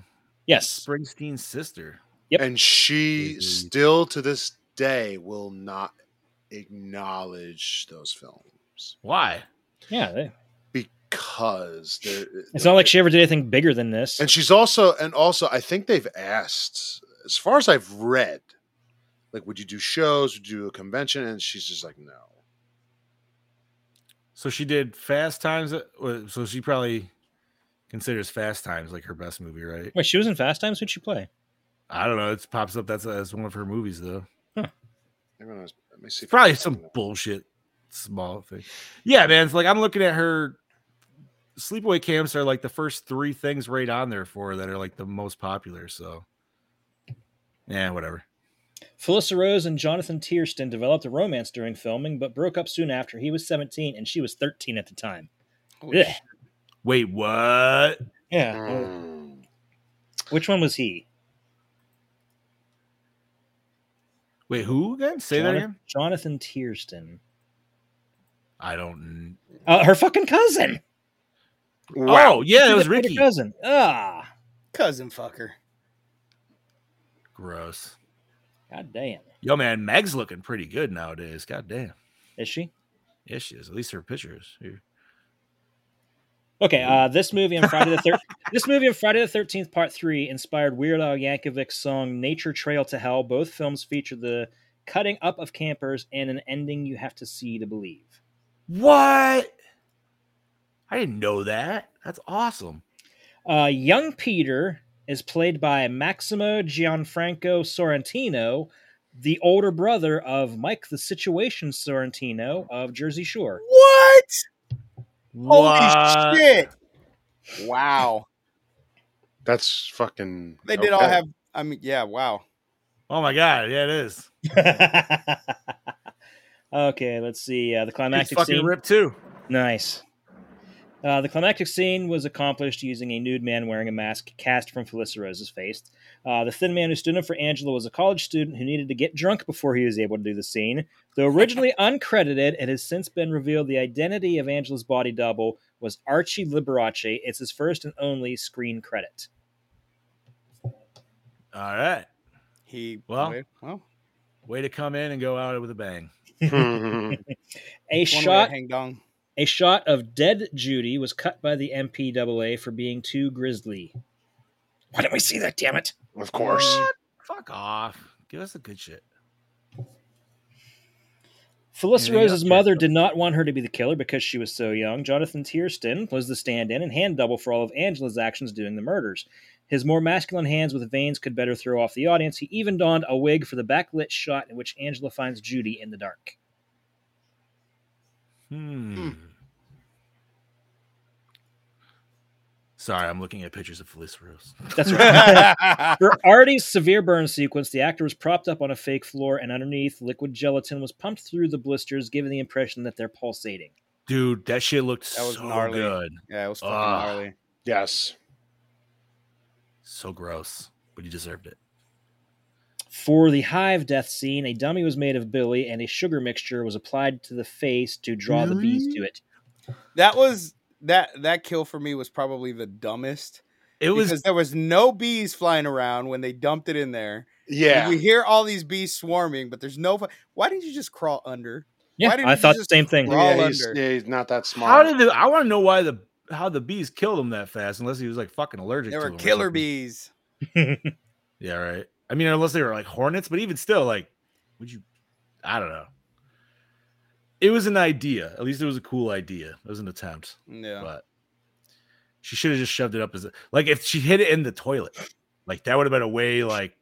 S4: Yes.
S1: Springsteen's sister.
S4: Yep.
S2: and she
S1: Mhm.
S2: still to this day will not acknowledge those films
S1: Why?
S4: Yeah. they-
S2: because they're, uh,
S4: It's not like she ever did anything bigger than this.
S2: and she's also and also I think they've asked as far as I've read like would you do shows would you do a convention and she's just like no
S1: So she did Fast Times. at- or- So she probably considers Fast Times like her best movie, right?
S4: Wait, she was in Fast Times? Who'd she play?
S1: I don't know. It pops up. That's, that's one of her movies, though.
S2: Everyone else- let me
S1: It's
S2: see if I
S1: probably
S2: can
S1: some
S2: find that.
S1: bullshit small thing. Yeah, man. It's like I'm looking at her sleepaway camps are like the first three things right on there for that are like the most popular. So, yeah, whatever.
S4: Felissa Rose and Jonathan Tiersten developed a romance during filming, but broke up soon after. He was 17 and she was 13 at the time.
S3: Holy
S4: Ugh.
S3: shit.
S1: Wait, what?
S4: Yeah.
S2: Mm.
S3: Hmm.
S4: Which one was he?
S1: Wait, who again? Say that
S4: Jona-
S1: again.
S4: Jonathan Tiersten.
S1: I don't.
S4: Uh, her fucking cousin.
S1: Oh, yeah, it
S4: She
S1: was
S4: played her
S1: Ricky.
S4: cousin. Ah,
S3: Cousin fucker.
S1: Gross.
S4: god damn.
S1: Yo, man, Meg's looking pretty good nowadays. God damn.
S4: Is she?
S1: Yeah, she is. At least her pictures. Here.
S4: Okay, uh, this movie on Friday the thir- this movie on Friday the Thirteenth Part Three inspired Weird Al Yankovic's song "Nature Trail to Hell." Both films feature the cutting up of campers and an ending you have to see to believe.
S1: What? I didn't know that. That's awesome.
S4: Uh, young Peter is played by Maximo Gianfranco Sorrentino, the older brother of Mike the Situation Sorrentino of Jersey Shore.
S3: What?
S1: What?
S3: Holy shit. Wow.
S2: That's fucking.
S3: They did all
S2: okay.
S3: have I mean, yeah, wow.
S1: Oh my god. Yeah, it is.
S4: okay, let's see. Uh, the
S1: It's
S4: climactic
S1: fucking
S4: scene.
S1: ripped too.
S4: Nice. Uh, the climactic scene was accomplished using a nude man wearing a mask cast from Felissa Rose's face. Uh, the thin man who stood in for Angela was a college student who needed to get drunk before he was able to do the scene. Though originally uncredited, it has since been revealed the identity of Angela's body double was Archie Liberace. It's his first and only screen credit.
S1: All right.
S3: He
S1: Well,
S3: wait, well
S1: Way to come in and go out with a bang.
S2: Mhm.
S4: A
S3: one way
S4: shot
S3: to hang dong.
S4: A shot of dead Judy was cut by the MPAA for being too grisly. Why didn't we see that? Damn it!
S2: of course.
S1: What? Fuck off. Give us the good shit.
S4: Felissa
S1: Yeah,
S4: Rose's
S1: yeah.
S4: mother did not want her to be the killer because she was so young. Jonathan Tiersten was the stand-in and hand double for all of Angela's actions doing the murders. His more masculine hands with veins could better throw off the audience. He even donned a wig for the backlit shot in which Angela finds Judy in the dark.
S1: Hmm. Sorry, I'm looking at pictures of Felice Rose.
S4: That's right. For Artie's severe burn sequence, the actor was propped up on a fake floor, and underneath, liquid gelatin was pumped through the blisters, giving the impression that they're pulsating.
S1: Dude, that shit looked
S3: That was
S1: so
S3: gnarly.
S1: good.
S3: Yeah, it was fucking
S1: Ah.
S3: gnarly.
S2: yes.
S1: So gross, but you deserved it.
S4: For the hive death scene, a dummy was made of Billy, and a sugar mixture was applied to the face to draw the bees to it.
S3: That was that that kill for me was probably the dumbest.
S1: It was
S3: because there was no bees flying around when they dumped it in there.
S2: Yeah.
S3: You hear all these bees swarming, but there's no. fu- Why didn't you just crawl under?
S4: Yeah,
S3: Why didn't
S4: I
S3: you
S4: thought the
S3: just
S4: same thing.
S3: roll- all
S2: yeah, he's,
S3: under.
S2: yeah, he's not that smart.
S1: how did the, I want to know why the how the bees killed him that fast? Unless he was like fucking allergic.
S3: There
S1: to
S3: were
S1: them or
S3: killer
S1: something.
S3: bees.
S1: Yeah, right. I mean, unless they were like hornets, but even still, like, would you? I don't know. It was an idea. At least it was a cool idea. It was an attempt,
S3: Yeah.
S1: but she should have just shoved it up as a, like if she hid it in the toilet, like that would have been a way like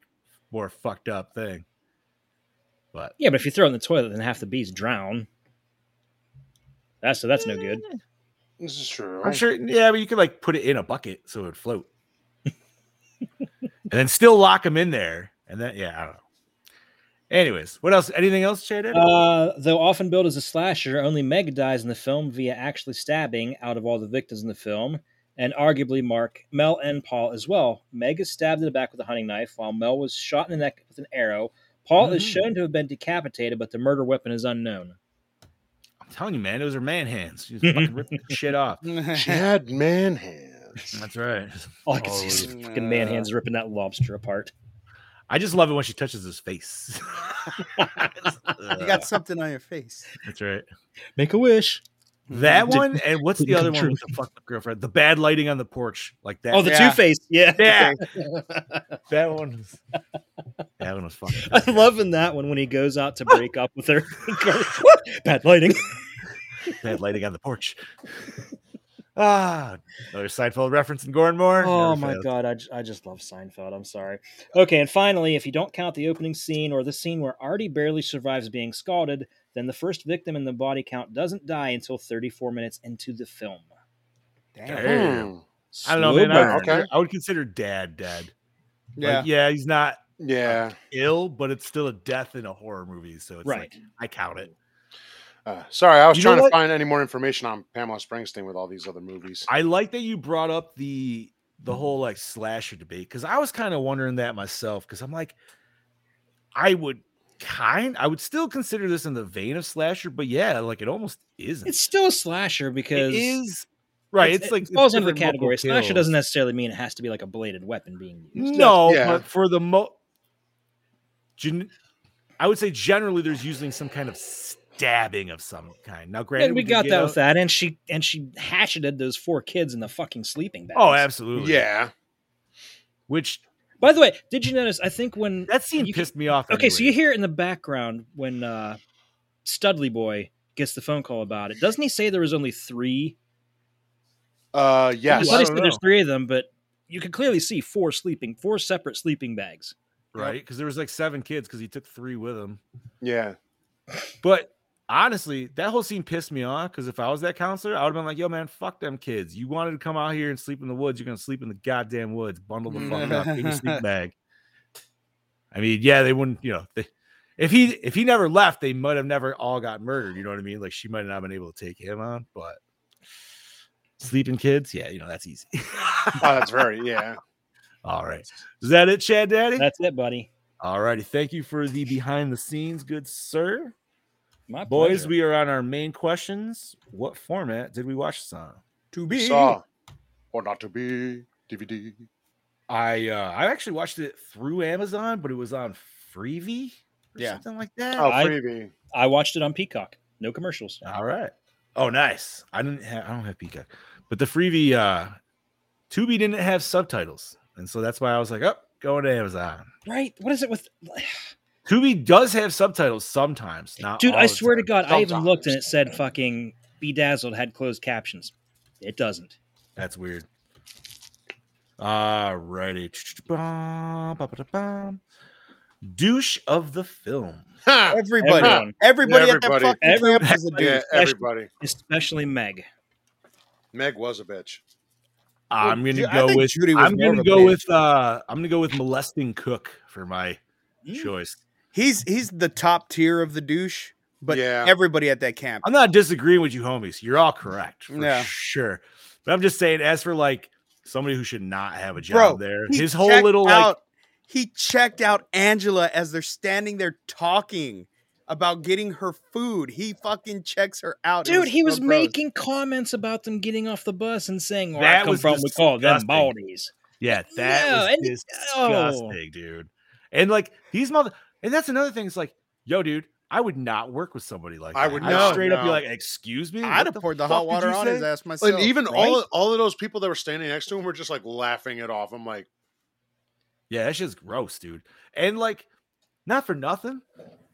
S1: more fucked up thing. But
S4: Yeah, but if you throw it in the toilet, then half the bees drown. That's so that's no good.
S2: This is true.
S1: I'm sure. Yeah, but you could like put it in a bucket so it would float, and then still lock them in there. And then yeah, I don't know. Anyways, what else? Anything else, Chad?
S4: Uh, though often billed as a slasher, only Meg dies in the film via actually stabbing out of all the victims in the film, and arguably Mark, Mel, and Paul as well. Meg is stabbed in the back with a hunting knife, while Mel was shot in the neck with an arrow. Paul is
S1: Mhm.
S4: shown to have been decapitated, but the murder weapon is unknown.
S1: I'm telling you, man, those are man hands. You just fucking rip the shit off.
S2: She had man hands.
S1: That's right.
S4: All I can see is fucking man hands ripping that lobster apart.
S1: I just love it when she touches his face. uh,
S3: you got something on your face.
S1: That's right.
S4: Make a wish.
S1: That
S4: Did-
S1: one and what's
S4: did
S1: the
S4: it
S1: other
S4: come
S1: one with the fuck up girlfriend? The bad lighting on the porch, like that.
S4: Oh, the
S3: Yeah.
S4: Two Face. Yeah,
S1: yeah, that one. Was, that one was fucking.
S4: I'm loving that one when he goes out to break up with her. Bad lighting.
S1: bad lighting on the porch. Ah, another Seinfeld reference and Gordon Moore.
S4: Oh
S1: Never
S4: my
S1: fails.
S4: god, I, j- I just love Seinfeld. I'm sorry. Okay, and finally, if you don't count the opening scene or the scene where Artie barely survives being scalded, then the first victim in the body count doesn't die until 34 minutes into the film.
S3: Damn.
S1: Damn.
S2: Hmm.
S1: I don't know, man. I,
S2: burn.
S1: would consider-
S2: Okay.
S1: I would consider dad dead.
S3: Yeah.
S1: Like, yeah, he's not
S2: Yeah.
S1: ill, but it's still a death in a horror movie. So it's
S4: right.
S1: like, I count it.
S2: Uh, sorry, I was
S1: You know
S2: trying to
S1: what?
S2: find any more information on Pamela Springsteen with all these other movies.
S1: I like that you brought up the
S4: Mm-hmm.
S1: the whole like slasher debate because I was kind of wondering that myself because I'm like, I would kind, I would still consider this in the vein of slasher, but yeah, like it almost isn't.
S4: It's still a slasher because
S1: it is right. It's, like
S4: it falls under the
S1: different local
S4: category. Slasher
S1: kills.
S4: doesn't necessarily mean it has to be like a bladed weapon being used.
S1: No,
S2: Yeah.
S1: but for the mo, gen- I would say generally there's usually some kind of stabbing of some kind. Now, granted,
S4: And we
S1: did
S4: got
S1: get
S4: that
S1: a-
S4: with that, and she and she hatcheted those four kids in the fucking sleeping bag.
S1: Oh, absolutely.
S2: Yeah.
S1: Which
S4: By the way, did you notice? I think when
S1: that scene
S4: You can-
S1: pissed me off.
S4: okay, so you
S1: anyways.
S4: hear it in the background when uh, Studley Boy gets the phone call about it. Doesn't he say there was only three?
S2: Uh,
S4: I
S2: yes.
S4: thought
S1: I
S4: he
S1: don't
S4: said there's
S1: know.
S4: three of them, but you can clearly see four sleeping, four separate sleeping bags.
S1: right because there was like seven kids because he took three with him.
S2: Yeah.
S1: But honestly, that whole scene pissed me off because if I was that counselor, I would have been like, "Yo, man, fuck them kids. You wanted to come out here and sleep in the woods. You're gonna sleep in the goddamn woods. Bundle the fuck up. Take your sleep bag." I mean, yeah, they wouldn't. You know, they, if he if he never left, they might have never all got murdered. You know what I mean? Like she might not have been able to take him on, but sleeping kids, yeah, you know that's easy.
S2: Oh, that's very, yeah.
S1: all right, is that it, Chad Daddy?
S4: That's it, buddy.
S1: All righty, thank you for the behind the scenes, good sir.
S4: My
S1: Boys,
S4: pleasure.
S1: we are on our main questions. What format did we watch this on?
S3: To
S2: You
S3: be.
S2: Saw or not to be DVD.
S1: I uh I actually watched it through Amazon, but it was on Freevee or
S3: Yeah.
S1: something like that.
S2: Oh,
S4: I-
S2: freebie.
S4: I watched it on Peacock. No commercials.
S1: All right. Oh, nice. I didn't have I don't have Peacock. But the Freevee uh Tubi didn't have subtitles. And so that's why I was like, "Up, oh, going to Amazon."
S4: Right? What is it with?
S1: Tubi does have subtitles sometimes. Not
S4: Dude,
S1: all
S4: I
S1: the
S4: swear to
S1: time.
S4: God, I even
S2: Sometimes.
S4: looked and it said fucking bedazzled had closed captions. It doesn't.
S1: That's weird. All righty. Douche of the film.
S2: Ha!
S3: Everybody.
S4: Everyone.
S3: Everybody,
S2: Everybody.
S3: at that fucking camp is a dude.
S2: Yeah, everybody.
S4: Especially Meg.
S2: Meg was a bitch.
S1: I'm
S3: Ju-
S1: gonna
S3: I
S1: go
S3: think
S1: with
S3: Judy was
S1: I'm
S3: more of
S1: gonna
S3: a
S1: go
S3: bitch.
S1: with uh I'm gonna go with molesting Cook for my
S3: Mm.
S1: choice.
S3: He's he's the top tier of the douche, but
S2: Yeah.
S3: everybody at that camp.
S1: I'm not disagreeing with you, homies. You're all correct for
S3: Yeah.
S1: sure. But I'm just saying, as for like somebody who should not have a
S3: Bro,
S1: job there,
S3: he
S1: his whole
S3: checked
S1: little like
S3: out- he checked out Angela as they're standing there talking about getting her food. He fucking checks her out. It
S4: Dude, he was
S3: so gross.
S4: making comments about them getting off the bus and saying, where
S1: That
S4: I come
S1: was
S4: from, we call them
S1: disgusting.
S4: baldies.
S1: yeah, that
S4: Yeah,
S1: was
S4: and-
S1: disgusting, dude. And like these mother and that's another thing. It's like, yo, dude, I would not work with somebody like
S2: I
S1: that.
S2: would
S1: I'd
S2: not,
S1: straight up be
S2: no.
S1: like, excuse me. What
S3: I'd have
S1: the
S3: poured the
S1: fuck
S3: hot
S1: did
S3: water
S1: you
S3: on
S1: say?"
S3: his ass myself.
S2: And even
S3: right?
S2: all all of those people that were standing next to him were just like laughing it off. I'm like,
S1: Yeah, that's just gross, dude. And like, not for nothing,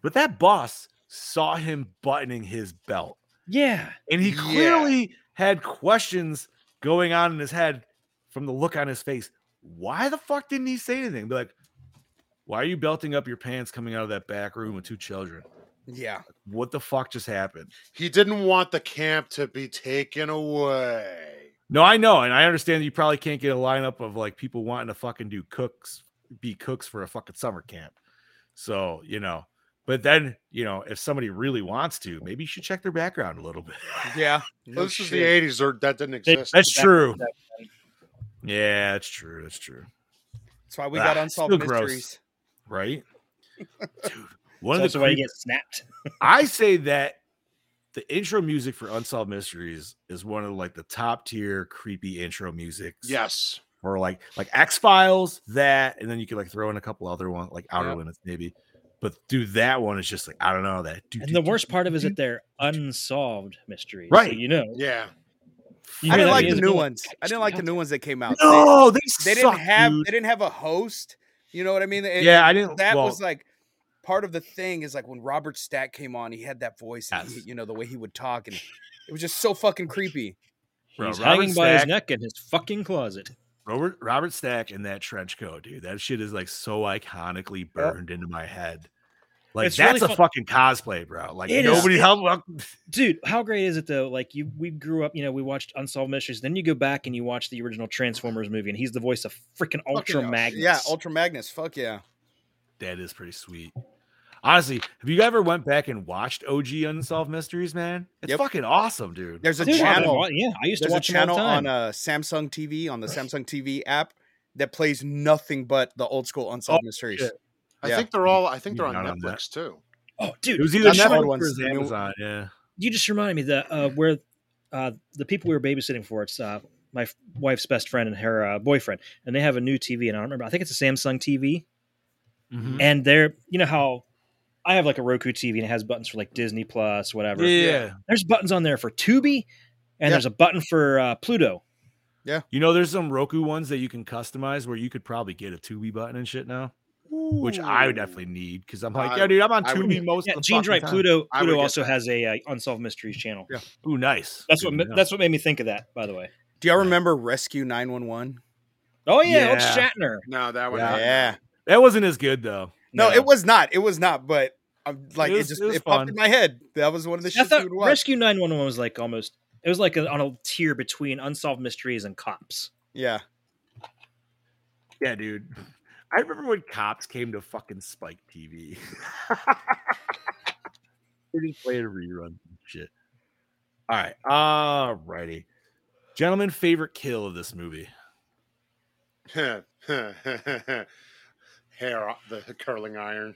S1: but that boss saw him buttoning his belt,
S4: Yeah.
S1: and he
S2: Yeah.
S1: clearly had questions going on in his head from the look on his face. Why the fuck didn't he say anything? Be like, why are you belting up your pants coming out of that back room with two children?
S3: yeah,
S1: What the fuck just happened?
S2: he didn't want the camp to be taken away.
S1: No, I know, and I understand you probably can't get a lineup of like people wanting to fucking do cooks, be cooks for a fucking summer camp. So you know, but then you know, if somebody really wants to, maybe you should check their background a little bit.
S3: yeah. No
S2: this is the
S3: shit.
S2: '80s. There, that didn't exist.
S1: That's
S4: That-
S1: true.
S4: that-
S1: Yeah, that's true. That's true.
S3: That's why we
S1: Ah,
S3: got
S1: still
S3: unsolved
S1: gross.
S3: mysteries.
S1: Right? Dude,
S4: That's
S1: one of the
S4: also why you
S1: creep-
S4: get snapped.
S1: I say that the intro music for Unsolved Mysteries is one of like the top tier creepy intro music.
S2: yes.
S1: or like like X Files, that, and then you could like throw in a couple other ones like Outer
S3: Yeah.
S1: Limits maybe. But dude, that one is just like I don't know that. Dude,
S4: And the worst part of it is that they're unsolved mysteries.
S1: Right.
S4: So you know.
S2: Yeah.
S4: You hear
S3: I didn't
S4: that
S3: like the
S4: music,
S3: new
S4: you're
S3: ones. I didn't like the new ones that came out.
S1: no, they,
S3: they, they
S1: suck,
S3: didn't have
S1: dude.
S3: they didn't have a host. You know what I mean? And-
S1: yeah, I didn't.
S3: that
S1: well,
S3: was like part of the thing is like when Robert Stack came on, he had that voice, and he-
S1: Yes.
S3: you know, the way he would talk, and it was just so fucking creepy.
S1: bro,
S4: He's
S1: Robert
S4: hanging by his
S1: Stack-
S4: neck in his fucking closet.
S1: Robert Robert Stack in that trench coat, dude. That shit is like so iconically burned into my head. Like
S4: It's
S1: that's
S4: really
S1: a
S4: fun-
S1: fucking cosplay, bro. Like
S4: It is.
S1: nobody helped.
S4: dude how great is it though like you we grew up you know we watched unsolved mysteries then you go back and you watch the original transformers movie and he's the voice of freaking ultra magnus
S3: Yeah, Ultra Magnus. Fuck yeah.
S1: That is pretty sweet. Honestly, have you ever went back and watched OG Unsolved Mysteries, man? It's
S3: Yep.
S1: fucking awesome, dude.
S3: There's a
S4: Dude, I've been
S3: channel.
S4: wa- yeah i used
S3: There's
S4: to
S3: a
S4: watch channel
S3: channel
S4: him all the
S3: on
S4: time.
S3: uh, Samsung TV on the Samsung TV app that plays nothing but the old school unsolved mysteries.
S1: Oh, shit.
S2: I
S3: Yeah.
S2: think they're all. I think they're on
S1: Not on that.
S2: Netflix too.
S4: oh
S1: It
S4: dude
S1: was either
S3: that's the
S1: Netflix
S3: old
S1: or it
S3: ones,
S1: was
S3: the new-
S1: Amazon. Yeah.
S4: you just reminded me that uh, where uh, the people we were babysitting for it's uh, my f- wife's best friend and her uh, boyfriend and they have a new tv and i don't remember i think it's a samsung tv
S1: Mhm.
S4: and they're you know how i have like a roku tv and it has buttons for like disney plus whatever
S1: Yeah.
S4: there's buttons on there for tubi and
S3: Yeah.
S4: there's a button for uh, pluto
S1: You know, there's some Roku ones that you can customize where you could probably get a Tubi button and shit now, which I would definitely need because I'm like,
S2: I
S1: yeah, dude, I'm on
S2: I would
S1: Tubi most
S4: Yeah,
S1: of the
S4: Gene's
S1: fucking
S4: right.
S1: time.
S4: Pluto.
S2: I would
S4: Pluto
S2: get
S4: also has a uh, unsolved mysteries channel.
S2: Yeah.
S1: Ooh, nice.
S4: That's
S1: Good
S4: what
S1: to know.
S4: that's what made me think of that. By the way.
S3: Do y'all remember Rescue 911?
S4: Oh yeah, old
S1: Yeah.
S4: Shatner.
S2: No, that one.
S1: Yeah.
S2: not.
S3: Yeah.
S1: that wasn't as good though.
S3: No, it was not. It was not, but I'm like
S1: It
S3: it,
S1: was-
S3: just
S1: it
S3: it,
S1: was
S3: popped
S1: fun.
S3: in my head. That was one of the
S4: I
S3: shit
S4: thought
S3: you would watch.
S4: Rescue Nine One One was like almost. It was like a, on a tier between unsolved mysteries and cops.
S3: yeah.
S1: Yeah, dude. I remember when cops came to fucking Spike TV. they just played a rerun and shit. All right. All righty. Gentlemen, favorite kill of this movie.
S2: Hair, the curling iron,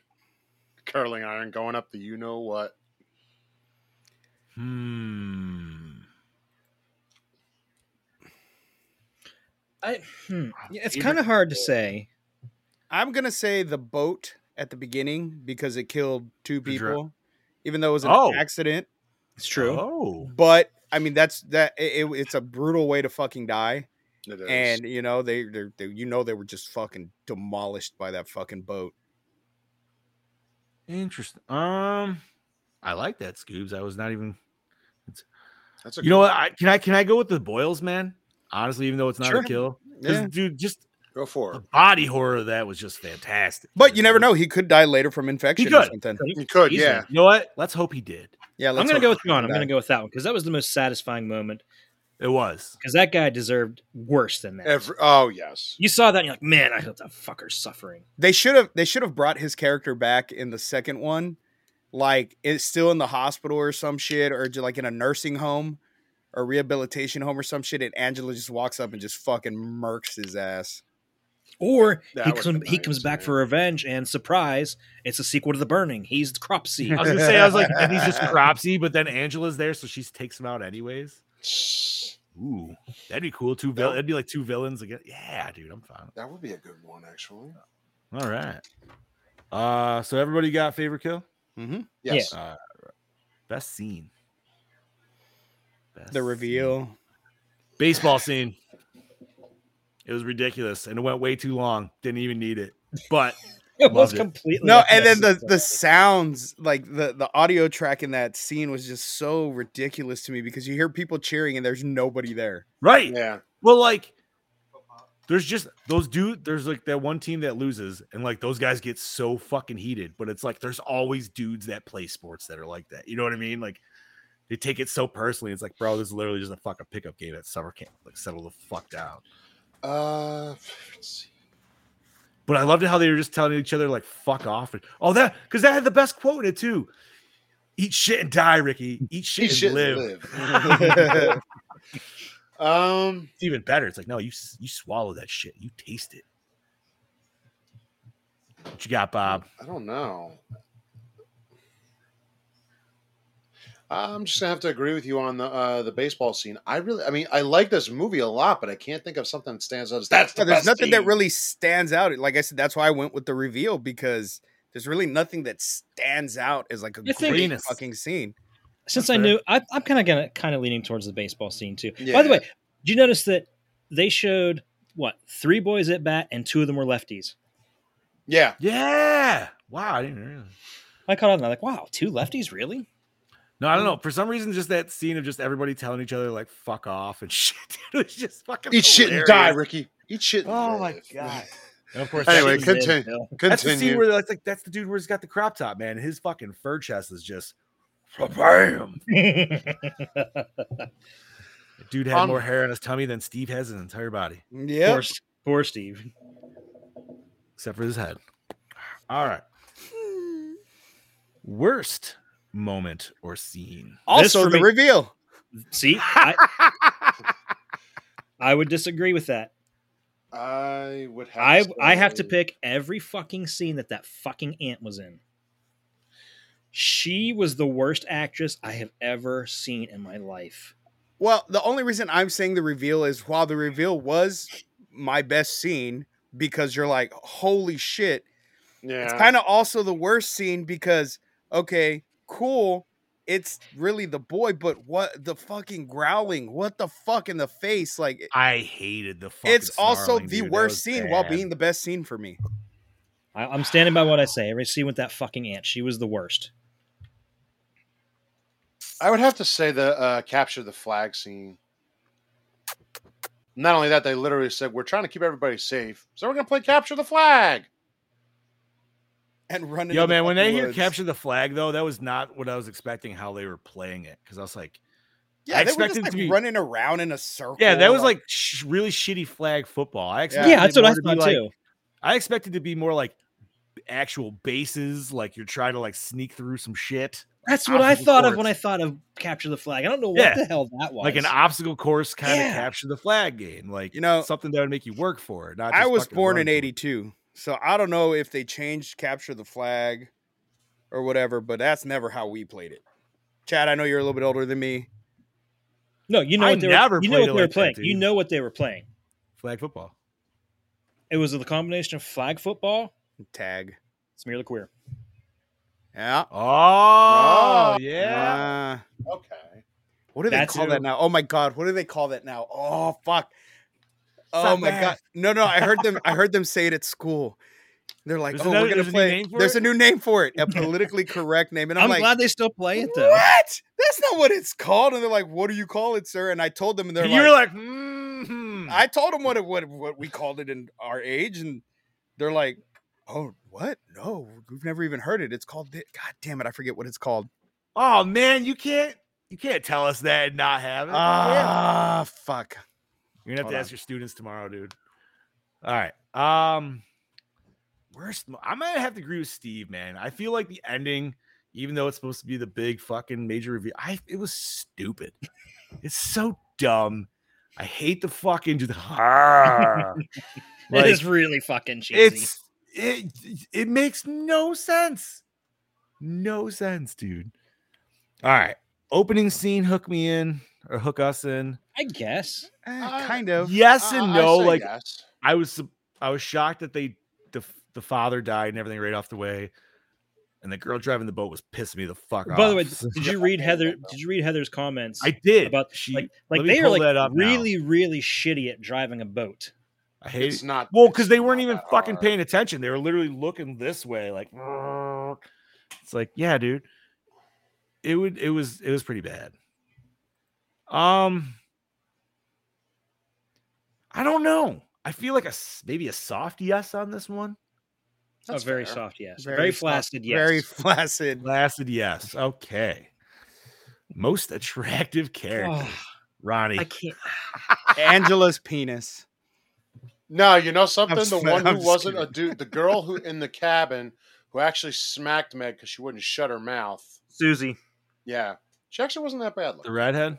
S2: curling iron going up the you know what.
S1: Hmm.
S4: I, hmm. Yeah, it's
S1: Favorite
S4: kind of hard to say.
S3: I'm gonna say the boat at the beginning because it killed two
S1: The dra-
S3: people, even though it was an
S1: Oh.
S3: accident.
S4: It's true.
S1: Oh.
S3: But I mean, that's that. It, it- it's a brutal way to fucking die,
S2: It is.
S3: and you know they, they they you know they were just fucking demolished by that fucking boat.
S1: Interesting. Um, I like that, Scoobs. I was not even.
S2: That's a
S1: You know what? I, can I can I go with the boils, man? Honestly, even though it's not
S3: Sure.
S1: a kill, 'Cause,
S3: Yeah.
S1: dude, just
S2: go for
S1: the
S2: it.
S1: body horror of that was just fantastic.
S3: But
S1: man.
S3: you never know; he could die later from infection or
S1: could.
S3: something.
S2: You could,
S4: Easily.
S2: yeah.
S1: You know what? Let's hope he did.
S3: Yeah,
S4: I'm gonna go with
S3: one.
S4: Gon. I'm gonna go with that one because that was the most satisfying moment
S1: It was.
S4: because that guy deserved worse than that.
S2: Every, oh yes,
S4: you saw that and you're like, man, I hope that fucker's suffering.
S3: They should have they should have brought his character back in the second one, like it's still in the hospital or some shit, or just like in a nursing home or rehabilitation home or some shit, and Angela just walks up and just fucking murks his ass.
S4: Or
S2: That
S4: he
S2: would've
S4: comes
S2: been
S4: he
S2: nice,
S4: comes back
S2: yeah.
S4: for revenge and surprise, it's a sequel to The Burning. He's the crop seed.
S1: I was gonna say I was like, then he's just cropsy, but then Angela's there, so she takes him out anyways. Ooh, that'd be cool. Two villains. That'd be like two villains again. Yeah, dude, I'm fine.
S2: that would be a good one actually.
S1: All right. Uh, so everybody got favorite kill,
S3: Mm-hmm.
S4: Yeah.
S2: Yes,
S1: best scene, Best
S3: The
S1: scene.
S3: reveal.
S1: baseball scene. It was ridiculous, and it went way too long. Didn't even need it, but
S4: it was
S1: Loved it.
S4: completely
S3: No, and then the
S4: unnecessary.
S3: the sounds like the the audio track in that scene was just so ridiculous to me because you hear people cheering and there's nobody there.
S1: right.
S2: yeah.
S1: Well, like, there's just those dude. There's like that one team that loses, and like those guys get so fucking heated. But it's like there's always dudes that play sports that are like that. You know what I mean? Like they take it so personally. It's like, bro, this is literally just a fucking pickup game at summer camp. Like settle the fuck down.
S2: Uh, let's see.
S1: But I loved it how they were just telling each other like fuck off. And, oh, that because that had the best quote in it too. Eat shit and die, Ricky. Eat shit,
S2: He
S1: and,
S2: should
S1: live.
S2: live. um,
S1: It's even better. It's like no, you s- you swallow that shit. You taste it. What you got, Bob?
S2: I don't know. I'm just gonna have to agree with you on the uh, the baseball scene. I really, I mean, I like this movie a lot, but I can't think of something that stands out. As, That's the
S3: Yeah, there's
S2: best
S3: nothing that
S2: scene."
S3: really stands out. Like I said, that's why I went with the reveal because there's really nothing that stands out as like a
S4: I think-
S3: great
S1: Venus.
S3: fucking scene.
S4: since
S1: That's
S4: I
S1: fair.
S4: knew, I, I'm kind of gonna kind of leaning towards the baseball scene too. By the way, do you notice that they showed what three boys at bat and two of them were lefties?
S2: Yeah,
S1: Yeah. Wow, I didn't realize.
S4: I caught on. and I'm like, wow, two lefties, really?
S1: No, I don't
S3: Mm.
S1: know. For some reason, just that scene of just everybody telling each other like "fuck off" and shit. It was just fucking.
S2: eat shit and die,
S1: hilarious.
S2: Ricky. Eat shit. And
S1: Oh my
S2: live.
S1: God.
S6: of course.
S2: Anyway,
S6: that-
S2: continue.
S4: Yeah.
S1: That's the scene
S2: Continue.
S1: where that's like that's the dude where he's got the crop top, man. His fucking fur chest is just bam. Dude had
S2: Um,
S1: more hair on his tummy than Steve has his entire body,
S3: Yeah.
S4: Poor, S- poor Steve.
S1: except for his head. All right.
S3: Hmm.
S1: Worst moment or scene.
S4: This
S3: Also,
S4: for
S3: the
S4: me-
S3: reveal.
S4: See, I, I would disagree with that.
S2: I would have.
S4: I
S2: to
S4: I have to
S2: say-
S4: pick every fucking scene that that fucking ant was in. She was the worst actress I have ever seen in my life.
S3: Well, the only reason I'm saying the reveal is while the reveal was my best scene because you're like, holy shit.
S2: Yeah.
S3: It's kind of also the worst scene because okay, cool. It's really the boy, but what the fucking growling? What the fuck in the face? Like
S1: I hated the fucking
S3: it's also
S1: snarling,
S3: the
S1: dude. That
S3: worst
S1: was
S3: scene while
S1: bad.
S3: being the best scene for me.
S4: I, I'm standing by what I say. Every scene with that fucking ant, she was the worst.
S2: I would have to say the uh, capture the flag scene. Not only that, they literally said, "We're trying to keep everybody safe, so we're going to play capture the flag."
S3: And running.
S1: Yo, man, when they hear capture the flag, though, that was not what I was expecting how they were playing it. Cause I was like,
S3: yeah,
S1: I
S3: they were
S1: expected
S3: just
S1: it
S3: like
S1: to be-
S3: running around in a circle.
S1: yeah, that was like sh- really shitty flag football. I
S4: Yeah,
S1: expected it
S4: that's what I
S1: more to be
S4: thought
S1: like-
S4: too.
S1: I expected to be more like actual bases, like you're trying to like sneak through some shit,
S4: That's what I
S1: obstacle
S4: thought of
S1: course.
S4: when I thought of capture the flag. I don't know what
S1: Yeah.
S4: the hell that was.
S1: like an obstacle course kind
S4: Yeah.
S1: of capture the flag game, like
S3: You know,
S1: something that would make you work for it. Not
S3: I
S1: just
S3: was
S1: fucking
S3: born
S1: run
S3: in
S1: through it.
S3: '82, so I don't know if they changed capture the flag or whatever, but that's never how we played it. Chad, I know you're a little bit older than me.
S4: no, you know
S1: I
S4: what they
S1: never
S4: were, you know
S1: played it
S4: what they were
S1: like that,
S4: playing. you
S1: dude.
S4: know what they were playing.
S1: flag football.
S4: It was the combination of flag football,
S3: Tag.
S4: smear the queer.
S3: Yeah.
S1: Oh, yeah.
S3: Uh,
S2: Okay.
S3: what do they
S4: That
S3: call
S4: too.
S3: that now? Oh my god, what do they call that now? Oh fuck. Oh
S1: Suck
S3: my god.
S1: ass.
S3: No, no, I heard them I heard them say it at school. They're like,
S1: There's
S3: "Oh,
S1: another-
S3: we're going
S1: there's a
S3: to
S1: new
S3: play
S1: name for
S3: There's
S1: it?
S3: a new name for it, a politically correct name." And I'm,
S4: I'm,
S3: like,
S4: glad they still play it though.
S3: "What? That's not what it's called." And they're like, "What do you call it, sir?" And I told them and they're
S1: And
S3: like,
S1: you were like, mm
S3: I told them what it, what what we called it in our age, and they're like, "Oh, what? No, we've never even heard it. It's called. thi- God damn it, I forget what it's called.
S1: oh man, you can't you can't tell us that and not have it. Yeah.
S3: Ah, fuck.
S1: You're gonna have
S3: Hold
S1: to
S3: on.
S1: ask your students tomorrow, dude. All right. Um, worst. mo- I'm gonna have to agree with Steve, man. I feel like the ending, even though it's supposed to be the big fucking major review, I it was stupid. it's so dumb. I hate the fucking do the.
S4: it
S3: Ah.
S1: Like,
S4: is really fucking cheesy.
S1: it's it. It makes no sense. No sense, dude. All right. Opening scene, hook me in or hook us in.
S4: I guess.
S3: Eh,
S2: I-
S3: kind of.
S1: Yes and
S2: I- I
S1: no.
S2: say
S1: Like
S2: yes.
S1: I was sup- I was shocked that they the, f- the father died and everything right off the way, and the girl driving the boat was pissing me the fuck off.
S4: By the way,
S1: So-
S4: did you read Heather? Did you read Heather's comments?
S1: I did
S4: about
S1: she
S4: like
S1: let
S4: like
S1: me
S4: they are
S1: pull
S4: like
S1: that up now.
S4: really really shitty at driving a boat.
S1: I
S2: it's
S1: hate
S2: not
S1: well
S2: it's
S1: because they weren't
S2: not
S1: even
S2: that
S1: fucking
S2: hard.
S1: paying attention. They were literally looking this way, like "Rrrr." it's like yeah, dude. It would it was it was pretty bad. Um, I don't know. I feel like a s- maybe a soft yes on this one.
S2: That's
S4: a very
S2: fair.
S4: soft yes, very,
S3: Very soft-
S4: flaccid yes.
S3: Very flaccid.
S1: Blasted, yes. Okay. Most attractive character,
S4: Oh,
S1: Ronnie.
S4: I can't.
S3: Angela's penis.
S2: No, you know something. the
S3: just-
S2: one
S3: I'm
S2: who
S3: just
S2: wasn't a
S3: kidding.
S2: dude, the girl who in the cabin who actually smacked Meg because she wouldn't shut her mouth.
S4: Susie.
S2: Yeah, she actually wasn't that bad.
S1: the
S2: Looking.
S1: redhead.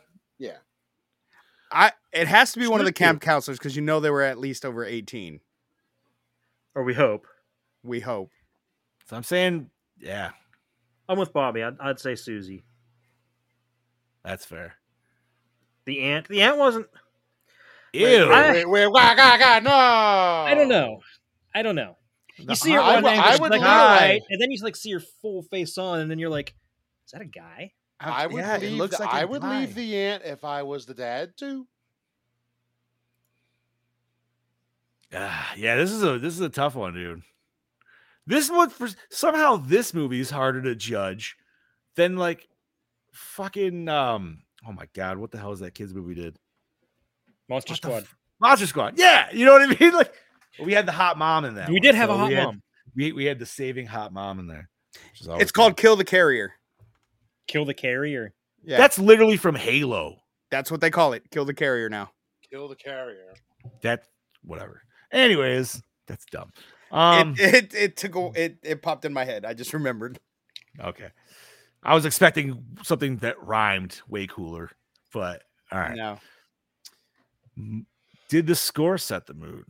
S3: I. It has to be
S1: She
S3: one of
S1: was
S3: the camp counselors because you know they were at least over 18.
S4: Or we hope.
S3: We hope.
S1: So I'm saying, yeah,
S4: I'm with Bobby. I'd, I'd say Susie.
S1: that's fair.
S4: The ant. The ant wasn't.
S1: Ew.
S4: I-
S2: Wait, wait, wait, wah, gah, gah, no.
S4: I don't know. I don't know.
S1: No,
S4: You see her
S2: I
S4: one
S2: would-
S4: angle,
S2: I
S4: she's
S2: would
S4: like,
S2: lie.
S4: all right, and then you like see her full face on, and then you're like, is that a guy?
S2: I would
S3: yeah,
S2: leave.
S3: it looks
S2: the,
S3: like
S2: I
S3: a
S2: would
S3: guy.
S2: leave the ant if I was the dad too.
S1: Ah, yeah, this is a this is a tough one, dude. This one for somehow this movie is harder to judge than like fucking um oh my god, what the hell is that kids movie did?
S4: Monster
S1: What the
S4: Squad.
S1: f- Monster Squad. Yeah, you know what I mean? Like Well, we had the hot mom in that.
S4: we
S1: one,
S4: did have
S1: so
S4: a hot
S1: we had-
S4: mom.
S1: we, we had the saving hot mom in there. which is always
S3: It's called
S1: good.
S3: Kill the Carrier.
S4: Kill the carrier.
S3: Yeah,
S1: That's literally from Halo.
S3: that's what they call it. Kill the Carrier now.
S2: Kill the carrier.
S1: That whatever. Anyways, that's dumb. Um,
S3: it, it it took a, it it popped in my head. I just remembered.
S1: okay. I was expecting something that rhymed way cooler, but all right.
S3: No,
S1: M- Did the score set the mood?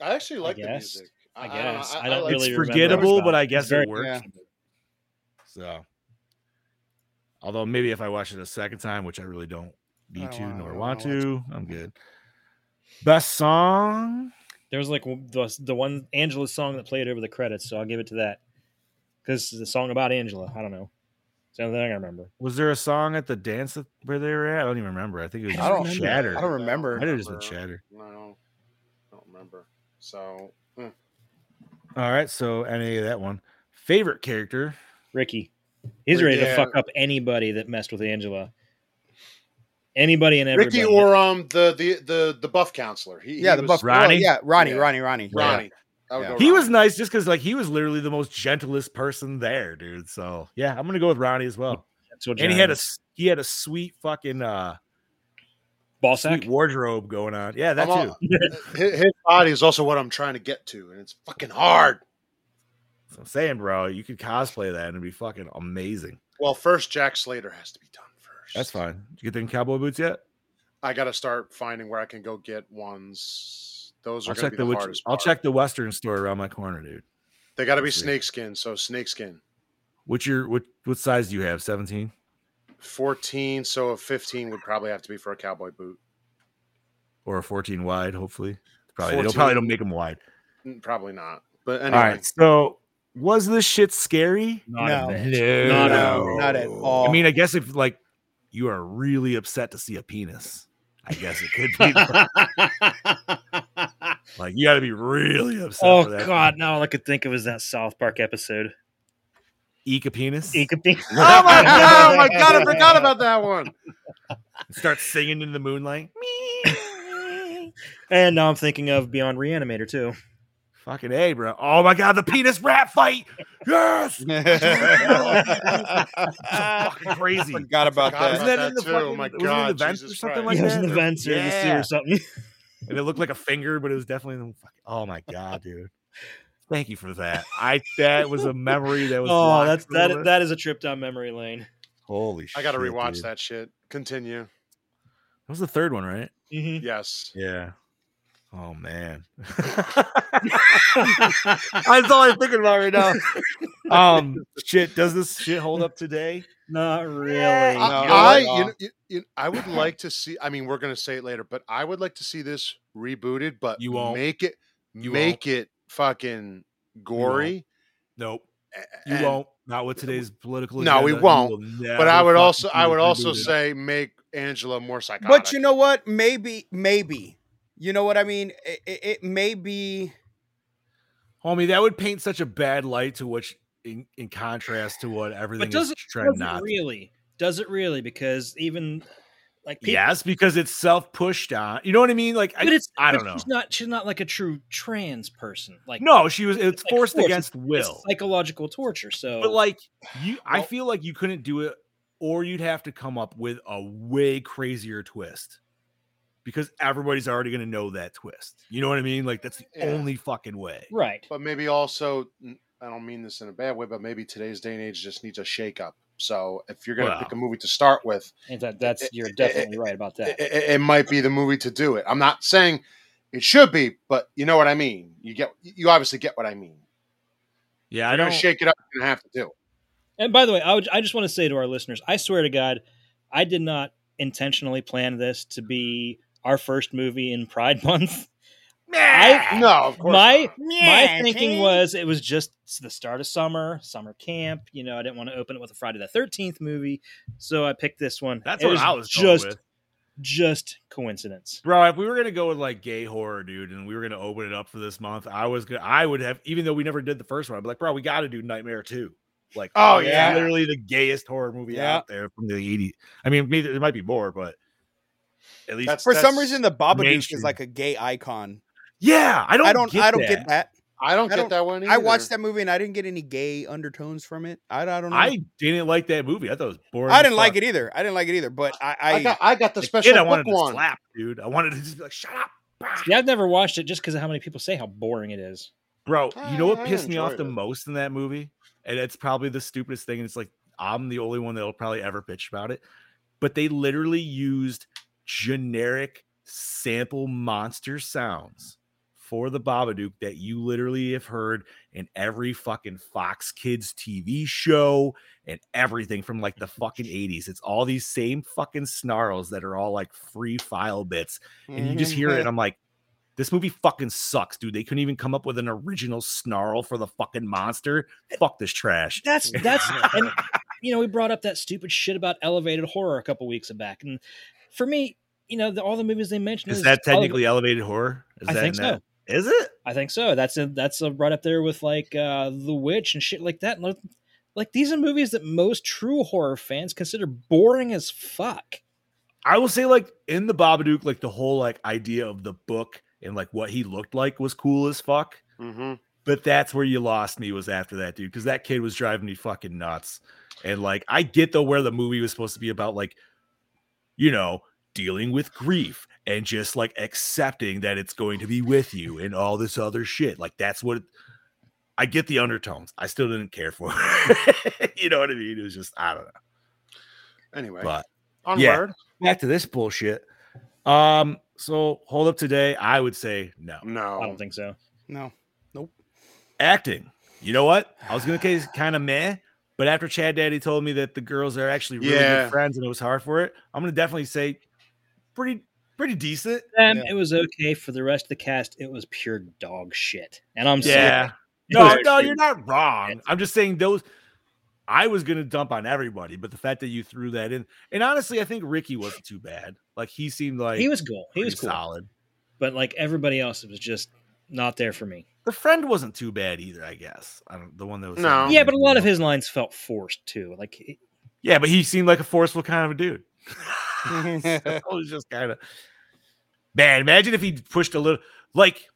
S2: I actually like the
S4: guess.
S2: music.
S4: I
S2: don't know,
S4: guess. I don't
S2: like-
S1: It's
S4: really remember
S1: forgettable,
S4: about
S1: but
S4: it.
S1: I
S4: It's
S1: guess
S4: very-
S1: it worked.
S3: yeah.
S1: So, although maybe if I watch it a second time, which I really don't need
S3: don't
S1: to
S3: wanna- I
S1: nor
S3: don't
S1: want
S3: wanna watch
S1: to, I'm good. Best song?
S4: There was like w- the, the one Angela song that played over the credits, so I'll give it to that. Because the song about Angela, I don't know. It's the only thing I remember.
S1: Was there a song at the dance that, where they were at? I don't even remember. I think it was
S3: I
S1: just
S3: don't remember.
S1: Chatter.
S3: I don't remember.
S1: Might have just been
S2: remember.
S1: Chatter.
S2: I don't, I don't remember. So mm,
S1: All right, so any of that one. Favorite character?
S4: Ricky, he's
S2: Ricky,
S4: ready
S2: yeah.
S4: to fuck up anybody that messed with Angela. Anybody and everybody.
S2: Ricky or um the the the the buff counselor. He
S3: yeah,
S2: he
S3: the
S2: was-
S3: buff.
S1: Ronnie?
S3: yeah, Ronnie,
S2: Yeah.
S3: Ronnie, Ronnie,
S2: Ronnie. I would
S3: Yeah.
S2: go
S1: He
S2: Ronnie.
S1: was nice just because like he was literally the most gentlest person there, dude. So yeah, I'm gonna go with Ronnie as well.
S4: That's what
S1: And he had a
S4: John-
S1: s- he had a sweet fucking uh
S4: ball sack.
S1: sweet wardrobe going on. Yeah, that
S2: I'm all-
S1: too.
S2: his, his body is also what I'm trying to get to, and it's fucking hard.
S1: So I'm saying, bro, you could cosplay that and it'd be fucking amazing.
S2: Well, first Jack Slater has to be done first.
S1: That's fine. Did you get them cowboy boots yet?
S2: I got to start finding where I can go get ones. Those are
S1: I'll
S2: going to
S1: check
S2: be
S1: the,
S2: the,
S1: witch-
S2: hardest.
S1: I'll
S2: part.
S1: check the Western store around my corner, dude.
S2: They got to be
S1: Let's see.
S2: snakeskin. So snakeskin,
S1: What's your what what size do you have? 17?
S2: 14. So a 15 would probably have to be for a cowboy boot.
S1: Or a 14 wide, hopefully. Probably they'll probably don't
S2: 14.
S1: make them wide.
S2: Mm, Probably not. But anyway,
S1: All right. So was this shit scary?
S4: Not
S3: No.
S4: a bit.
S1: No,
S4: Not
S3: no, not at all.
S1: I mean, I guess if like you are really upset to see a penis, I guess it could be like, you got to be really upset.
S4: oh
S1: for that.
S4: God! Now all I could think of is that South Park episode.
S1: Eek a penis.
S4: It could be.
S2: Oh my, oh my god, I forgot about that one.
S1: Start singing in the moonlight.
S4: And now I'm thinking of Beyond Reanimator too.
S1: Fucking A, bro. Oh my God, the penis rat fight. Yes.
S4: Ah,
S3: I
S1: Fucking crazy.
S2: Oh
S1: Isn't
S3: forgot about
S2: Forgot
S3: that.
S2: about-
S1: that
S2: that
S1: in the
S2: too.
S1: fucking,
S2: Oh my
S1: wasn't it in
S2: God,
S1: the vents or
S2: Jesus
S1: something
S4: yeah,
S2: Christ.
S4: it
S1: like
S4: was
S1: that?
S4: in the vents or the sea
S1: Yeah.
S4: or something.
S1: and it looked like a finger, but it was definitely the fucking, oh my god, dude. Thank you for that. I that was a memory that was
S4: Oh,
S1: blocked
S4: that's
S1: for a
S4: that.
S1: little bit.
S4: That is a trip down memory lane.
S1: Holy shit.
S2: I got to rewatch
S1: dude.
S2: that shit. Continue.
S1: That was the third one, right?
S4: hmm
S2: Yes.
S1: Yeah. Oh man. that's all I'm thinking about right now. Um shit, does this shit hold up today?
S4: Not really.
S2: I,
S3: No,
S2: Uh, I,
S3: not at
S2: you
S3: all.
S2: know, you- you- I would like to see. I mean, we're gonna say it later, but I would like to see this rebooted. But
S1: You won't.
S2: make it
S1: You
S2: make it fucking gory.
S1: Nope.
S2: a-
S1: You
S2: and-
S1: won't. Not with today's political.
S2: No, we
S1: agenda. You will
S2: But I
S1: never
S2: would
S1: fucking
S2: also
S1: see
S2: I
S1: us
S2: would
S1: redo
S2: also
S1: that.
S2: say make Angela more psychotic.
S3: But you know what? Maybe, maybe. You know what I mean? It, it, it may be.
S1: homie, that would paint such a bad light to which in, in contrast to what everything is
S4: doesn't-
S1: trying
S4: Does
S1: not
S4: it really? Does it really? Because even like people,
S1: Yes, because it's self pushed on. You know what I mean? Like, I,
S4: but it's
S1: I
S4: but
S1: don't know.
S4: She's not. She's not like a true trans person. Like
S1: no, she was. It's
S4: like
S1: forced
S4: forced,
S1: against
S4: it's
S1: will.
S4: psychological torture. So
S1: but like you, I
S2: Well-
S1: feel like you couldn't do it, or you'd have to come up with a way crazier twist, because everybody's already going to know that twist. You know what I mean? Like that's the
S2: Yeah.
S1: only fucking way.
S4: right.
S2: But maybe also, n- I don't mean this in a bad way, but maybe today's day and age just needs a shake up. So if you're gonna
S1: Well.
S2: pick a movie to start with,
S4: And that, that's
S2: it-
S4: you're
S2: it-
S4: definitely right about that.
S2: it, it- it might be the movie to do it. I'm not saying it should be, but you know what I mean. You get, you obviously get what I mean.
S1: Yeah, I
S2: You're
S1: don't.
S2: gonna shake it up. You're gonna have to do it.
S4: And by the way, I, would, I just want to say to our listeners, I swear to God, I did not intentionally plan this to be our first movie in Pride Month. I-
S2: No, of course
S4: my
S2: not.
S4: my thinking was it was just the start of summer, summer camp. You know, I didn't want to open it with a Friday the Thirteenth movie, so I picked this one.
S1: that's
S4: It
S1: what I was going
S4: just
S1: with.
S4: just coincidence.
S1: Bro, if we were gonna go with like gay horror, dude, and we were gonna open it up for this month, I was gonna, I would have, even though we never did the first one, I'd be like, bro, we got to do Nightmare Two. Like,
S2: Oh,
S1: it's
S3: yeah.
S1: literally the gayest horror movie
S3: Yeah.
S1: out there from the '80s. I mean, maybe there might be more, but at least
S2: That's-
S3: For some
S2: that's
S3: reason, the Babadook
S1: mainstream.
S3: is like a gay icon.
S1: Yeah, I don't.
S3: I don't.
S1: Get
S3: I don't
S1: that.
S3: get that.
S2: I don't
S3: I
S2: get
S3: don't-
S2: that one. Either.
S3: I watched that movie and I didn't get any gay undertones from it. I, I don't know. I,
S1: I didn't like that movie. I thought it was boring.
S3: didn't like it either. I didn't like it either. But I, I,
S2: I, got I got the
S1: The
S2: special
S1: kid, I
S2: book
S1: wanted to
S2: one.
S1: slap, dude. I wanted to just be like, shut up. bah."
S4: Yeah, I've never watched it just because of how many people say how boring it is.
S1: Bro,
S2: I-
S1: you know what
S2: I
S1: pissed me off
S2: enjoyed
S1: the
S2: it.
S1: most in that movie? And it's probably the stupidest thing. And it's like, I'm the only one that'll probably ever bitch about it. But they literally used generic sample monster sounds for the Babadook that you literally have heard in every fucking Fox Kids TV show and everything from like the fucking 80s. It's all these same fucking snarls that are all like free file bits and you
S4: Mm-hmm.
S1: just hear it. and I'm like, this movie fucking sucks, dude. They couldn't even come up with an original snarl for the fucking monster. Fuck this trash.
S4: That's that's and you know we brought up that stupid shit about elevated horror a couple weeks back, and for me, you know, the, all the movies they mentioned
S1: Is that technically elevated horror? Is
S4: I
S1: that
S4: think
S1: in
S4: so.
S1: that- Is it?
S4: I think so. That's a, that's a right up there with like uh, The Witch and shit like that. And let- Like these are movies that most true horror fans consider boring as fuck.
S1: I will say, like in the Babadook, like the whole like idea of the book and like what he looked like was cool as fuck.
S2: Mm-hmm.
S1: But that's where you lost me was after that, dude, because that kid was driving me fucking nuts. And like, I get though where the movie was supposed to be about, like, you know, dealing with grief and just like accepting that it's going to be with you and all this other shit. Like, that's what I get the undertones. I still didn't care for it. you know what I mean? It was just, I don't know.
S2: Anyway,
S1: But yeah.
S2: onward.
S1: back to this bullshit. Um, so hold up today, I would say no.
S4: I
S1: Oh.
S2: No,
S4: don't think so.
S3: no.
S1: acting. You know what? I was gonna say kind of meh, but after Chad Daddy told me that the girls are actually really
S2: Yeah.
S1: good friends and it was hard for it, I'm gonna definitely say pretty pretty decent.
S4: Um,
S3: Yeah.
S4: It was okay for the rest of the cast. It was pure dog shit, and I'm sorry. It
S1: No,
S4: was
S1: no,
S4: pure-
S1: you're not wrong. I'm just saying those. I was gonna dump on everybody, but the fact that you threw that in, and honestly, I think Ricky wasn't too bad. Like he seemed like
S4: He was cool. He was
S1: pretty
S4: cool,
S1: solid.
S4: but like everybody else, it was just not there for me.
S1: The friend wasn't too bad either, I guess. I don't, the one that was
S2: No.
S4: Yeah, but a lot of his lines felt forced too. Like it-
S1: yeah, but he seemed like a forceful kind of a dude. it was just kind of man. Imagine if he pushed a little like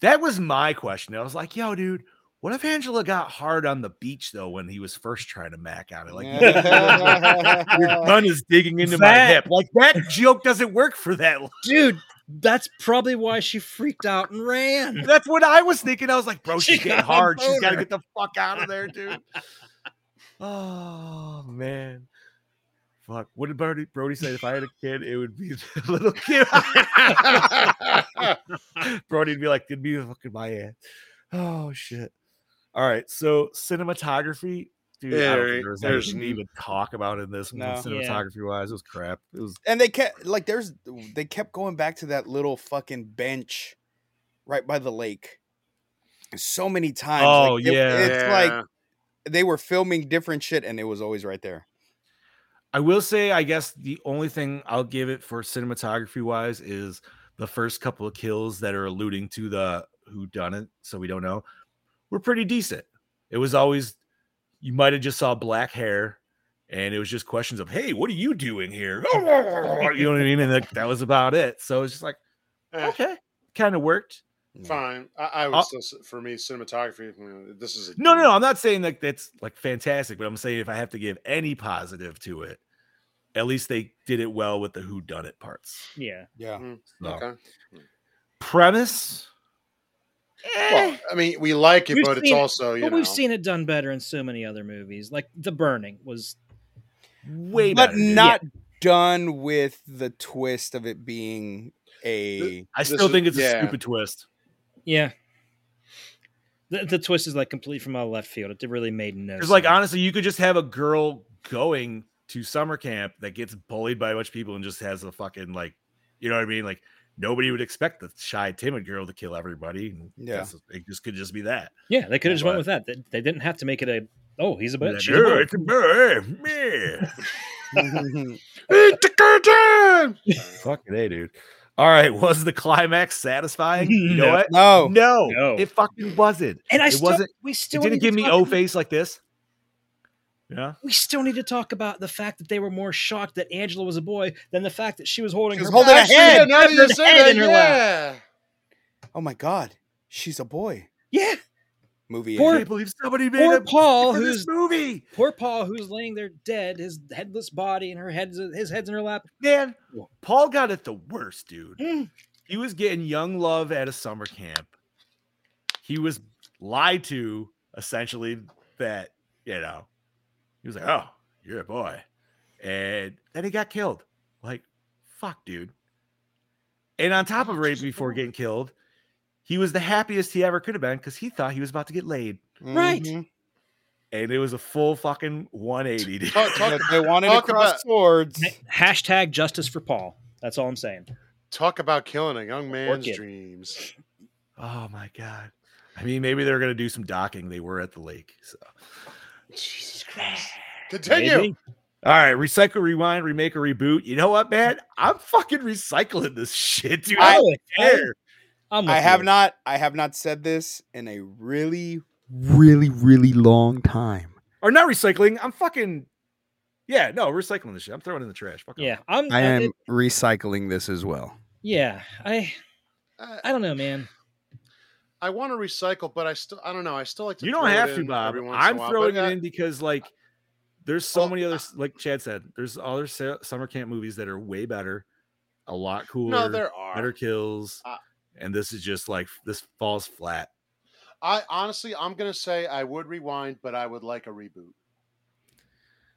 S1: that was my question. I was like, yo, dude, what if Angela got hard on the beach though when he was first trying to mac on it? Like, your gun is digging into my
S4: That-
S1: hip. Like that joke doesn't work for that. line.
S4: dude, that's probably why she freaked out and ran.
S1: That's what I was thinking. I was like, bro,
S4: She
S1: she's getting
S4: got a
S1: hard. She's got to
S4: boner.
S1: get the fuck out of there, dude. oh man. Fuck. What did Brody, Brody say? If I had a kid, it would be the little kid. Brody'd be like, it'd be fucking my aunt. Oh shit. All right. So cinematography, dude. I
S2: Yeah,
S1: don't
S2: right,
S1: think there was
S2: there's
S1: anything to
S2: n-
S1: even talk about in this one
S3: No. Yeah.
S1: cinematography wise. It was crap. It was
S3: And they kept like there's they kept going back to that little fucking bench right by the lake. So many times. like,
S1: Oh,
S3: it-
S1: yeah.
S3: it's like they were filming different shit and it was always right there.
S1: I will say, I guess the only thing I'll give it for cinematography wise is the first couple of kills that are alluding to the who done it, so we don't know, were pretty decent. It was always you might have just saw black hair, and it was just questions of, hey, what are you doing here? you know what I mean? And that, that was about it. So it's just like,
S2: Eh,
S1: okay, kind of worked.
S3: Yeah.
S2: fine. I, I would
S1: I'll-
S2: still s- for me cinematography. mm, This is a
S1: No, no,
S2: D.
S1: no. I'm not saying like that's like fantastic, but I'm saying if I have to give any positive to it, at least they did it well with the who done it parts.
S4: Yeah,
S3: Yeah.
S1: So.
S2: Okay.
S1: premise.
S2: Well, I mean, we like it,
S4: We've
S2: but it's
S4: seen it,
S2: also you
S4: but
S2: know.
S4: we've seen it done better in so many other movies. Like The Burning was
S1: Way
S3: but
S1: better, dude.
S3: not done with the twist of it being a
S1: I
S2: this
S1: still
S2: is-
S1: think it's a
S2: yeah.
S1: stupid twist.
S4: yeah. The, the twist is like complete from out of left field. It really made no.
S1: Because, like,
S4: sense.
S1: honestly, you could just have a girl going to summer camp that gets bullied by a bunch of people and just has a fucking like, you know what I mean? Like, nobody would expect the shy, timid girl to kill everybody. And
S3: Yeah.
S1: that's- it just could just be that.
S4: yeah, they could have just
S1: But-
S4: went with that. They, they didn't have to make it a oh he's a
S1: Be
S4: bitch.
S1: like,
S4: she's a
S1: "Yeah,
S4: bitch."
S1: it's a bird, yeah."
S2: Eat the curtain!
S1: Fuck they, dude. All right, was the climax satisfying? You know
S4: No.
S1: what?
S3: no.
S1: No,
S4: No.
S1: it fucking wasn't.
S4: and I
S1: it
S4: still
S1: wasn't-
S4: we still
S1: it didn't
S4: need to
S1: give me
S4: talk
S1: O
S4: about-
S1: face like this. Yeah.
S4: We still need to talk about the fact that they were more shocked that Angela was a boy than the fact that she was holding
S3: She was
S4: her
S3: holding a
S4: back-
S3: hand.
S2: Now that you
S4: severed
S2: say that,
S4: in her lap.
S2: yeah.
S3: oh my god, she's a boy.
S4: Yeah,
S3: Movie.
S4: Poor-
S1: I
S3: ended.
S1: can't believe somebody made
S4: poor
S1: a
S4: Paul,
S1: for
S4: who's
S1: this movie.
S4: poor Paul, who's laying there dead, his headless body, and her head's his head's in her lap.
S1: Man,
S4: Well-
S1: Paul got it the worst, dude.
S4: Mm.
S1: He was getting young love at a summer camp. He was lied to essentially that, you know, he was like, oh, you're a boy. And then he got killed. Like, fuck, dude. And on top of rape before getting killed, he was the happiest he ever could have been because he thought he was about to get laid.
S4: Right.
S2: Mhm.
S1: And it was a full fucking 180. dude.
S2: Talk, talk,
S3: But they wanted to
S2: Talk
S3: cross
S2: about-
S3: swords.
S4: Hashtag justice for Paul. That's all I'm saying.
S2: talk about killing a young man's
S4: kid.
S2: dreams.
S1: Oh my god. I mean, maybe they're gonna do some docking. They were at the lake. So
S4: Jesus Christ.
S2: Continue.
S1: all right, recycle, rewind, remake, or reboot. You know what, man? I'm fucking recycling this shit, dude. I don't care.
S4: I'm
S3: I
S4: with
S3: have
S4: you.
S3: not I have not said this in a really really really long time.
S1: Or not recycling. I'm fucking yeah, no, recycling this shit. I'm throwing it in the trash. Fuck off.
S4: Yeah, I'm.
S6: I am
S4: it-
S6: recycling this as well.
S4: yeah, I.
S2: Uh,
S4: I don't know, man.
S2: I want to recycle, but I still I don't know. I still like to.
S1: You don't
S2: throw it
S1: have to,
S2: in
S1: Bob.
S2: every once in a
S1: I'm
S2: while,
S1: throwing
S2: but,
S1: it
S2: uh,
S1: in because like there's so
S2: well,
S1: many other
S2: I-
S1: like Chad said, there's other sa- summer camp movies that are way better, a lot cooler,
S2: No, there are.
S1: better kills.
S2: Uh,
S1: and this is just like this falls flat.
S2: I honestly, I'm gonna say I would rewind, but I would like a reboot.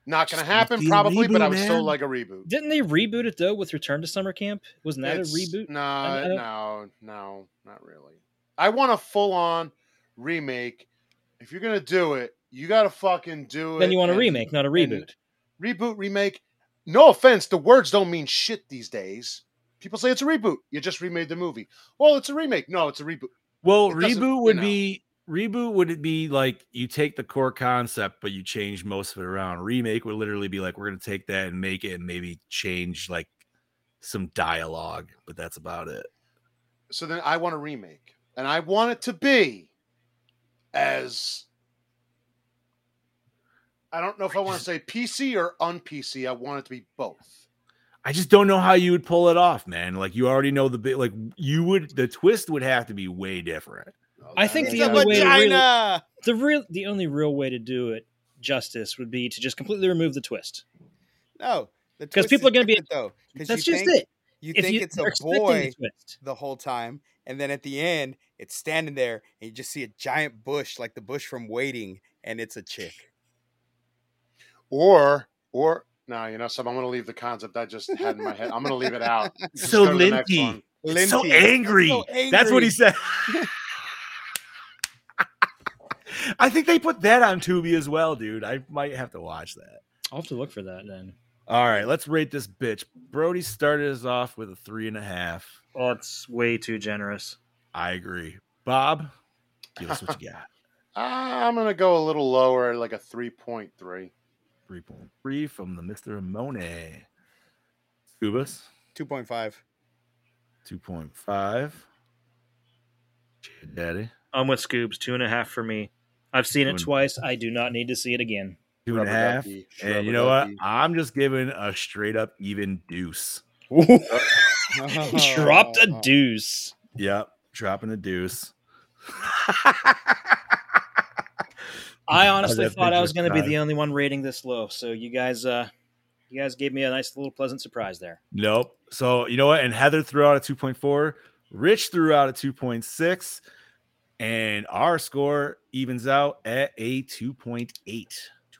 S2: Not gonna
S1: Just
S2: happen,
S1: fucking
S2: probably, but I
S1: reboot,
S2: would still
S1: man.
S2: like a reboot.
S4: Didn't they reboot it though with Return to Summer Camp? Wasn't that
S2: It's-
S4: a reboot? I
S2: No,
S4: don't-
S2: no, no, not really. I want a full-on remake. If you're gonna do it, you gotta fucking do it.
S4: Then you want a
S2: and-
S4: remake, not a reboot.
S2: reboot, remake. No offense, the words don't mean shit these days. People say it's a reboot. You just remade the movie. Well, it's a remake. No, it's a reboot.
S1: Well,
S2: It doesn't-
S1: reboot
S2: you
S1: would
S2: know.
S1: be reboot would it be like you take the core concept, but you change most of it around. Remake would literally be like we're gonna take that and make it and maybe change like some dialogue, but that's about it.
S2: So then I want a remake, and I want it to be as I don't know if I want to say PC or un PC. I want it to be both.
S1: I just don't know how you would pull it off, man. Like you already know the bit, like you would the twist would have to be way different.
S4: I think
S2: That-
S4: the
S2: that
S4: only
S2: would-
S4: way to
S3: vagina.
S4: The real, the only real way to do it justice would be to just completely remove the twist
S3: No. the
S4: 'Cause
S3: twist
S4: people
S3: is
S4: are gonna be-
S3: different, though. 'cause
S4: that's
S3: you
S4: just
S3: think-
S4: it
S3: You
S4: If
S3: think it's a
S4: you're expecting
S3: boy
S4: the twist.
S3: the whole time, and then at the end, it's standing there, and you just see a giant bush like the bush from Waiting, and it's a chick.
S2: or or no, you know, so I'm going to leave the concept I just had in my head. I'm going to leave it out. Just
S1: So
S2: go to the next
S1: linty.
S2: one.
S1: It's so
S3: Linty.
S1: angry.
S3: so
S1: That's what he
S3: angry.
S1: said. I think they put that on Tubi as well, dude. I might have to watch that.
S4: i'll have to look for that then
S1: All right, let's rate this bitch. Brody started us off with a three and a half.
S4: oh it's way too generous
S1: I agree. Bob, give us what you got.
S2: Ah, I'm going to go a little lower, like a 3.3.
S1: Three point three from the Mister Monet. Cubas
S3: 2.5.
S1: two point five. Daddy
S4: i'm with scoobs two and a half for me i've seen it
S1: Good.
S4: twice i do not need to see it again
S1: two and a
S2: Rubber
S1: half.
S2: ducky,
S1: And you
S2: rubber
S1: know what?
S2: ducky.
S1: I'm just giving a straight up even deuce.
S4: dropped a deuce
S1: Yep, dropping a deuce.
S4: i
S1: Oh,
S4: honestly
S1: that
S4: thought
S1: bitch
S4: i
S1: was
S4: was going to be
S1: dying.
S4: the only one rating this low so you guys uh you guys gave me a nice little pleasant surprise there
S1: Nope. So you know what? And Heather threw out a 2.4. Rich threw out a 2.6. And our score evens out at a 2.8.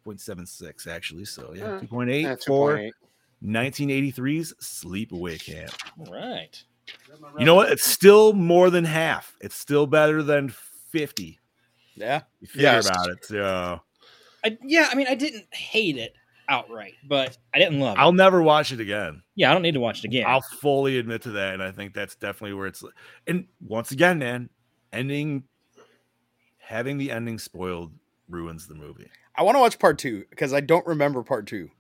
S1: 2.76, actually. So yeah, 2.8
S2: Alright. Hmm. Yeah,
S1: for
S2: 2.8.
S1: 1983's Sleepaway Camp.
S4: all right
S1: You know what? It's still more than half. It's still better than 50.
S3: Yeah.
S1: You figure
S2: Yes.
S1: about it. So
S4: I, yeah i mean i didn't hate it outright but i didn't love it
S1: I'll never watch it again.
S4: yeah i don't need to watch it again
S1: I'll fully admit to that, and I think that's definitely where it's. And once again, man, ending, having the ending spoiled ruins the movie.
S3: I want to watch part two because I don't remember part two.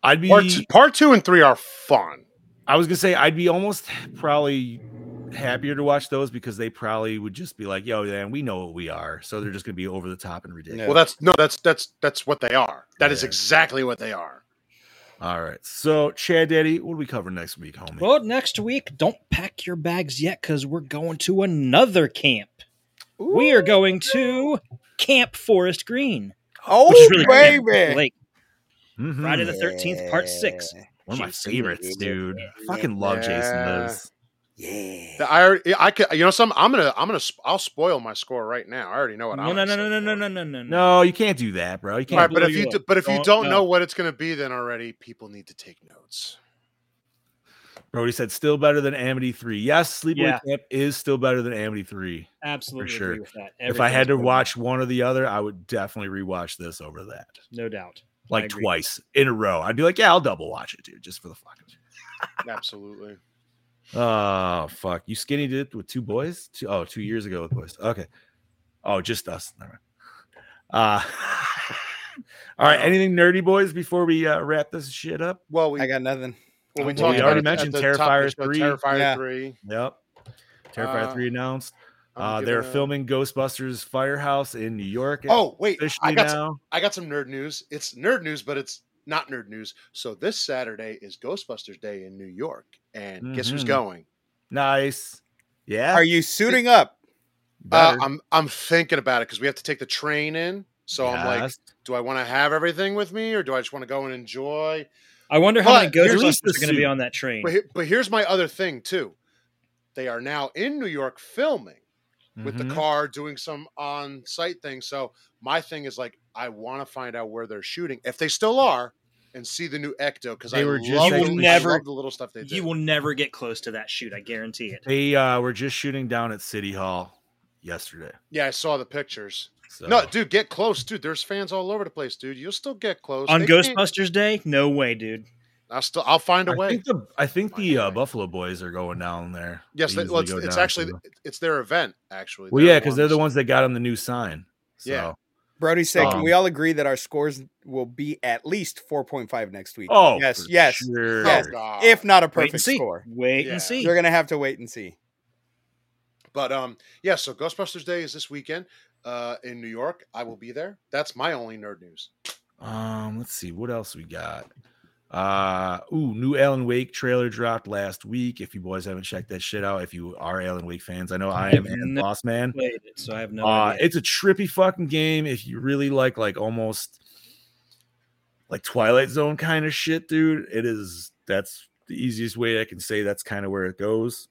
S1: I'd be.
S2: Part two, part two and three are fun.
S1: I was gonna say I'd be almost probably happier to watch those because they probably would just be like, "Yo, man, we know what we are," so they're just gonna be over the top and ridiculous.
S3: Yeah.
S2: Well, that's no, that's that's that's what they are. That is
S1: Yeah.
S2: exactly what they are.
S1: All right. So, Chad Daddy, what do we cover next week, homie?
S4: Well, next week, don't pack your bags yet because we're going to another camp. We are going to Camp Forest Green.
S3: Oh,
S4: which is really great.
S3: baby.
S4: Lake,
S1: Mhm.
S4: Friday the 13th, part six.
S1: One of my
S4: Jason
S1: favorites,
S4: Lives.
S1: dude. Fucking love Jason
S2: Yeah.
S1: Lives.
S3: Yeah.
S2: The- I already, I could, you know, some. I'm gonna, I'm gonna, sp- I'll spoil my score right now. I already know what
S4: No,
S2: I'm.
S4: no,
S2: gonna
S4: no, no, no,
S2: say for
S4: no,
S2: it.
S4: no, no, no, no.
S1: No, you can't do that, bro. You
S2: All right,
S1: can't.
S4: blow
S2: but if
S4: you
S2: you, do,
S4: up.
S2: but if you
S4: Don't-
S2: don't
S4: no.
S2: know what it's gonna be, then already people need to take notes.
S1: Brody said, still better than Amity 3. Yes, Sleepaway
S4: Yeah.
S1: Camp is still better than Amity 3.
S4: Absolutely
S1: sure.
S4: agree with that.
S1: if I had
S4: Everything's
S1: to
S4: better.
S1: watch one or the other, I would definitely rewatch this over that.
S4: no doubt.
S1: Like
S4: agree.
S1: twice in a row. I'd be like, yeah, I'll double watch it, dude, just for the fuck of it.
S2: Absolutely.
S1: Oh fuck! You skinny did it with two boys? Two, oh, two years ago with boys. Okay. Oh, just us. Never mind. Uh, all right. Anything nerdy, boys? Before we uh, wrap this shit up.
S2: Well, we
S3: I got nothing.
S2: well, we
S1: well,
S2: talked
S1: we
S2: about
S1: already
S2: it at
S1: mentioned
S2: the top of
S1: Terrifier
S2: the show,
S1: 3.
S2: Terrifier
S3: Yeah.
S2: three.
S1: Yep. Terrifier
S2: Uh,
S1: three announced.
S2: I'm
S1: Uh, they're
S2: gonna-
S1: filming Ghostbusters Firehouse in New York.
S2: Oh wait, I
S1: officially
S2: got, some,
S1: now.
S2: I got some nerd news. It's nerd news, but it's not nerd news. So this Saturday is Ghostbusters Day in New York, and guess who's
S1: Mhm.
S2: going?
S1: Nice. Yeah.
S3: Are you suiting up?
S2: Uh,
S1: better.
S2: I'm, I'm thinking about it because we have to take the train in. So I'm like,
S1: Yes.
S2: do I want to have everything with me, or do I just want to go and enjoy?
S4: I wonder how many
S2: But here's
S4: Ghostbusters
S1: the
S4: are going to be
S1: suit.
S4: on that train.
S2: But, he- but here's my other thing too. They are now in New York filming with the
S1: Mhm.
S2: car, doing some on-site things. So my thing is like, I want to find out where they're shooting, if they still are, and see the new Ecto because
S1: They
S2: I
S1: were
S2: were
S1: just
S2: love,
S4: You will
S2: the,
S4: never-
S2: I love the little stuff they do.
S4: You will never get close to that shoot. I guarantee it.
S1: They uh, were just shooting down at City Hall yesterday.
S2: yeah, I saw the pictures.
S1: So.
S2: No, dude, get close, dude. There's fans all over the place, dude. You'll still get close
S4: On
S2: They can't-
S4: Ghostbusters Day? No way, dude.
S2: I'll still, I'll find a
S1: I
S2: way.
S1: think the I think
S2: Find
S1: the
S2: a
S1: uh,
S2: way.
S1: Buffalo Boys are going down there.
S2: Yes,
S1: They
S2: they, well, it's,
S1: usually go
S2: it's
S1: down
S2: actually
S1: to the-
S2: it's their event actually.
S1: well,
S2: They're
S1: yeah, because they're the ones that got him the new sign. So.
S2: Yeah.
S3: Brody said,
S1: Um,
S3: can we all agree that our scores will be at least 4.5 next week?
S1: Oh,
S3: yes,
S1: for
S3: yes.
S1: sure.
S2: Oh,
S3: Yes.
S2: God.
S3: If not
S4: Wait
S3: a
S4: and
S3: perfect
S4: see.
S3: score.
S4: Wait
S2: Yeah.
S4: and see.
S3: You're going to have to wait and see.
S2: But um, yeah. So Ghostbusters Day is this weekend uh, in New York. I will be there. That's my only nerd news.
S1: Um, let's see what else we got. Uh, ooh, new Alan Wake trailer dropped last week. If you boys haven't checked that shit out, if you are Alan Wake fans, I know I am and
S4: No.
S1: Boss Man.
S4: Played it, so I have no
S1: uh,
S4: idea.
S1: it's a trippy fucking game if you really like like almost like Twilight Zone kind of shit, dude. It is that's the easiest way I can say that's kind of where it goes.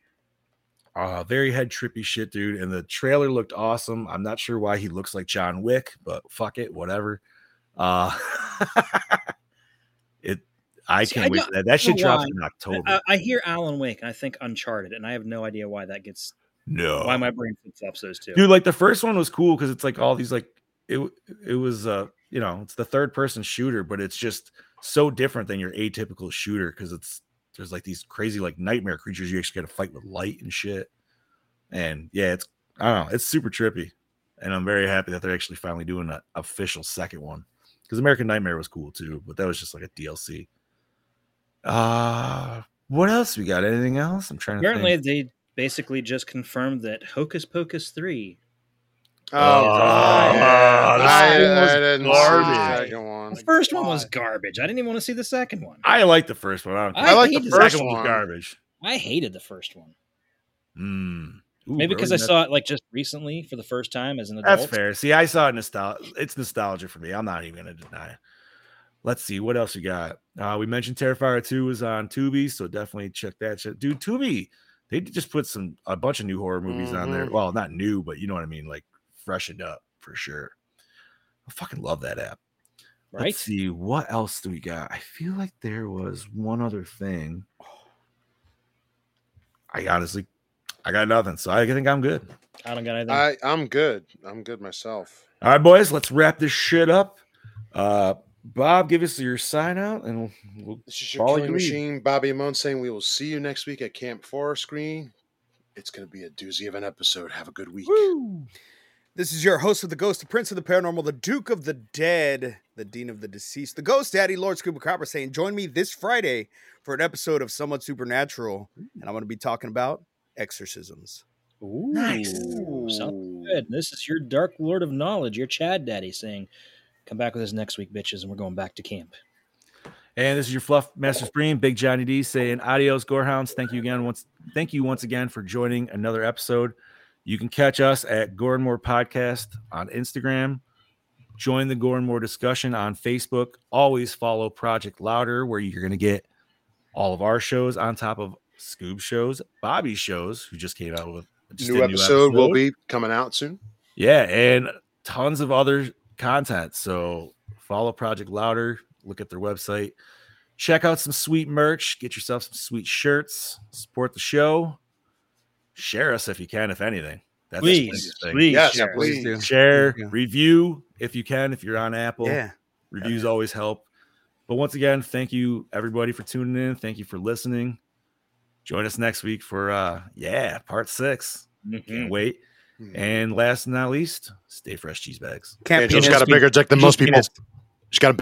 S1: Uh, very head trippy shit, dude. And the trailer looked awesome. I'm not sure why he looks like John Wick, but fuck it, whatever. Uh, it I
S4: See,
S1: can't
S4: I
S1: wait.
S4: don't
S1: For that that
S4: know
S1: shit drops
S4: why.
S1: in October.
S4: I, uh, I hear Alan Wake and I think Uncharted, and I have no idea why that gets
S1: no,
S4: why my brain flips up those two.
S1: dude like the first one was cool because it's like all these like it w- it was uh you know it's the third person shooter but it's just so different than your atypical shooter because it's there's like these crazy like nightmare creatures you actually got to fight with light and shit and yeah it's i don't know it's super trippy and i'm very happy that they're actually finally doing an official second one because american nightmare was cool too but that was just like a dlc uh what else we got anything else i'm trying to think.
S4: Apparently, they basically just confirmed that Hocus Pocus three.
S2: Oh,
S1: yeah.
S2: I,
S1: that was
S2: I didn't see the
S1: garbage.
S2: second one.
S4: The first one was garbage. I didn't even want to see the second one. I,
S1: I like the first one. I, don't
S4: I like the
S1: the
S4: first
S1: second one.
S2: one.
S1: was garbage.
S4: hated the first one.
S1: Mm. Ooh,
S4: Maybe because I
S1: Roden, that's-
S4: saw it like just recently for the first time as an adult.
S1: That's fair. See, I saw it nostalgia. It's nostalgia for me. I'm not even gonna deny it. Let's see what else we got. Uh, we mentioned Terrifier 2 was on Tubi, so definitely check that shit. Dude, Tubi, they just put some a bunch of new horror movies on there.
S2: Mhm.
S4: Mm-hmm.
S1: Well, not new, but you know what I mean, like freshened up for sure. I fucking love that app.
S4: right?
S1: Let's see what else do we got. I feel like there was one other thing. I honestly, I got nothing, so I think I'm good.
S4: I don't got anything.
S2: I, I'm good. I'm good myself.
S1: All right, boys, let's wrap this shit up. Uh, Bob, give us your sign out, and we'll,
S2: This is your
S1: Follow
S2: killing
S1: your lead.
S2: machine, Bobby Amon saying we will see you next week at Camp Forest Screen. It's going to be a doozy of an episode. Have a good week.
S3: This is your host of the Ghost, the Prince of the Paranormal, the Duke of the Dead, the Dean of the Deceased, the Ghost Daddy, Lord Scuba Cropper, saying, join me this Friday for an episode of Somewhat Supernatural, and I'm going to be talking about exorcisms.
S4: Ooh, sounds good. This is your Dark Lord of Knowledge, your Chad Daddy, saying, "Come back with us next week, bitches, and we're going back to camp."
S1: And this is your Fluff Master Stream, Big Johnny D saying adios, Gorehounds. Thank you again. Once thank you once again for joining another episode. You can catch us at Gorenmore Podcast on Instagram. Join the Gorenmore discussion on Facebook. Always follow Project Louder, where you're gonna get all of our shows on top of Scoob shows, Bobby shows, who just came out with just
S2: new
S1: did a
S2: episode will be coming out soon.
S1: yeah, and tons of other content. So follow Project Louder, look at their website, check out some sweet merch, get yourself some sweet shirts, support the show, share us if you can, if anything. That's the
S4: Please,
S1: biggest thing.
S4: please,
S2: Yes,
S4: share.
S2: please.
S3: do.
S1: share,
S3: Yeah.
S1: review if you can, if you're on Apple.
S3: Yeah.
S1: Reviews always help. But once again, thank you everybody for tuning in. Thank you for listening. Join us next week for uh yeah, part six. Can't
S4: Mhm.
S1: wait.
S2: Mhm.
S1: And last but not least, stay fresh cheese bags.
S3: Can't
S2: Angel's
S3: penis
S2: got a
S3: be-
S2: bigger dick than most people.
S1: penis.
S2: She's got a